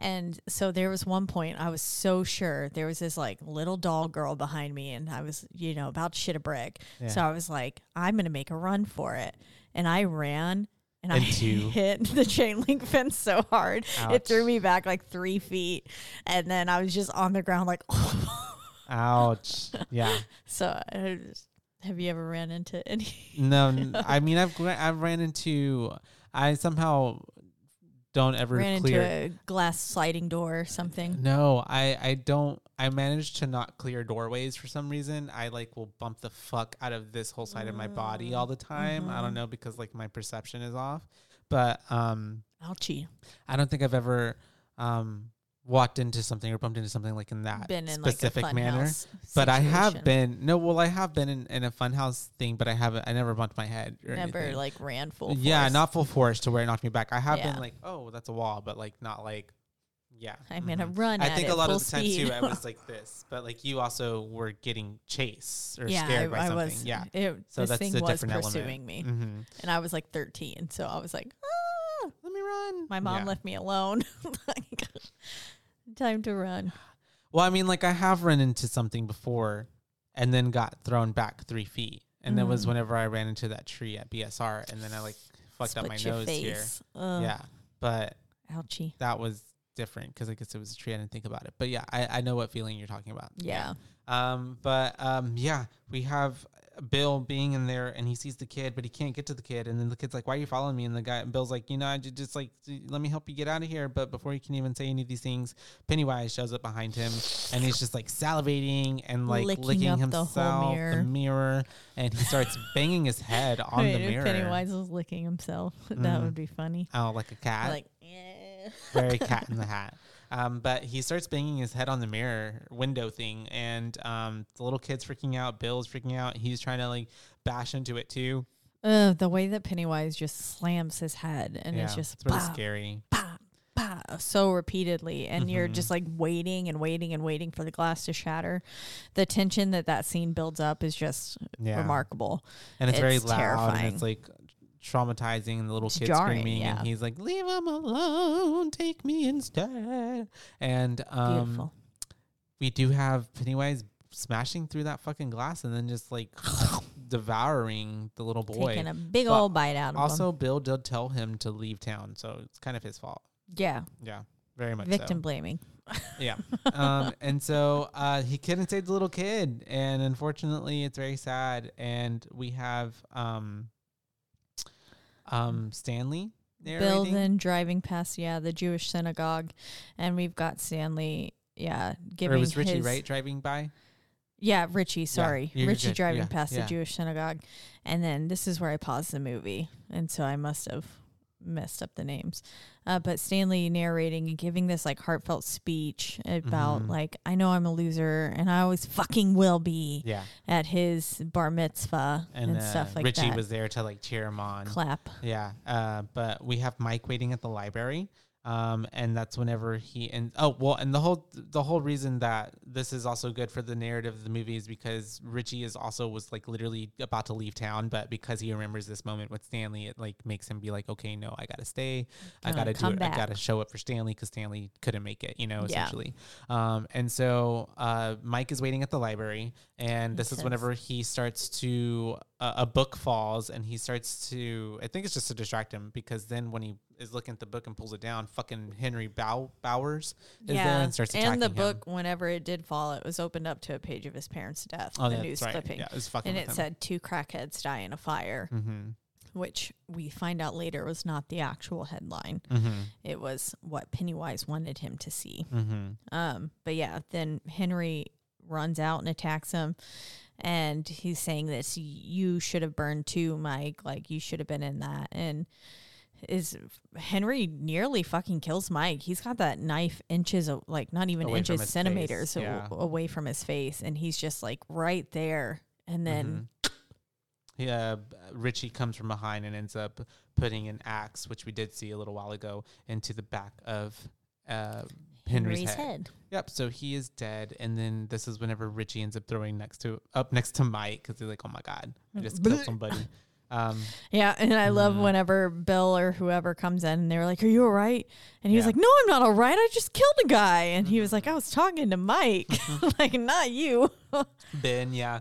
Speaker 6: And so there was one point I was so sure there was this like little doll girl behind me, and I was, you know, about to shit a brick. So I was like, I'm going to make a run for it. And I ran and I
Speaker 2: Into-
Speaker 6: hit the chain link fence so hard. It
Speaker 2: Ouch.
Speaker 6: threw me back like three feet. And then I was just on the ground, like,
Speaker 2: ouch yeah
Speaker 6: so I just- have you ever ran into any?
Speaker 2: No, n- I mean I've gra- I've ran into I somehow don't ever
Speaker 6: ran
Speaker 2: clear.
Speaker 6: into a glass sliding door or something?
Speaker 2: No, I I don't. I manage to not clear doorways for some reason. I like will bump the fuck out of this whole side of my body all the time. I
Speaker 6: Mm-hmm.
Speaker 2: don't know because like my perception is off, but um,
Speaker 6: Ouchie.
Speaker 2: I don't think I've ever um walked into something or bumped into something like in that
Speaker 6: Been in
Speaker 2: specific
Speaker 6: like a
Speaker 2: manner.
Speaker 6: funhouse
Speaker 2: But I have
Speaker 6: situation.
Speaker 2: been no, well, I have been in, in a funhouse thing, but I haven't. I never bumped my head or
Speaker 6: Never
Speaker 2: anything.
Speaker 6: like ran full.
Speaker 2: yeah
Speaker 6: force.
Speaker 2: not full force to where it knocked me back i have
Speaker 6: Yeah.
Speaker 2: been like oh that's a wall but like not like yeah
Speaker 6: I'm gonna
Speaker 2: mhm.
Speaker 6: run.
Speaker 2: i
Speaker 6: at
Speaker 2: think
Speaker 6: it
Speaker 2: a lot
Speaker 6: full
Speaker 2: of the time
Speaker 6: speed.
Speaker 2: too i was like this but like you also were getting chased or
Speaker 6: yeah,
Speaker 2: scared
Speaker 6: I,
Speaker 2: by
Speaker 6: I
Speaker 2: something
Speaker 6: was.
Speaker 2: yeah
Speaker 6: it,
Speaker 2: So
Speaker 6: this
Speaker 2: that's
Speaker 6: thing
Speaker 2: a
Speaker 6: was
Speaker 2: different element.
Speaker 6: pursuing me,
Speaker 2: hmm
Speaker 6: and I was like 13, so I was like, ah,
Speaker 2: let me run
Speaker 6: my mom
Speaker 2: Yeah.
Speaker 6: left me alone. like, time to run.
Speaker 2: well i mean like i have run into something before and then got thrown back three feet and that was
Speaker 6: Mm.
Speaker 2: whenever i ran into that tree at bsr and then i like fucked up my
Speaker 6: Split your
Speaker 2: nose here
Speaker 6: face. Ugh,
Speaker 2: yeah but
Speaker 6: Ouchie.
Speaker 2: that was different because i guess it was a tree i didn't think about it but yeah i, I know what feeling you're talking about
Speaker 6: Yeah.
Speaker 2: Um, but um, yeah, we have uh, Bill being in there, and he sees the kid, but he can't get to the kid. And then the kid's like, "Why are you following me?" And the guy, Bill's like, "You know, I ju- just like j- let me help you get out of here." But before he can even say any of these things, Pennywise shows up behind him, and he's just like salivating and like
Speaker 6: Licking
Speaker 2: licking,
Speaker 6: up the whole
Speaker 2: himself,
Speaker 6: mirror.
Speaker 2: mirror, and he starts banging his head on
Speaker 6: Wait,
Speaker 2: the
Speaker 6: if
Speaker 2: mirror.
Speaker 6: Pennywise was licking himself. That
Speaker 2: Mhm.
Speaker 6: would be funny.
Speaker 2: Oh, like a cat.
Speaker 6: like, eh.
Speaker 2: very cat in the hat. Um, but he starts banging his head on the mirror window thing, and um, the little kid's freaking out. Bill's freaking out. He's trying to like bash into it too.
Speaker 6: Ugh, the way that Pennywise just slams his head and it's just
Speaker 2: it's really
Speaker 6: bah,
Speaker 2: scary.
Speaker 6: bah, bah, so repeatedly and you're
Speaker 2: Mhm.
Speaker 6: just like waiting and waiting and waiting for the glass to shatter the tension that that scene builds up is just
Speaker 2: Yeah,
Speaker 6: remarkable
Speaker 2: and it's, very
Speaker 6: it's
Speaker 2: loud and
Speaker 6: terrifying.
Speaker 2: it's like traumatizing. And the little
Speaker 6: It's
Speaker 2: kid
Speaker 6: jarring,
Speaker 2: screaming,
Speaker 6: yeah.
Speaker 2: and he's like, "Leave him alone. Take me instead." And um,
Speaker 6: beautiful
Speaker 2: we do have Pennywise smashing through that fucking glass and then just like devouring the little boy.
Speaker 6: taking a big
Speaker 2: But
Speaker 6: old bite out of
Speaker 2: Also, Bill did tell him to leave town, so it's kind of his fault.
Speaker 6: him yeah
Speaker 2: Yeah, very much
Speaker 6: victim blaming
Speaker 2: So. Yeah, um, and so uh, he couldn't save the little kid, and unfortunately, it's very sad. And we have um, um, Stanley
Speaker 6: bill
Speaker 2: narrating.
Speaker 6: then driving past yeah the jewish synagogue and we've got stanley yeah
Speaker 2: or
Speaker 6: giving
Speaker 2: it was Richie,
Speaker 6: his,
Speaker 2: right? Driving by.
Speaker 6: Yeah, Richie, sorry.
Speaker 2: you're
Speaker 6: Richie
Speaker 2: good.
Speaker 6: driving
Speaker 2: Yeah,
Speaker 6: past the
Speaker 2: yeah.
Speaker 6: Jewish synagogue. And then this is where I paused the movie. And so I must have messed up the names. Uh, but Stanley narrating and giving this like heartfelt speech about
Speaker 2: Mhm.
Speaker 6: like, I know I'm a loser and I always fucking will be
Speaker 2: Yeah,
Speaker 6: at his bar mitzvah and,
Speaker 2: and, uh,
Speaker 6: stuff like
Speaker 2: Richie
Speaker 6: that.
Speaker 2: was there to like cheer him on.
Speaker 6: Clap.
Speaker 2: Yeah, uh, but we have Mike waiting at the library, um, and that's whenever he and oh well, and the whole the whole reason that this is also good for the narrative of the movie is because Richie is also was like literally about to leave town, but because he remembers this moment with Stanley, it like makes him be like, okay, no, I gotta stay, I
Speaker 6: Gotta
Speaker 2: gotta do
Speaker 6: come
Speaker 2: it,
Speaker 6: back.
Speaker 2: I gotta show up for Stanley because Stanley couldn't make it, you know,
Speaker 6: Yeah.
Speaker 2: essentially. Um, and so uh, Mike is waiting at the library, and this is
Speaker 6: sense.
Speaker 2: whenever he starts to uh, a book falls, and he starts to. I think it's just to distract him because then when he is looking at the book and pulls it down, fucking Henry Bow- Bowers is there and starts attacking
Speaker 6: and the
Speaker 2: him.
Speaker 6: book, whenever it did fall, it was opened up to a page of his parents' death.
Speaker 2: Oh,
Speaker 6: the
Speaker 2: that's
Speaker 6: news
Speaker 2: right.
Speaker 6: clipping.
Speaker 2: Yeah, it's fucking.
Speaker 6: And
Speaker 2: with
Speaker 6: it
Speaker 2: him.
Speaker 6: said two crackheads die in a fire.
Speaker 2: Mm-hmm.
Speaker 6: which we find out later was not the actual headline.
Speaker 2: Mm-hmm.
Speaker 6: It was what Pennywise wanted him to see.
Speaker 2: Mm-hmm.
Speaker 6: Um, but yeah, then Henry runs out and attacks him, and he's saying this: "You should have burned too, Mike. Like you should have been in that." And is Henry nearly fucking kills Mike? He's got that knife inches, of, like not even
Speaker 2: Away from his
Speaker 6: inches,
Speaker 2: face,
Speaker 6: centimeters a-
Speaker 2: yeah.
Speaker 6: away from his face, and he's just like right there. And then
Speaker 2: Mm-hmm. Yeah, b- Richie comes from behind and ends up putting an axe, which we did see a little while ago, into the back of uh, Henry's, head. Yep. So he is dead, and then this is whenever Richie ends up throwing next to up next to Mike because he's like, "Oh my god, I just killed somebody." Um,
Speaker 6: Yeah, and I love
Speaker 2: Mm.
Speaker 6: whenever Bill or whoever comes in and they're like, "Are you all right?" And he was
Speaker 2: Yeah. Mm-hmm.
Speaker 6: like, "No, I'm not all right. I just killed a guy." And he was like, "I was talking to Mike, like not you.
Speaker 2: ben, yeah,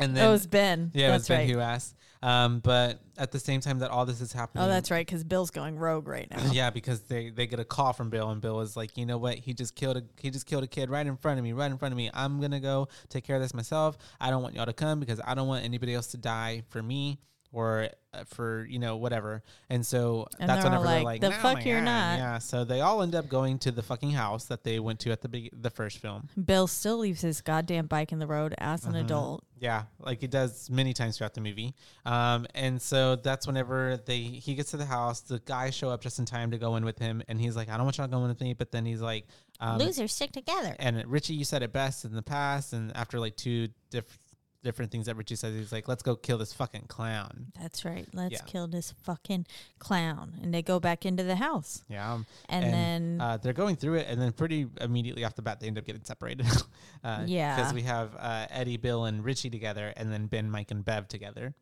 Speaker 2: and then
Speaker 6: that was Ben.
Speaker 2: yeah, it was
Speaker 6: that's
Speaker 2: Ben
Speaker 6: right.
Speaker 2: who asked. Um, but at the same time that all this is happening,
Speaker 6: Oh, that's right, because Bill's going rogue right now.
Speaker 2: yeah, because they they get a call from Bill, and Bill is like, you know what? He just killed a he just killed a kid right in front of me, right in front of me. I'm gonna go take care of this myself. I don't want y'all to come because I don't want anybody else to die for me or uh, for you know whatever. And so
Speaker 6: And
Speaker 2: that's
Speaker 6: they're all
Speaker 2: whenever they're like,
Speaker 6: like, "The
Speaker 2: "No,
Speaker 6: fuck
Speaker 2: my
Speaker 6: you're
Speaker 2: God."
Speaker 6: not.
Speaker 2: Yeah. So they all end up going to the fucking house that they went to at the big, the first film.
Speaker 6: Bill still leaves his goddamn bike in the road as an
Speaker 2: Mm-hmm.
Speaker 6: adult.
Speaker 2: Yeah, like he does many times throughout the movie. Um, and so that's whenever they he gets to the house, the guys show up just in time to go in with him, and he's like, "I don't want y'all going with me," but then he's like, um,
Speaker 6: Losers stick together.
Speaker 2: And Richie, you said it best in the past, and after like two diff- different things that Richie says, he's like, "Let's go kill this fucking clown."
Speaker 6: That's right. Let's
Speaker 2: Yeah.
Speaker 6: kill this fucking clown. And they go back into the house.
Speaker 2: Yeah, um,
Speaker 6: And then-
Speaker 2: uh, they're going through it, and then pretty immediately off the bat, they end up getting separated. uh,
Speaker 6: Yeah.
Speaker 2: because we have uh, Eddie, Bill, and Richie together, and then Ben, Mike, and Bev together,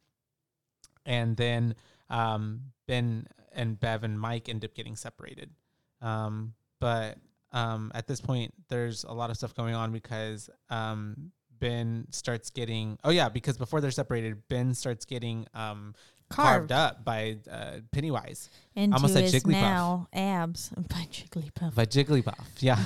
Speaker 2: and then um, Ben and Bev and Mike end up getting separated. Um, but um, at this point, there's a lot of stuff going on because um, Ben starts getting oh yeah because before they're separated, Ben starts getting um, carved.
Speaker 6: Carved.
Speaker 2: up by uh, Pennywise
Speaker 6: Into
Speaker 2: Almost like
Speaker 6: his
Speaker 2: Jigglypuff.
Speaker 6: now abs by Jigglypuff.
Speaker 2: by Jigglypuff. Yeah,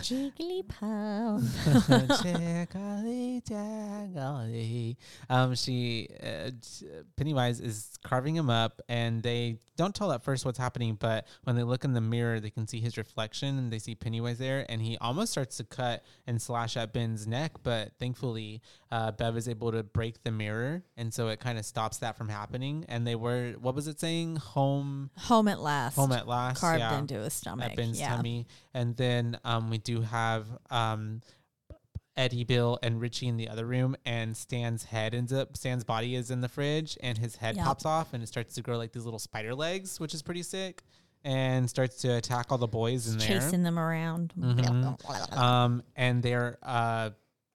Speaker 6: Jigglypuff.
Speaker 2: Jiggly, jiggly. Um, she uh, j- Pennywise is carving him up, and they don't tell at first what's happening. But when they look in the mirror, they can see his reflection, and they see Pennywise there, and he almost starts to cut and slash at Ben's neck. But thankfully, uh, Bev is able to break the mirror, and so it kind of stops that from happening. And they were what was it saying? Home,
Speaker 6: Home at last.
Speaker 2: home at last.
Speaker 6: carved
Speaker 2: yeah
Speaker 6: into his stomach.
Speaker 2: at Ben's
Speaker 6: yeah.
Speaker 2: tummy. And then um, we do have um, Eddie, Bill, and Richie in the other room, and Stan's head ends up. Stan's body is in the fridge, and his head
Speaker 6: Yep.
Speaker 2: pops off, and it starts to grow like these little spider legs, which is pretty sick, and starts to attack all the boys in there.
Speaker 6: Chasing them around.
Speaker 2: Mhm. Um, and they're uh,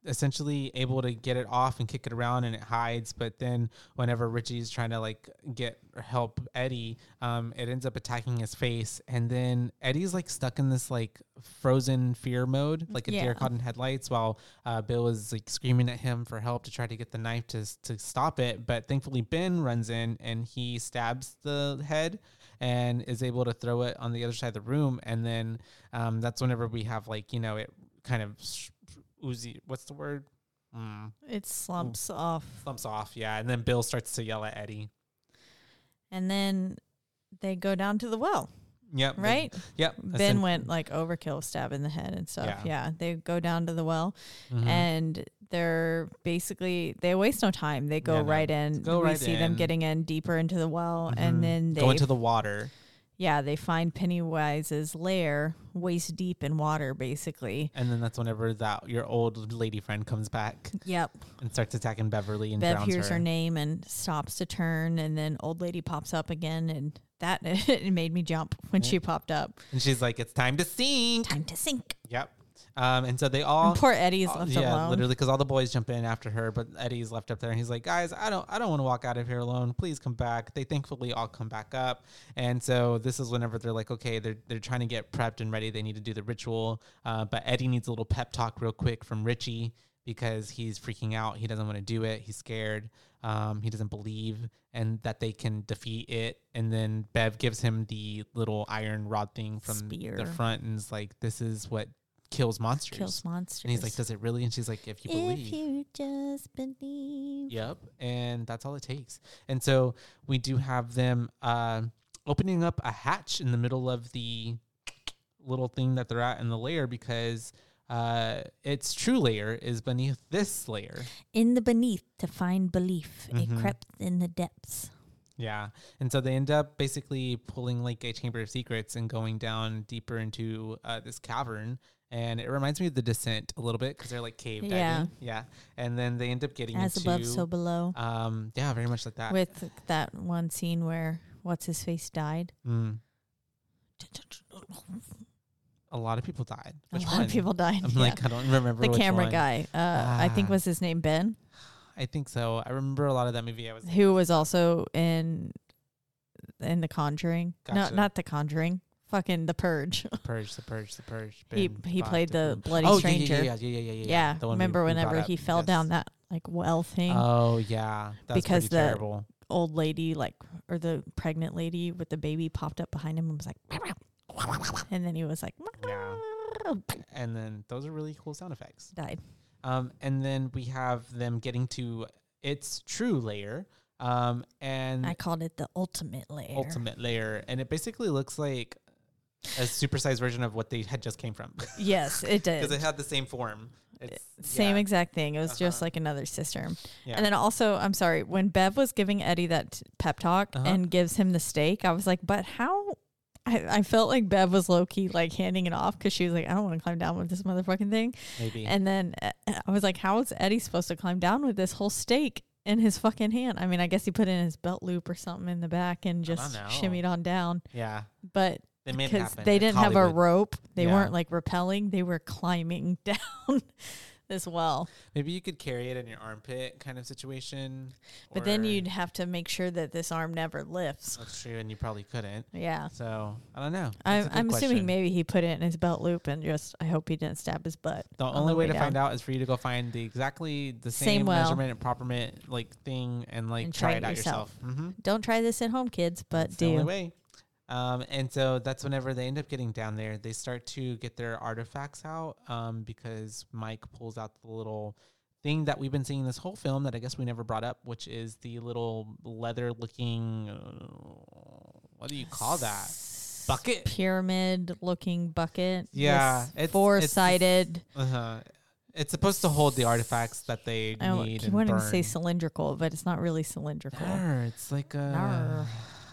Speaker 2: essentially able to get it off and kick it around, and it hides. But then, whenever Richie's trying to like get or help Eddie, um, it ends up attacking his face, and then Eddie's like stuck in this like frozen fear mode, like a
Speaker 6: Yeah.
Speaker 2: deer caught in headlights, while uh, Bill is like screaming at him for help to try to get the knife to s- to stop it. But thankfully, Ben runs in and he stabs the head and is able to throw it on the other side of the room. And then um, that's whenever we have like you know it kind of sh- oozy. What's the word? Mm,
Speaker 6: It slumps off.
Speaker 2: slumps off. Yeah, and then Bill starts to yell at Eddie.
Speaker 6: And then they go down to the well,
Speaker 2: Yep. and-
Speaker 6: right?
Speaker 2: Yep.
Speaker 6: ben
Speaker 2: essen-
Speaker 6: went like overkill, stab in the head and stuff.
Speaker 2: Yeah.
Speaker 6: Yeah. They go down to the well
Speaker 2: Mhm.
Speaker 6: and they're basically, they waste no time. They go
Speaker 2: Yeah, no.
Speaker 6: right in.
Speaker 2: Go
Speaker 6: we
Speaker 2: right
Speaker 6: see them
Speaker 2: in.
Speaker 6: getting in deeper into the well.
Speaker 2: Mhm.
Speaker 6: And then they,
Speaker 2: go into the water.
Speaker 6: yeah, they find Pennywise's lair waist deep in water, basically.
Speaker 2: And then that's whenever that your old lady friend comes back
Speaker 6: Yep.
Speaker 2: and starts attacking Beverly and
Speaker 6: Bev
Speaker 2: drowns
Speaker 6: hears her.
Speaker 2: her.
Speaker 6: name and stops to turn, and then old lady pops up again, and that it made me jump when she popped up.
Speaker 2: And she's like, "It's time to sink."
Speaker 6: Time to sink.
Speaker 2: Yep. Um, and so they all
Speaker 6: Poor Eddie is
Speaker 2: Oh,
Speaker 6: left
Speaker 2: yeah,
Speaker 6: alone.
Speaker 2: literally, because all the boys jump in after her, but Eddie's left up there, and he's like, "Guys, I don't, I don't want to walk out of here alone. Please come back." They thankfully all come back up, and so this is whenever they're like, "Okay, they're they're trying to get prepped and ready. They need to do the ritual, uh, but Eddie needs a little pep talk real quick from Richie because he's freaking out. He doesn't want to do it. He's scared. Um, he doesn't believe and that they can defeat it. And then Bev gives him the little iron rod thing from
Speaker 6: Spear.
Speaker 2: the front and is like, "This is what." kills monsters.
Speaker 6: kills monsters.
Speaker 2: And he's like, does it really? And she's like, if you believe.
Speaker 6: if you just believe.
Speaker 2: Yep. And that's all it takes. And so we do have them uh, opening up a hatch in the middle of the little thing that they're at in the lair because uh, its true lair is beneath this lair.
Speaker 6: In the beneath to find belief,
Speaker 2: Mhm.
Speaker 6: it crept in the depths.
Speaker 2: Yeah. And so they end up basically pulling like a chamber of secrets and going down deeper into uh, this cavern. And it reminds me of the descent a little bit because they're like cave diving.
Speaker 6: Yeah.
Speaker 2: Yeah. And then they end up getting
Speaker 6: As
Speaker 2: into,
Speaker 6: above, so below.
Speaker 2: um, yeah, very much like that.
Speaker 6: With that one scene where what's his face died.
Speaker 2: Mm. a lot of people died.
Speaker 6: A
Speaker 2: Which
Speaker 6: lot
Speaker 2: one?
Speaker 6: of people died.
Speaker 2: I'm
Speaker 6: yeah.
Speaker 2: like, I don't remember
Speaker 6: the
Speaker 2: which
Speaker 6: camera
Speaker 2: one.
Speaker 6: guy. Uh, I think
Speaker 2: Ah.
Speaker 6: was his name Ben,
Speaker 2: I think so. I remember a lot of that movie. I was
Speaker 6: who was also in in The Conjuring.
Speaker 2: Gotcha.
Speaker 6: No, not The Conjuring. Fucking The Purge.
Speaker 2: the purge, the purge, the purge.
Speaker 6: He-
Speaker 2: Ben,
Speaker 6: he
Speaker 2: Bob,
Speaker 6: played the
Speaker 2: Dylan.
Speaker 6: bloody
Speaker 2: oh, yeah, yeah,
Speaker 6: stranger.
Speaker 2: Yeah, yeah, yeah, yeah, yeah.
Speaker 6: yeah.
Speaker 2: The one we-
Speaker 6: Remember
Speaker 2: we brought
Speaker 6: whenever
Speaker 2: up.
Speaker 6: he fell
Speaker 2: Yes.
Speaker 6: down that like well thing,
Speaker 2: Oh yeah, that's
Speaker 6: Because
Speaker 2: because
Speaker 6: the-
Speaker 2: terrible.
Speaker 6: old lady like or the pregnant lady with the baby popped up behind him and was like, and then he was like,
Speaker 2: Yeah. And then those are really cool sound effects.
Speaker 6: died.
Speaker 2: Um, and then we have them getting to its true layer. Um, and
Speaker 6: I called it the ultimate layer.
Speaker 2: ultimate layer, and it basically looks like a supersized version of what they had just came from
Speaker 6: Yes, it did.
Speaker 2: because it had the same form. It's,
Speaker 6: Same
Speaker 2: yeah,
Speaker 6: exact thing. It was just
Speaker 2: Uh-huh.
Speaker 6: like another sister.
Speaker 2: Yeah.
Speaker 6: And then also, I'm sorry, when Bev was giving Eddie that t- pep talk
Speaker 2: Uh-huh.
Speaker 6: and gives him the steak, I was like, but how? I, I felt like Bev was low key like handing it off because she was like, I don't want to climb down with this motherfucking thing.
Speaker 2: maybe.
Speaker 6: And then uh, I was like, how is Eddie supposed to climb down with this whole steak in his fucking hand? I mean, I guess he put it in his belt loop or something in the back and
Speaker 2: don't
Speaker 6: just
Speaker 2: know.
Speaker 6: shimmied on down.
Speaker 2: yeah,
Speaker 6: But
Speaker 2: they made it
Speaker 6: because
Speaker 2: happen.
Speaker 6: they
Speaker 2: It's
Speaker 6: didn't have a
Speaker 2: Hollywood.
Speaker 6: rope, they
Speaker 2: Yeah.
Speaker 6: weren't like rappelling, they were climbing down as well.
Speaker 2: Maybe you could carry it in your armpit kind of situation.
Speaker 6: But then
Speaker 2: or-
Speaker 6: you'd have to make sure that this arm never lifts.
Speaker 2: That's true, and you probably couldn't.
Speaker 6: Yeah.
Speaker 2: So I don't know.
Speaker 6: I'm,
Speaker 2: That's a good
Speaker 6: I'm assuming
Speaker 2: question.
Speaker 6: maybe he put it in his belt loop and just, I hope he didn't stab his butt.
Speaker 2: The
Speaker 6: on
Speaker 2: only way, to
Speaker 6: down.
Speaker 2: find out is for you to go find the exactly the
Speaker 6: Same
Speaker 2: same,
Speaker 6: well.
Speaker 2: measurement and proper me- like thing and like
Speaker 6: And
Speaker 2: try, it out yourself. Mm-hmm.
Speaker 6: Don't try this at home, kids, but
Speaker 2: It's the only
Speaker 6: do.
Speaker 2: way. Um, and so that's whenever they end up getting down there, they start to get their artifacts out um, because Mike pulls out the little thing that we've been seeing this whole film that I guess we never brought up, which is the little leather looking. Uh, what do you call that? Bucket?
Speaker 6: Pyramid looking bucket.
Speaker 2: Yeah,
Speaker 6: this
Speaker 2: it's- it's-
Speaker 6: Four sided.
Speaker 2: Uh huh. It's supposed to hold the artifacts that they
Speaker 6: I w-
Speaker 2: need.
Speaker 6: keep
Speaker 2: and
Speaker 6: wanting to say
Speaker 2: burn.
Speaker 6: cylindrical, but it's not really cylindrical.
Speaker 2: Nar, it's like a.
Speaker 6: Nar.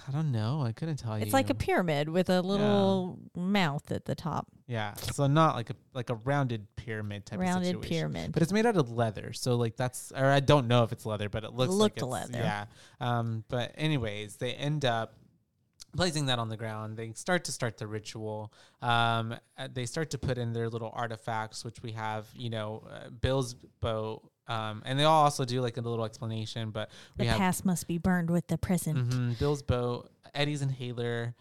Speaker 2: I don't know. I couldn't tell you.
Speaker 6: It's like a pyramid with a little mouth at the top,
Speaker 2: yeah. So not like a like a rounded pyramid type of
Speaker 6: rounded
Speaker 2: situation.
Speaker 6: pyramid.
Speaker 2: But it's made out of leather, so like that's or I don't know if it's leather, but it looks
Speaker 6: looked
Speaker 2: like it's,
Speaker 6: leather.
Speaker 2: Yeah. Um. But anyways, they end up placing that on the ground. They start to start the ritual. Um. uh, They start to put in their little artifacts, which we have. You know, uh, Bill's boat. Um. And they all also do like a little explanation, but
Speaker 6: the
Speaker 2: we have
Speaker 6: past must be burned with the present.
Speaker 2: hmm Bill's boat, Eddie's inhaler,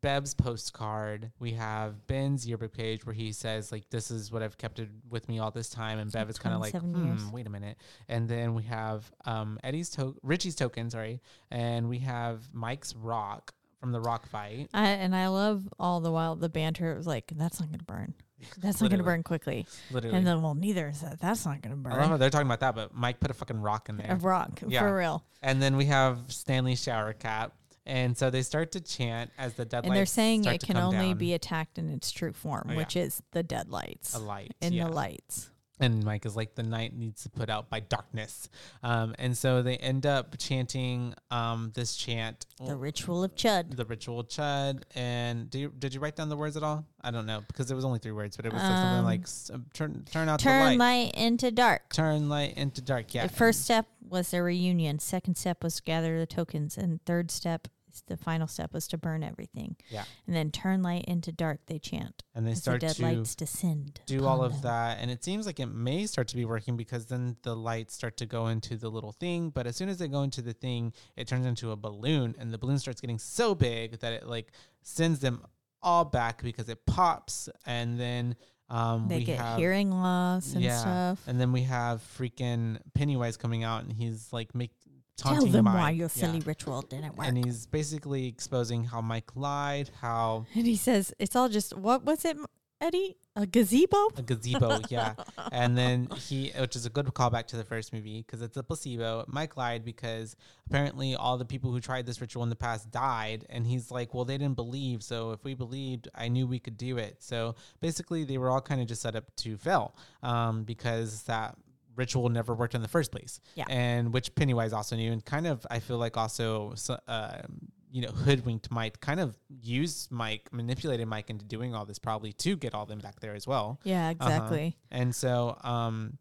Speaker 2: Bev's postcard. We have Ben's yearbook page where he says like, "This is what I've kept it with me all this time," and Bev is kind of like,
Speaker 6: 27 years.
Speaker 2: "Hmm, wait a minute." And then we have um, Eddie's to- Richie's token, sorry, and we have Mike's rock from the rock fight.
Speaker 6: I, and I love all the while the banter. It was like, that's not going to burn. That's not going to
Speaker 2: Literally.
Speaker 6: burn quickly.
Speaker 2: Literally,
Speaker 6: And then, well, neither is that. That's not going to
Speaker 2: I don't know
Speaker 6: burn.
Speaker 2: if they're talking about that, but Mike put a fucking rock in
Speaker 6: A
Speaker 2: there.
Speaker 6: rock,
Speaker 2: Yeah.
Speaker 6: for real.
Speaker 2: And then we have Stanley's shower cap. And so they start to chant as the deadlights
Speaker 6: And they're saying
Speaker 2: start
Speaker 6: it
Speaker 2: to
Speaker 6: can
Speaker 2: come
Speaker 6: only
Speaker 2: down.
Speaker 6: be attacked in its true form,
Speaker 2: Oh, yeah.
Speaker 6: which is the deadlights.
Speaker 2: a light
Speaker 6: In
Speaker 2: yeah.
Speaker 6: the lights.
Speaker 2: And Mike is like, the night needs to put out by darkness. Um, and so they end up chanting um, this chant,
Speaker 6: The ritual of Chud.
Speaker 2: the ritual chud. And do you, did you write down the words at all? I don't know because there was only three words, but it was like something
Speaker 6: Um,
Speaker 2: like s- um, turn turn out the light.
Speaker 6: Turn light into dark.
Speaker 2: turn light into dark. Yeah.
Speaker 6: The first step was the reunion. Second step was gather the tokens. And third step, is the final step was to burn everything.
Speaker 2: Yeah.
Speaker 6: And then turn light into dark, they chant.
Speaker 2: and they
Speaker 6: as the
Speaker 2: start to
Speaker 6: deadlights descend.
Speaker 2: do
Speaker 6: upon
Speaker 2: all
Speaker 6: them.
Speaker 2: of that and it seems like it may start to be working because then the lights start to go into the little thing but as soon as they go into the thing it turns into a balloon and the balloon starts getting so big that it like sends them all back because it pops and then um
Speaker 6: They
Speaker 2: we
Speaker 6: get
Speaker 2: have
Speaker 6: hearing loss and stuff.
Speaker 2: and then we have freaking pennywise coming out and he's like make
Speaker 6: Tell
Speaker 2: taunting
Speaker 6: them
Speaker 2: Mike.
Speaker 6: why your
Speaker 2: Yeah.
Speaker 6: silly ritual didn't work.
Speaker 2: and he's basically exposing how mike lied how
Speaker 6: And he says, "It's all just what was it? Eddie? A gazebo?
Speaker 2: A gazebo, yeah. And then he, which is a good callback to the first movie because it's a placebo. Mike lied because apparently all the people who tried this ritual in the past died. And he's like, well, they didn't believe. So if we believed, I knew we could do it. So basically, they were all kind of just set up to fail um, because that ritual never worked in the first place.
Speaker 6: Yeah.
Speaker 2: And which Pennywise also knew. And kind of, I feel like also, so- uh, you know, hoodwinked Mike, kind of used Mike, manipulated Mike into doing all this probably to get all them back there as well.
Speaker 6: Yeah,
Speaker 2: Uh-huh.
Speaker 6: exactly.
Speaker 2: And so um,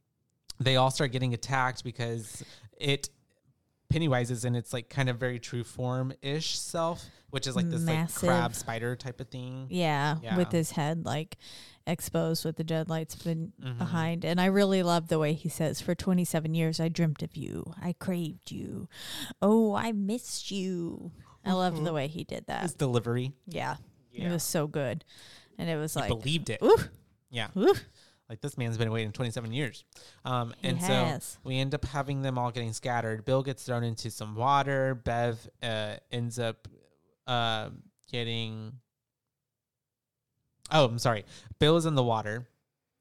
Speaker 2: they all start getting attacked because it Pennywise is in its like kind of very true form ish self, which is like this
Speaker 6: Massive.
Speaker 2: like crab spider type of thing.
Speaker 6: Yeah, with
Speaker 2: Yeah.
Speaker 6: his head like exposed with the deadlights ben-
Speaker 2: Mhm.
Speaker 6: behind. And I really love the way he says, For 27 years, I dreamt of you. I craved you. Oh, I missed you. I loved the way he did that.
Speaker 2: His delivery.
Speaker 6: Yeah. It
Speaker 2: Mm-hmm. Yeah.
Speaker 6: was so good. And it was like,
Speaker 2: believed it.
Speaker 6: oof,
Speaker 2: Yeah.
Speaker 6: oof.
Speaker 2: Like this man's been waiting 27 years. Um,
Speaker 6: He
Speaker 2: and
Speaker 6: has.
Speaker 2: so we end up having them all getting scattered. Bill gets thrown into some water. Bev uh, ends up uh, getting. Oh, I'm sorry. Bill is in the water.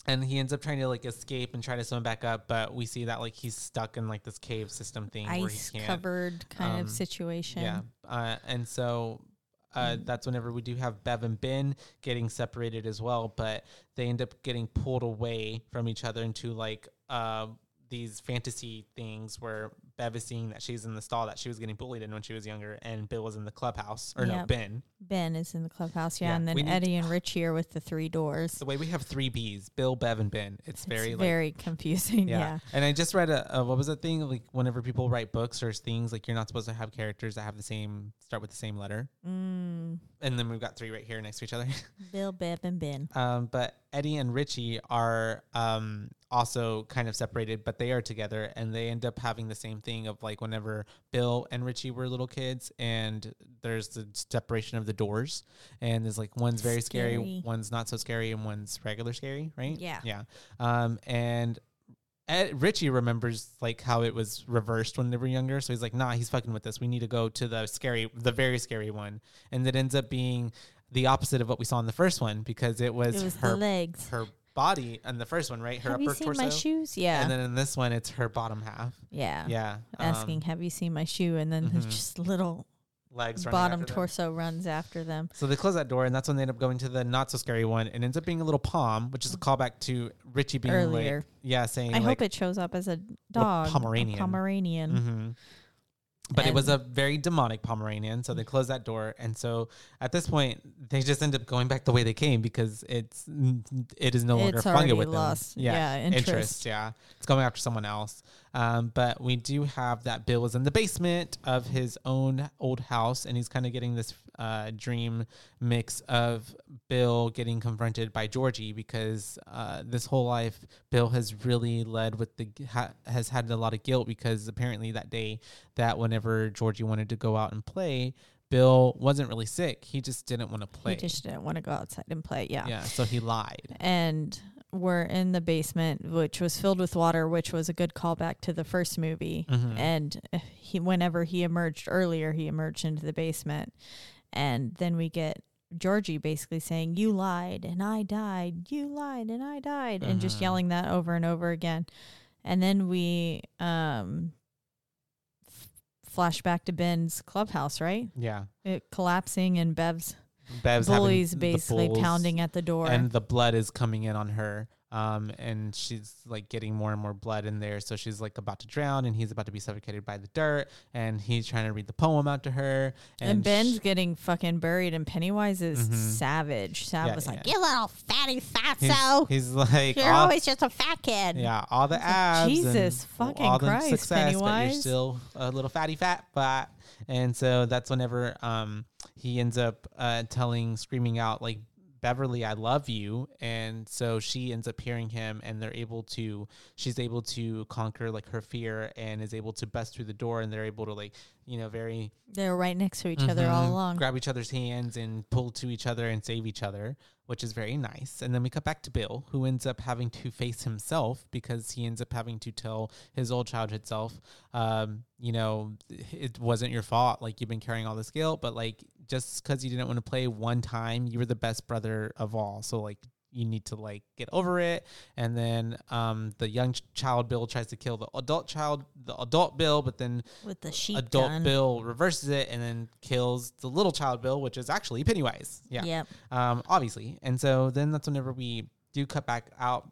Speaker 2: And he ends up trying to like escape and try to swim back up, but we see that like he's stuck in like this cave system thing where he
Speaker 6: ice
Speaker 2: can't.
Speaker 6: covered kind
Speaker 2: um,
Speaker 6: of situation.
Speaker 2: Yeah. Uh, and so uh, that's whenever we do have Bev and Ben getting separated as well, but they end up getting pulled away from each other into like uh, these fantasy things where Bev is seeing that she's in the stall that she was getting bullied in when she was younger, and Bill was in the clubhouse, or no,
Speaker 6: Yep.
Speaker 2: Ben.
Speaker 6: Ben is in the clubhouse. Yeah.
Speaker 2: Yeah, we
Speaker 6: and then
Speaker 2: need-
Speaker 6: Eddie and Richie are with the three doors.
Speaker 2: It's the way we have three B's Bill, Bev, and Ben. It's,
Speaker 6: It's
Speaker 2: very,
Speaker 6: very,
Speaker 2: like,
Speaker 6: confusing. Yeah.
Speaker 2: And I just read a, a what was that thing like whenever people write books or things like you're not supposed to have characters that have the same start with the same letter.
Speaker 6: Mm,
Speaker 2: And then we've got three right here next to each other.
Speaker 6: Bill, Bev, and Ben.
Speaker 2: Um, but Eddie and Richie are um, also kind of separated, but they are together, and they end up having the same thing of like whenever Bill and Richie were little kids, and there's the separation of the doors, and there's like one's very scary,
Speaker 6: Scary.
Speaker 2: one's not so scary, and one's regular scary, right?
Speaker 6: Yeah.
Speaker 2: yeah. Um, and Ed, Richie remembers like how it was reversed when they were younger, so he's like, "Nah, he's fucking with us. We need to go to the scary, the very scary one." And it ends up being the opposite of what we saw in the first one because it was,
Speaker 6: It was
Speaker 2: her
Speaker 6: the legs.
Speaker 2: her body in the first one, right? Her
Speaker 6: Have
Speaker 2: upper
Speaker 6: you seen
Speaker 2: torso,
Speaker 6: my shoes? Yeah.
Speaker 2: and then in this one, it's her bottom half.
Speaker 6: yeah.
Speaker 2: Yeah,
Speaker 6: Asking,
Speaker 2: um,
Speaker 6: have you seen my shoe? And then
Speaker 2: Mhm.
Speaker 6: just little
Speaker 2: legs, running
Speaker 6: bottom
Speaker 2: after them.
Speaker 6: torso runs after them.
Speaker 2: So they close that door, and that's when they end up going to the not so scary one, and ends up being a little palm, which is a callback to Richie being like,
Speaker 6: Earlier.
Speaker 2: yeah, saying
Speaker 6: I
Speaker 2: like,
Speaker 6: hope it shows up as a dog. a
Speaker 2: Pomeranian.
Speaker 6: Pomeranian.
Speaker 2: hmm But it was a
Speaker 6: And-
Speaker 2: very demonic Pomeranian, so they closed that door, and so at this point they just end up going back the way they came because it's it is no longer
Speaker 6: It's
Speaker 2: fungi
Speaker 6: already
Speaker 2: with them.
Speaker 6: lost, yeah, interest.
Speaker 2: yeah, it's going after someone else. Um, but we do have that Bill is in the basement of his own old house, and he's kind of getting this uh, dream mix of Bill getting confronted by Georgie because uh, this whole life Bill has really led with the ha- has had a lot of guilt because apparently that day that whenever Georgie wanted to go out and play, Bill wasn't really sick. He just didn't want to play.
Speaker 6: He just didn't want to go outside and play. Yeah.
Speaker 2: yeah, so he lied.
Speaker 6: And we're in the basement, which was filled with water, which was a good callback to the first movie.
Speaker 2: Mm-hmm.
Speaker 6: And uh, he, whenever he emerged earlier, he emerged into the basement. And then we get Georgie basically saying, You lied and I died. You lied and I died. And
Speaker 2: Uh-huh.
Speaker 6: just yelling that over and over again. And then we um, f- flash back to Ben's clubhouse, right?
Speaker 2: Yeah,
Speaker 6: It collapsing and Bev's
Speaker 2: Bev's having
Speaker 6: bullies
Speaker 2: the
Speaker 6: basically
Speaker 2: bulls.
Speaker 6: pounding at the door.
Speaker 2: and the blood is coming in on her um and she's like getting more and more blood in there so she's like about to drown and he's about to be suffocated by the dirt and he's trying to read the poem out to her and,
Speaker 6: And, Ben's
Speaker 2: sh-
Speaker 6: getting fucking buried, and Pennywise is
Speaker 2: Mhm.
Speaker 6: savage. Sav
Speaker 2: Yeah,
Speaker 6: was like,
Speaker 2: yeah.
Speaker 6: "You little fatty
Speaker 2: he's,
Speaker 6: fatso!
Speaker 2: he's like
Speaker 6: You're
Speaker 2: all-
Speaker 6: always just a fat kid."
Speaker 2: yeah all the abs
Speaker 6: Jesus
Speaker 2: and
Speaker 6: fucking
Speaker 2: all the
Speaker 6: Christ,
Speaker 2: success but
Speaker 6: Pennywise.
Speaker 2: you're still a little fatty fat but and so that's whenever um he ends up uh telling screaming out like Beverly, I love you. And so she ends up hearing him and they're able to she's able to conquer like her fear and is able to bust through the door and they're able to like, you know, very
Speaker 6: They're right next to each other all
Speaker 2: Mhm.
Speaker 6: along.
Speaker 2: Grab each other's hands and pull to each other and save each other, which is very nice. And then we cut back to Bill, who ends up having to face himself because he ends up having to tell his old childhood self, um, you know, it wasn't your fault. Like you've been carrying all this guilt, but like just because you didn't want to play one time, you were the best brother of all. So like you need to like get over it. And then um, the young ch- child bill tries to kill the adult child, the adult bill, but then
Speaker 6: with the sheep
Speaker 2: adult
Speaker 6: gun.
Speaker 2: bill reverses it and then kills the little child bill, which is actually Pennywise. Yeah.
Speaker 6: Yep.
Speaker 2: Um, obviously. And so then that's whenever we do cut back out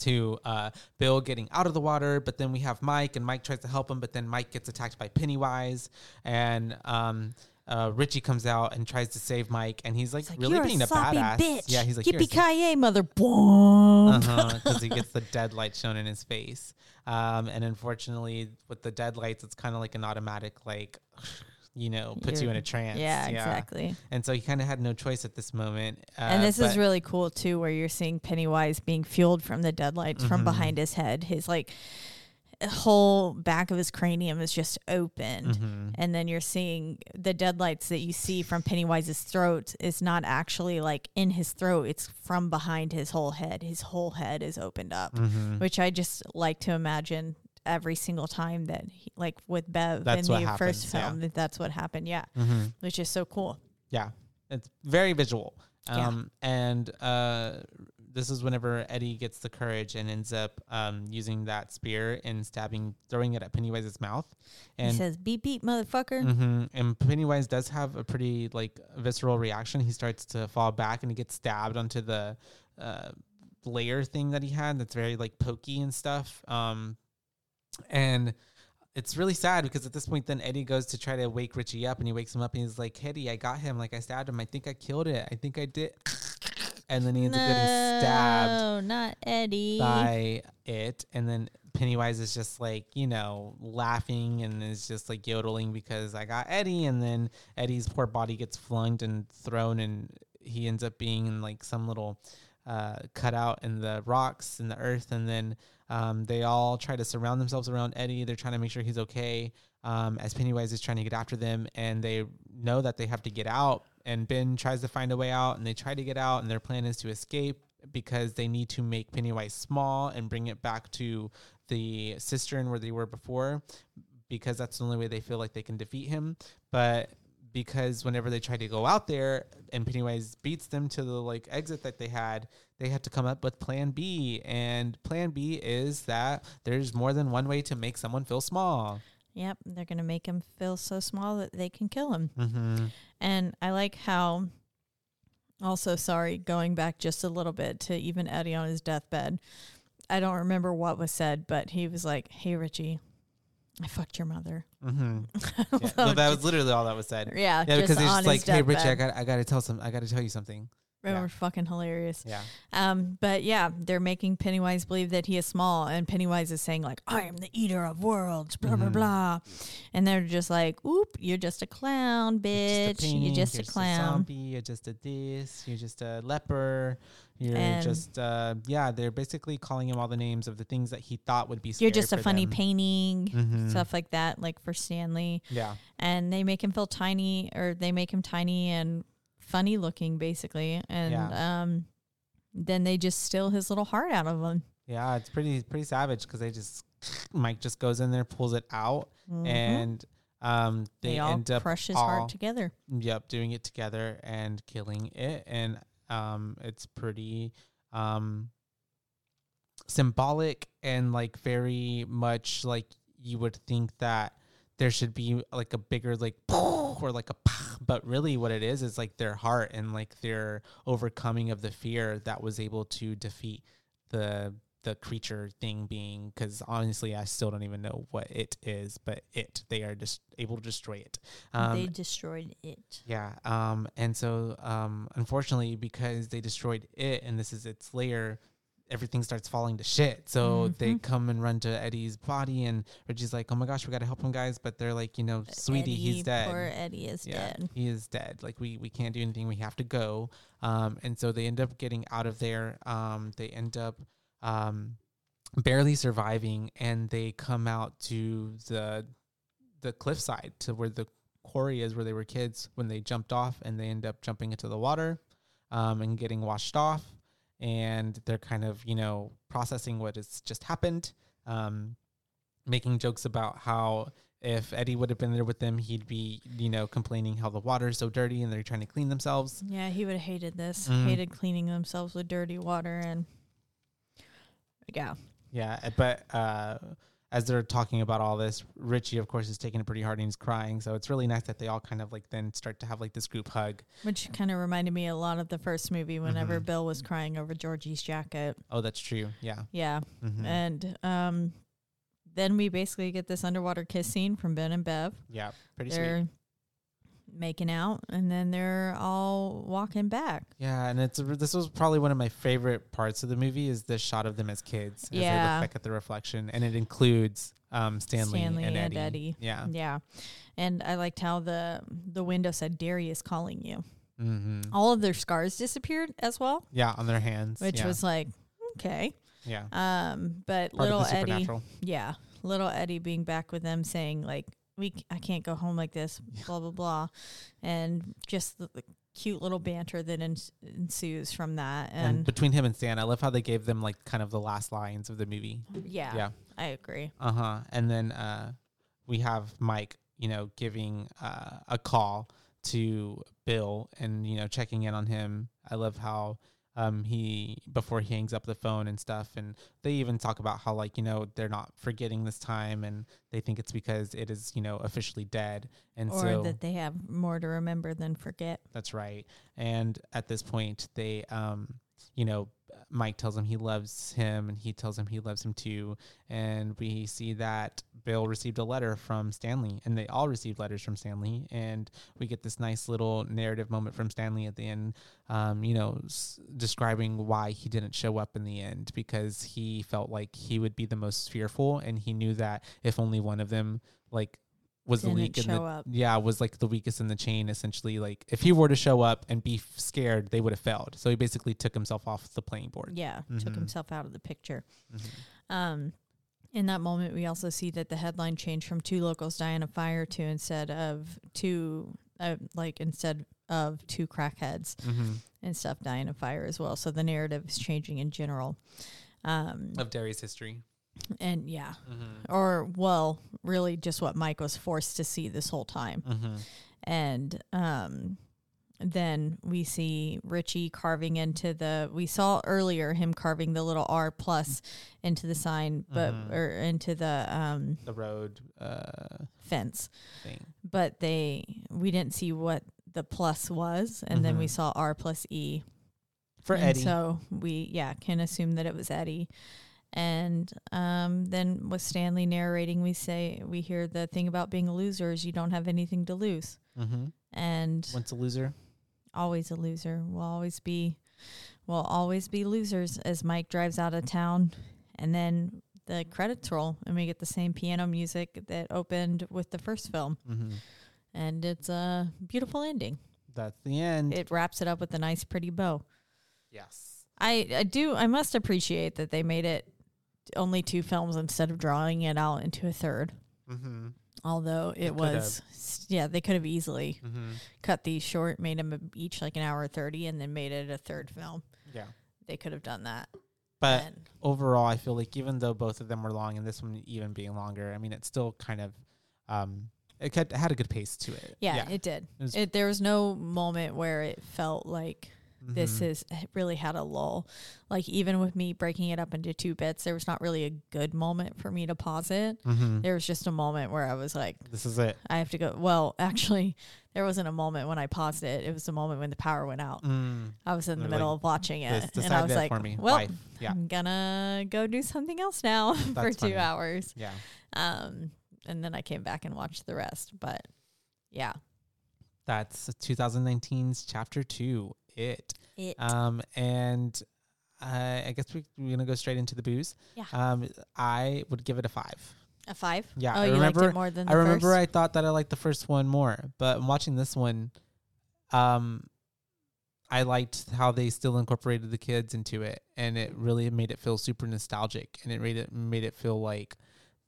Speaker 2: to uh, Bill getting out of the water, but then we have Mike, and Mike tries to help him, but then Mike gets attacked by Pennywise, and um, uh, Richie comes out and tries to save Mike, and he's like,
Speaker 6: It's like,
Speaker 2: really
Speaker 6: you're
Speaker 2: being
Speaker 6: a,
Speaker 2: a,
Speaker 6: sloppy
Speaker 2: badass.
Speaker 6: bitch.
Speaker 2: Yeah, he's like,
Speaker 6: yippee
Speaker 2: because
Speaker 6: ki yay, mother. Boom.
Speaker 2: Uh-huh. he gets the deadlight shown in his face, um, and unfortunately, with the deadlights, it's kind of like an automatic, like, you know, puts you in
Speaker 6: You're-
Speaker 2: a trance.
Speaker 6: yeah, exactly.
Speaker 2: And so he kind of had no choice at this moment. Uh,
Speaker 6: and this is
Speaker 2: but-
Speaker 6: really cool too, where you're seeing Pennywise being fueled from the deadlights from
Speaker 2: Mm-hmm.
Speaker 6: behind his head. His like whole back of his cranium is just opened,
Speaker 2: Mm-hmm.
Speaker 6: and then you're seeing the deadlights that you see from Pennywise's throat is not actually like in his throat; it's from behind his whole head. His whole head is opened up,
Speaker 2: Mm-hmm.
Speaker 6: which I just like to imagine every single time that he, like with Bev
Speaker 2: That's
Speaker 6: in the
Speaker 2: what
Speaker 6: first
Speaker 2: happens, yeah.
Speaker 6: film that that's what happened. Yeah, which is so cool.
Speaker 2: Mm-hmm. Yeah, it's very visual.
Speaker 6: Yeah.
Speaker 2: Um, And uh, this is whenever Eddie gets the courage and ends up um, using that spear and stabbing, throwing it at Pennywise's mouth.
Speaker 6: he
Speaker 2: And
Speaker 6: says, "Beep beep, motherfucker."
Speaker 2: Mhm. and Pennywise does have a pretty like visceral reaction. He starts to fall back and he gets stabbed onto the uh, layer thing that he had. That's very like pokey and stuff. Um, and it's really sad because at this point, then Eddie goes to try to wake Richie up, and he wakes him up, and he's like, "Eddie, I got him. Like I stabbed him. I think I killed it. I think I did." And then he ends up getting stabbed
Speaker 6: No, not Eddie.
Speaker 2: by it and then pennywise is just like you know laughing and is just like yodeling because i got eddie and then eddie's poor body gets flung and thrown and he ends up being in like some little uh, cutout in the rocks in the earth and then um, they all try to surround themselves around eddie they're trying to make sure he's okay um, as pennywise is trying to get after them and they know that they have to get out and ben tries to find a way out and they try to get out and their plan is to escape because they need to make Pennywise small and bring it back to the cistern where they were before, because that's the only way they feel like they can defeat him. But because whenever they try to go out there and Pennywise beats them to the like exit that they had, they had to come up with plan B. And plan B is that there's more than one way to make someone feel small.
Speaker 6: Yep, they're gonna make him feel so small that they can kill him.
Speaker 2: Mm-hmm.
Speaker 6: And I like how. Also, sorry, going back just a little bit to even Eddie on his deathbed. I don't remember what was said, but he was like, "Hey Richie, I fucked your mother."
Speaker 2: Mm-hmm.
Speaker 6: I
Speaker 2: Yeah.
Speaker 6: love
Speaker 2: No, that
Speaker 6: ju-
Speaker 2: was literally all that was said.
Speaker 6: yeah,
Speaker 2: Yeah,
Speaker 6: just
Speaker 2: because it's
Speaker 6: on
Speaker 2: just
Speaker 6: his
Speaker 2: like, hey, Richie, I
Speaker 6: deathbed.
Speaker 2: got, I got to tell some, I got to tell you something.
Speaker 6: Remember,
Speaker 2: yeah.
Speaker 6: fucking hilarious.
Speaker 2: Yeah.
Speaker 6: Um, but yeah, they're making Pennywise believe that he is small, and Pennywise is saying like, "I am the eater of worlds," blah
Speaker 2: Mm-hmm.
Speaker 6: blah blah, and they're just like, "Oop, you're just a clown,
Speaker 2: You're
Speaker 6: bitch.
Speaker 2: painting,
Speaker 6: you're just a clown."
Speaker 2: zombie. You're just a this. You're just a leper. You're
Speaker 6: And-
Speaker 2: just uh, yeah. They're basically calling him all the names of the things that he thought would be. Scary
Speaker 6: You're just a
Speaker 2: for
Speaker 6: funny
Speaker 2: them.
Speaker 6: painting,
Speaker 2: Mhm.
Speaker 6: stuff like that, like for Stanley.
Speaker 2: Yeah.
Speaker 6: And they make him feel tiny, or they make him tiny and funny looking, basically. And um, then they just steal his little heart out of him.
Speaker 2: Yeah, it's pretty pretty savage because they just Mike just goes in there, pulls it out, and um,
Speaker 6: Mm-hmm. They,
Speaker 2: they,
Speaker 6: all
Speaker 2: end up
Speaker 6: crush his
Speaker 2: all-
Speaker 6: heart together.
Speaker 2: Yep, doing it together and killing it, and um, it's pretty um symbolic and like very much like you would think that there should be like a bigger like or like a but really what it is is like their heart and like their overcoming of the fear that was able to defeat the the creature thing being because honestly I still don't even know what it is but it they are just able to destroy it um,
Speaker 6: they destroyed it.
Speaker 2: yeah. Um, and so, um, unfortunately, because they destroyed it and this is its layer, everything starts falling to shit. So
Speaker 6: Mm-hmm.
Speaker 2: they come and run to Eddie's body, and Reggie's like, oh my gosh, we got to help him, guys. But they're like, you know, sweetie, he's
Speaker 6: Eddie,
Speaker 2: dead.
Speaker 6: Poor Eddie is dead.
Speaker 2: He is dead. Like we we can't do anything. We have to go. Um, and so they end up getting out of there. Um, they end up um barely surviving, and they come out to the the cliffside to where the quarry is, where they were kids when they jumped off, and they end up jumping into the water, um, and getting washed off. And they're kind of you know processing what has just happened. Um, making jokes about how If Eddie would have been there with them, he'd be, you know, complaining how the water is so dirty and they're trying to clean themselves.
Speaker 6: Yeah, he would have hated this.
Speaker 2: Mm.
Speaker 6: Hated cleaning themselves with dirty water and yeah.
Speaker 2: Yeah, uh, but uh, as they're talking about all this, Richie, of course, is taking it pretty hard and he's crying. So it's really nice that they all kind of like then start to have like this group hug.
Speaker 6: Which kind of reminded me a lot of the first movie whenever
Speaker 2: Mm-hmm.
Speaker 6: Bill was crying over Georgie's jacket.
Speaker 2: Oh, that's true. Yeah.
Speaker 6: Yeah.
Speaker 2: Mhm.
Speaker 6: And um then we basically get this underwater kiss scene from Ben and Bev.
Speaker 2: yeah. Pretty sweet.
Speaker 6: they're making out and then they're all walking back.
Speaker 2: Yeah, and it's this was probably one of my favorite parts of the movie is the shot of them as kids as they
Speaker 6: Yeah.
Speaker 2: look back at the reflection, and it includes um, Stanley,
Speaker 6: Stanley
Speaker 2: and,
Speaker 6: and
Speaker 2: Eddie.
Speaker 6: Eddie.
Speaker 2: Yeah,
Speaker 6: Yeah. And I liked how the the window said Darius calling you.
Speaker 2: hmm
Speaker 6: All of their scars disappeared as well,
Speaker 2: yeah, on their hands,
Speaker 6: which
Speaker 2: yeah.
Speaker 6: was like okay.
Speaker 2: yeah,
Speaker 6: Um but
Speaker 2: part
Speaker 6: little
Speaker 2: of the
Speaker 6: Eddie
Speaker 2: supernatural.
Speaker 6: yeah, little Eddie being back with them saying like we c- I can't go home like this, blah blah blah. And just the, the cute little banter that ens- ensues from that
Speaker 2: And,
Speaker 6: and,
Speaker 2: between him and Stan, I love how they gave them like kind of the last lines of the movie.
Speaker 6: yeah,
Speaker 2: yeah.
Speaker 6: I agree.
Speaker 2: Uh huh. And then uh, we have Mike, you know, giving uh, a call to Bill and you know checking in on him. I love how um he before he hangs up the phone and stuff, and they even talk about how like you know they're not forgetting this time, and they think it's because it is you know officially dead, and
Speaker 6: or
Speaker 2: so
Speaker 6: that they have more to remember than forget.
Speaker 2: that's right. And at this point, they, um, you know, Mike tells him he loves him, and he tells him he loves him too. And we see that Bill received a letter from Stanley, and they all received letters from Stanley. And we get this nice little narrative moment from Stanley at the end, um, you know, s- describing why he didn't show up in the end because he felt like he would be the most fearful, and he knew that if only one of them, like, was the
Speaker 6: Didn't
Speaker 2: weak in the,
Speaker 6: show up.
Speaker 2: yeah, was like the weakest in the chain essentially. Like if he were to show up and be f- scared, they would have failed. So he basically took himself off the playing board.
Speaker 6: Yeah,
Speaker 2: Mhm.
Speaker 6: took himself out of the picture. Um, in that moment, we also see that the headline changed from two locals die in a fire to instead of two, uh, like instead of two crackheads and stuff die in a fire as well. So the narrative is changing in general. Um,
Speaker 2: Of Derry's history. Mm-hmm.
Speaker 6: and yeah, or well, really just what Mike was forced to see this whole time. and um then we see Richie carving into the we saw earlier him carving the little R plus into the sign but
Speaker 2: Mm-hmm.
Speaker 6: or into the um
Speaker 2: The road uh,
Speaker 6: fence
Speaker 2: thing.
Speaker 6: but they we didn't see what the plus was and then we saw R plus E
Speaker 2: Mm-hmm. For
Speaker 6: and
Speaker 2: Eddie.
Speaker 6: so we yeah can assume that it was Eddie and um then with Stanley narrating we say we hear the thing about being a loser is you don't have anything to lose
Speaker 2: mm-hmm.
Speaker 6: and
Speaker 2: Once a loser.
Speaker 6: always a loser. We'll always be we'll always be losers as Mike drives out of town and then the credits roll and we get the same piano music that opened with the first film
Speaker 2: Mm-hmm.
Speaker 6: and it's a beautiful ending.
Speaker 2: That's the end.
Speaker 6: It wraps it up with a nice pretty bow.
Speaker 2: yes.
Speaker 6: I I do I must appreciate that they made it only two films instead of drawing it out into a third.
Speaker 2: Mm-hmm.
Speaker 6: Although
Speaker 2: They
Speaker 6: it
Speaker 2: could
Speaker 6: was, s- yeah, they could have easily
Speaker 2: Mm-hmm.
Speaker 6: cut these short, made them each like an hour thirty, and then made it a third film.
Speaker 2: Yeah.
Speaker 6: they could have done that.
Speaker 2: But
Speaker 6: then.
Speaker 2: overall, I feel like even though both of them were long and this one even being longer, I mean, it still kind of, um, it kept, had a good pace to it.
Speaker 6: yeah, it did.
Speaker 2: It was-
Speaker 6: It, there was no moment where it felt like this
Speaker 2: Mhm.
Speaker 6: is really had a lull. Like even with me breaking it up into two bits, there was not really a good moment for me to pause it.
Speaker 2: Mhm.
Speaker 6: There was just a moment where I was like,
Speaker 2: This is it.
Speaker 6: I have to go. Well, actually, there wasn't a moment when I paused it. It was the moment when the power went out.
Speaker 2: Mm.
Speaker 6: I was in
Speaker 2: They're
Speaker 6: the
Speaker 2: like,
Speaker 6: middle of watching
Speaker 2: This-
Speaker 6: it, and
Speaker 2: decide
Speaker 6: I was
Speaker 2: that
Speaker 6: like,
Speaker 2: for me.
Speaker 6: "Well,
Speaker 2: Life. Yeah.
Speaker 6: I'm gonna go do something else now for
Speaker 2: That's
Speaker 6: two
Speaker 2: funny.
Speaker 6: hours."
Speaker 2: Yeah.
Speaker 6: Um, and then I came back and watched the rest. But yeah,
Speaker 2: That's 2019's chapter two. It.
Speaker 6: it.
Speaker 2: Um, and uh, I guess we, we're gonna go straight into the booze.
Speaker 6: Yeah.
Speaker 2: Um, I would give it a five.
Speaker 6: A five?
Speaker 2: Yeah,
Speaker 6: Oh,
Speaker 2: I
Speaker 6: you
Speaker 2: remember-
Speaker 6: liked it more than
Speaker 2: I
Speaker 6: the
Speaker 2: remember
Speaker 6: first?
Speaker 2: I thought that I liked the first one more, but in watching this one, um, I liked how they still incorporated the kids into it, and it really made it feel super nostalgic, and it made it made it feel like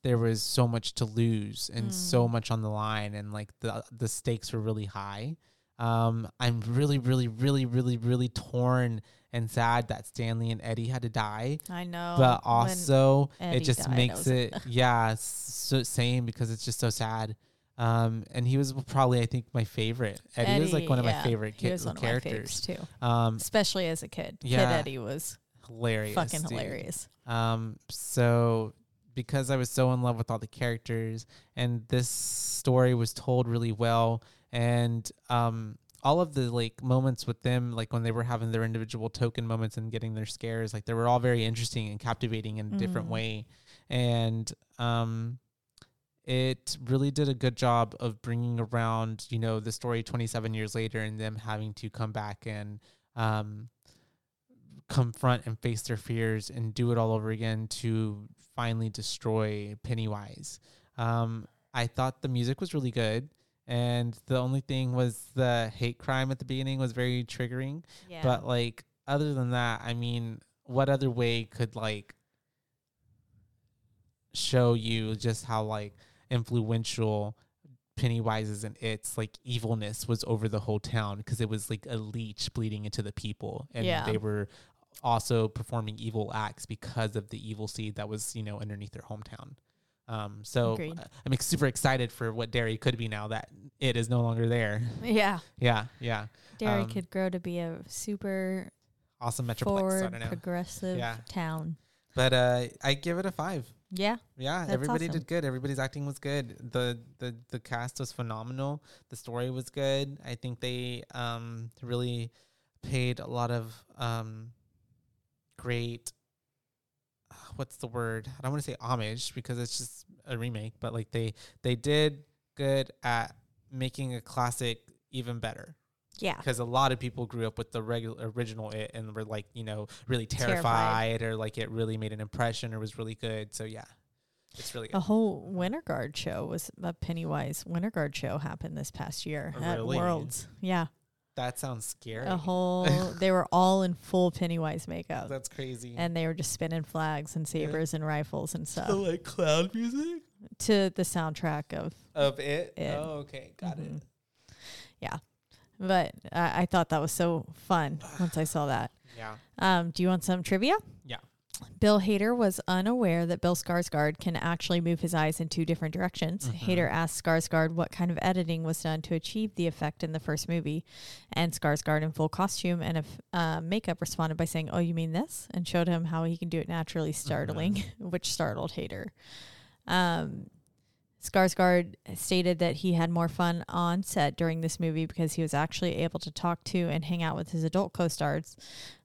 Speaker 2: there was
Speaker 6: Mm.
Speaker 2: so much to lose and so much on the line, and like the the stakes were really high. Um, I'm really, really, really, really, really torn and sad that Stanley and Eddie had to die.
Speaker 6: I know.
Speaker 2: but
Speaker 6: Oh, when-
Speaker 2: also, it
Speaker 6: Eddie
Speaker 2: just
Speaker 6: died, I
Speaker 2: makes
Speaker 6: was-
Speaker 2: it, yeah, s- so same because it's just so sad. Um, and he was probably, I think, my favorite. Eddie, was like one of my
Speaker 6: yeah,
Speaker 2: favorite
Speaker 6: He
Speaker 2: ki-
Speaker 6: was one
Speaker 2: characters.
Speaker 6: of my faves too,
Speaker 2: um,
Speaker 6: especially as a kid.
Speaker 2: Yeah.
Speaker 6: Kid Eddie was
Speaker 2: hilarious,
Speaker 6: fucking
Speaker 2: dude.
Speaker 6: hilarious.
Speaker 2: Um, so because I was so in love with all the characters and this story was told really well and um all of the like moments with them like when they were having their individual token moments and getting their scares like they were all very interesting and captivating in a different
Speaker 6: Mhm.
Speaker 2: way and um it really did a good job of bringing around you know the story 27 years later and them having to come back and um confront and face their fears and do it all over again to finally destroy Pennywise. Um, I thought the music was really good. And the only thing was the hate crime at the beginning was very triggering.
Speaker 6: Yeah.
Speaker 2: But like other than that, I mean, what other way could like show you just how like influential Pennywise's and its like evilness was over the whole town because it was like a leech bleeding into the people and
Speaker 6: Yeah.
Speaker 2: they were also performing evil acts because of the evil seed that was you know underneath their hometown. Um, so
Speaker 6: Agreed.
Speaker 2: uh, I'm ex- super excited for what Derry could be now that it is no longer there.
Speaker 6: yeah,
Speaker 2: yeah, yeah,
Speaker 6: Derry
Speaker 2: um,
Speaker 6: could grow to be a super
Speaker 2: awesome Metroplex. I
Speaker 6: forward,
Speaker 2: don't know.
Speaker 6: progressive
Speaker 2: Yeah.
Speaker 6: town.
Speaker 2: But uh, I give it a five.
Speaker 6: Yeah,
Speaker 2: Yeah,
Speaker 6: That's
Speaker 2: everybody
Speaker 6: awesome.
Speaker 2: did good. Everybody's acting was good. The, the the cast was phenomenal. The story was good. I think they um really paid a lot of um great uh, what's the word? I don't want to say homage because it's just a remake, but like they they did good at making a classic even better
Speaker 6: yeah,
Speaker 2: because a lot of people grew up with the regular original it and were like you know really terrified,
Speaker 6: Terrified.
Speaker 2: or like it really made an impression or was really good so yeah it's really
Speaker 6: A
Speaker 2: good.
Speaker 6: whole Winter Guard show was a Pennywise Winter Guard show happened this past year
Speaker 2: Oh,
Speaker 6: at
Speaker 2: really?
Speaker 6: Worlds. Yeah,
Speaker 2: that sounds scary
Speaker 6: a whole they were all in full Pennywise makeup,
Speaker 2: that's crazy
Speaker 6: and they were just spinning flags and sabers and rifles and
Speaker 2: the
Speaker 6: stuff
Speaker 2: like cloud music
Speaker 6: to the soundtrack of.
Speaker 2: of it,
Speaker 6: It.
Speaker 2: oh okay got
Speaker 6: Mhm.
Speaker 2: it
Speaker 6: But I, I thought that was so fun once I saw that.
Speaker 2: yeah
Speaker 6: Um, do you want some trivia?
Speaker 2: Yeah.
Speaker 6: Bill Hader was unaware that Bill Skarsgård can actually move his eyes in two different directions. Hader asked Skarsgård what kind of editing was done to achieve the effect in the first movie, and Skarsgård, in full costume and of uh, makeup, responded by saying, "Oh, you mean this?" and showed him how he can do it
Speaker 2: Oh,
Speaker 6: naturally, startling, which startled Hader. Um, Skarsgård stated that he had more fun on set during this movie because he was actually able to talk to and hang out with his adult co-stars.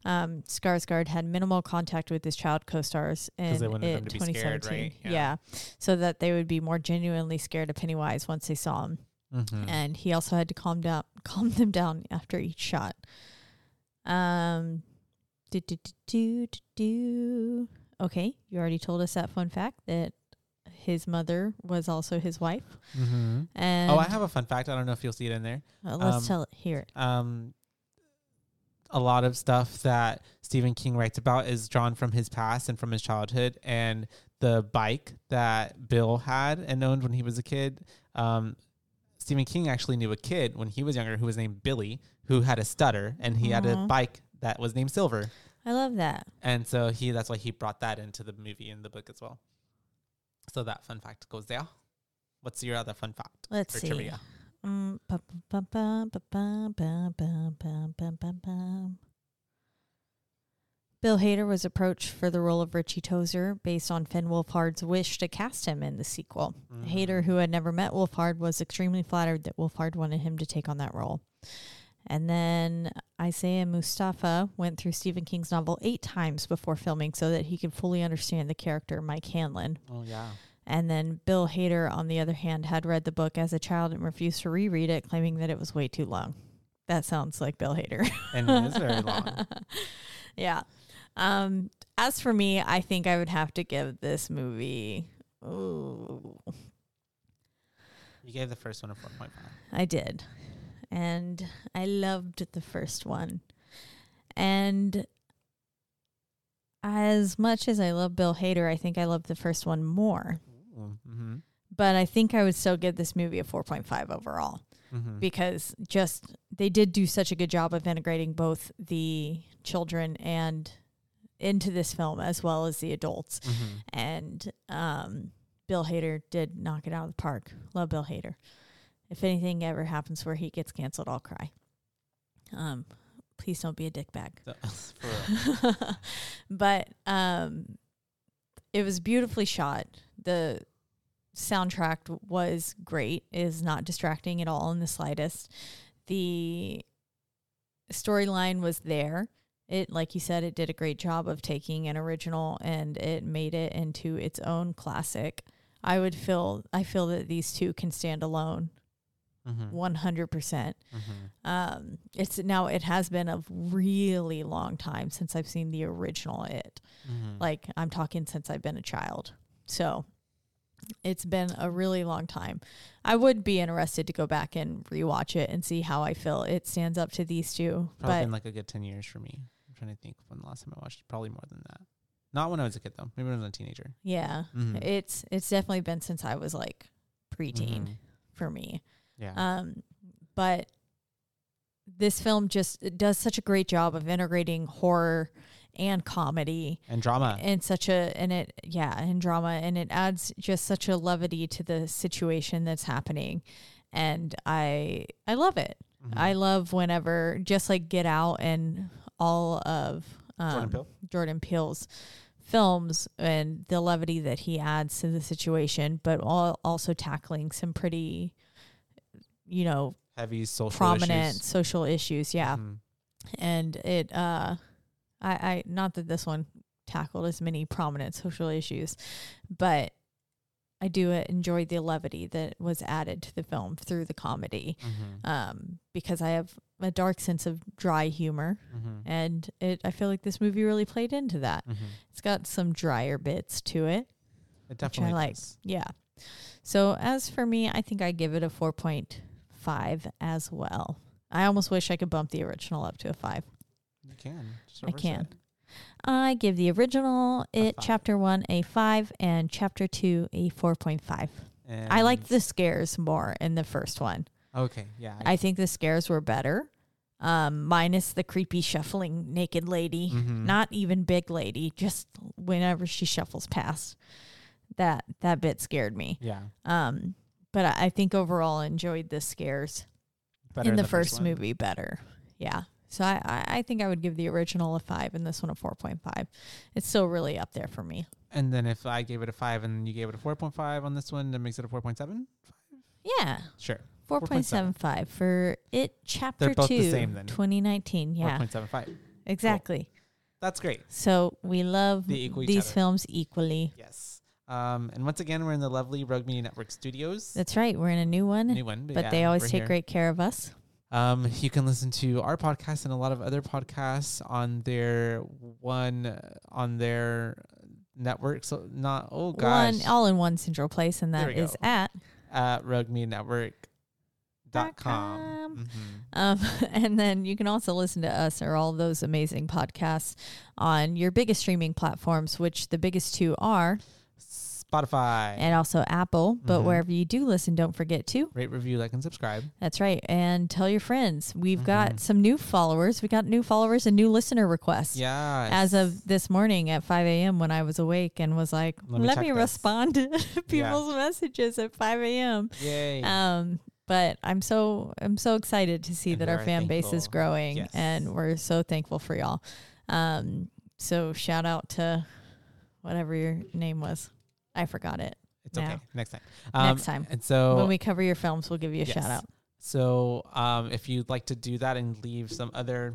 Speaker 6: Um, Skarsgård had minimal contact with his child co-stars in
Speaker 2: they wanted them
Speaker 6: it
Speaker 2: to be scared,
Speaker 6: 2017.
Speaker 2: right?
Speaker 6: Yeah.
Speaker 2: Yeah.
Speaker 6: so that they would be more genuinely scared of Pennywise once they saw him.
Speaker 2: Mm.
Speaker 6: And he also had to calm down, calm them down after each shot. Um, do, do, do, do, do, do. Okay, you already told us that fun fact that his mother was also his wife.
Speaker 2: mm-hmm.
Speaker 6: And
Speaker 2: oh i have a fun fact i don't know if you'll see it in there
Speaker 6: Uh, let's
Speaker 2: um,
Speaker 6: tell it. Hear it.
Speaker 2: um a lot of stuff that Stephen King writes about is drawn from his past and from his childhood. And the bike that Bill had and owned when he was a kid, um, Stephen King actually knew a kid when he was younger who was named Billy, who had a stutter, and he had a
Speaker 6: Aw.
Speaker 2: bike that was named Silver.
Speaker 6: I love that.
Speaker 2: And so he that's why he brought that into the movie and the book as well. So that fun fact goes there. What's your other fun fact?
Speaker 6: Let's
Speaker 2: or
Speaker 6: see.
Speaker 2: trivia?
Speaker 6: Mm, ba- ba- ba- ba- ba- ba- ba- ba- ba- ba- ba. Bill Hader was approached for the role of Richie Tozer based on Finn Wolfhard's wish to cast him in the sequel. Hader, who had never met Wolfhard, was extremely flattered that Wolfhard wanted him to take on that role. And then Isaiah Mustafa went through Stephen King's novel eight times before filming so that he could fully understand the character Mike Hanlon.
Speaker 2: Oh yeah.
Speaker 6: And then Bill Hader, on the other hand, had read the book as a child and refused to reread it, claiming that it was way too long. That sounds like Bill Hader.
Speaker 2: And it is very long.
Speaker 6: yeah. Um, as for me, I think I would have to give this movie. Ooh,
Speaker 2: You gave the first one a four point five.
Speaker 6: I did. And I loved the first one. And as much as I love Bill Hader, I think I love the first one more.
Speaker 2: Mm-hmm.
Speaker 6: But I think I would still give this movie a 4.5 overall.
Speaker 2: Mm-hmm.
Speaker 6: because just they did do such a good job of integrating both the children and into this film as well as the adults.
Speaker 2: Mm-hmm.
Speaker 6: And um, Bill Hader did knock it out of the park. Love Bill Hader. If anything ever happens where he gets canceled, I'll cry. Um, please don't be a dick bag.
Speaker 2: For real.
Speaker 6: but um, it was beautifully shot. The soundtrack w- was great. It is not distracting at all in the slightest. The storyline was there. It, like you said, it did a great job of taking an original and it made it into its own classic. I would feel I feel that these two can stand alone,
Speaker 2: Mhm.
Speaker 6: one hundred percent.
Speaker 2: Mhm.
Speaker 6: Um, it's now it has been a really long time since I've seen the original It.
Speaker 2: Mhm.
Speaker 6: Like I'm talking since I've been a child. So it's been a really long time. I would be interested to go back and rewatch it and see how I feel it stands up to these two.
Speaker 2: Probably
Speaker 6: but
Speaker 2: been like a good 10 years for me. I'm trying to think when the last time I watched it. Probably more than that. Not when I was a kid, though. Maybe when I was a teenager.
Speaker 6: yeah,
Speaker 2: Mhm.
Speaker 6: it's it's definitely been since I was like preteen
Speaker 2: Mhm.
Speaker 6: for me.
Speaker 2: Yeah.
Speaker 6: Um, but this film just it does such a great job of integrating horror and comedy
Speaker 2: and drama.
Speaker 6: and such a and it yeah and drama and it adds just such a levity to the situation that's happening and i i love it
Speaker 2: Mm-hmm.
Speaker 6: i love whenever just like get out and all of um,
Speaker 2: Jordan Peele?
Speaker 6: jordan peele's films and the levity that he adds to the situation but all, also tackling some pretty you know
Speaker 2: Heavy social
Speaker 6: prominent
Speaker 2: issues.
Speaker 6: social issues yeah
Speaker 2: Mhm.
Speaker 6: and it uh i i not that this one tackled as many prominent social issues but i do uh, enjoy the levity that was added to the film through the comedy
Speaker 2: Mhm.
Speaker 6: um because i have a dark sense of dry humor
Speaker 2: Mhm.
Speaker 6: and it i feel like this movie really played into that
Speaker 2: Mhm.
Speaker 6: it's got some drier bits to
Speaker 2: It
Speaker 6: it which i
Speaker 2: definitely
Speaker 6: like
Speaker 2: does.
Speaker 6: yeah so as for me i think i give it a 4.5 as well i almost wish i could bump the original up to a 5
Speaker 2: You can. Just
Speaker 6: I
Speaker 2: reverse
Speaker 6: can.
Speaker 2: it.
Speaker 6: I give the original it
Speaker 2: five.
Speaker 6: chapter one a five and chapter two a four point five. I
Speaker 2: And-
Speaker 6: liked the scares more in the first one.
Speaker 2: Okay. Yeah.
Speaker 6: I think the scares were better, um, minus the creepy shuffling naked lady.
Speaker 2: Mhm.
Speaker 6: Not even big lady, just whenever she shuffles past. That that bit scared me.
Speaker 2: Yeah.
Speaker 6: Um, but I, I think overall I enjoyed the scares
Speaker 2: Better
Speaker 6: in
Speaker 2: in
Speaker 6: the, first
Speaker 2: one.
Speaker 6: movie better. Yeah. So I, I, I think I would give the original a five and this one a four point five. It's still really up there for me.
Speaker 2: And then if I gave it a five and you gave it a 4.5 on this one, that makes it a 4.7?
Speaker 6: Yeah.
Speaker 2: Sure.
Speaker 6: Four point seven five for it chapter
Speaker 2: both the
Speaker 6: two
Speaker 2: same then.
Speaker 6: twenty nineteen. Yeah.
Speaker 2: 4.75.
Speaker 6: Exactly.
Speaker 2: That's great.
Speaker 6: So we love
Speaker 2: They equal each
Speaker 6: these
Speaker 2: other.
Speaker 6: films equally.
Speaker 2: Yes. Um, and once again, we're in the lovely Rogue Media Network studios.
Speaker 6: That's right. We're in a new one.
Speaker 2: New one, but,
Speaker 6: but
Speaker 2: yeah,
Speaker 6: they always
Speaker 2: we're
Speaker 6: take
Speaker 2: here.
Speaker 6: great care of us.
Speaker 2: Um, you can listen to our podcast and a lot of other podcasts on their one uh, on their network. So not oh gosh,
Speaker 6: One all in one central place, and
Speaker 2: There
Speaker 6: that
Speaker 2: we
Speaker 6: is
Speaker 2: go.
Speaker 6: at
Speaker 2: at roguemedianetwork.com.
Speaker 6: Dot
Speaker 2: Dot
Speaker 6: com.
Speaker 2: com. Mm-hmm.
Speaker 6: Um, and then you can also listen to us or all those amazing podcasts on your biggest streaming platforms, which the biggest two are,
Speaker 2: Spotify.
Speaker 6: and also Apple. But
Speaker 2: Mhm.
Speaker 6: wherever you do listen, don't forget to.
Speaker 2: Rate, review, like, and subscribe.
Speaker 6: That's right. And tell your friends. We've
Speaker 2: Mhm.
Speaker 6: got some new followers. We got new followers and new listener requests.
Speaker 2: Yeah.
Speaker 6: As of this morning at 5 a.m., when I was awake and was like,
Speaker 2: Let
Speaker 6: let
Speaker 2: me
Speaker 6: me,
Speaker 2: check this."
Speaker 6: respond to people's messages at 5 a.m.
Speaker 2: Yay.
Speaker 6: Um, but I'm so I'm so excited to see
Speaker 2: And
Speaker 6: that
Speaker 2: we
Speaker 6: our
Speaker 2: are
Speaker 6: fan base is
Speaker 2: thankful.
Speaker 6: growing,
Speaker 2: Yes.
Speaker 6: and we're so thankful for y'all. Um, so shout out to whatever your name was, I forgot it.
Speaker 2: it's okay.
Speaker 6: now.
Speaker 2: Next time.
Speaker 6: Next time.
Speaker 2: And Um, so
Speaker 6: when we cover your films, we'll give you a
Speaker 2: Yes.
Speaker 6: shout out.
Speaker 2: So um, if you'd like to do that and leave some other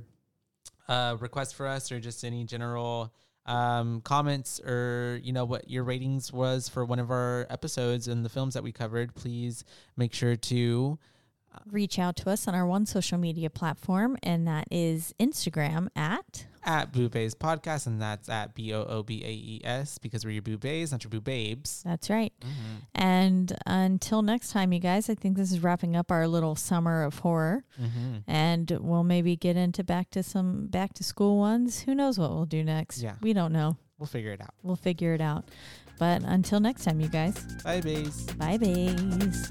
Speaker 2: uh, requests for us or just any general um, comments or you know what your ratings was for one of our episodes and the films that we covered, please make sure to
Speaker 6: Reach out to us on our one social media platform, and that is Instagram at
Speaker 2: at Boo Bays Podcast and that's at B O O B A E S because we're your Boo Bays, not your Boo Babes.
Speaker 6: that's right.
Speaker 2: Mm-hmm.
Speaker 6: And until next time, you guys, I think this is wrapping up our little summer of horror.
Speaker 2: Mm-hmm.
Speaker 6: and we'll maybe get into back to some back to school ones. Who knows what we'll do next?
Speaker 2: Yeah.
Speaker 6: We don't know.
Speaker 2: We'll figure it out.
Speaker 6: We'll figure it out. But until next time, you guys,
Speaker 2: Bye, Bays.
Speaker 6: bye, bays.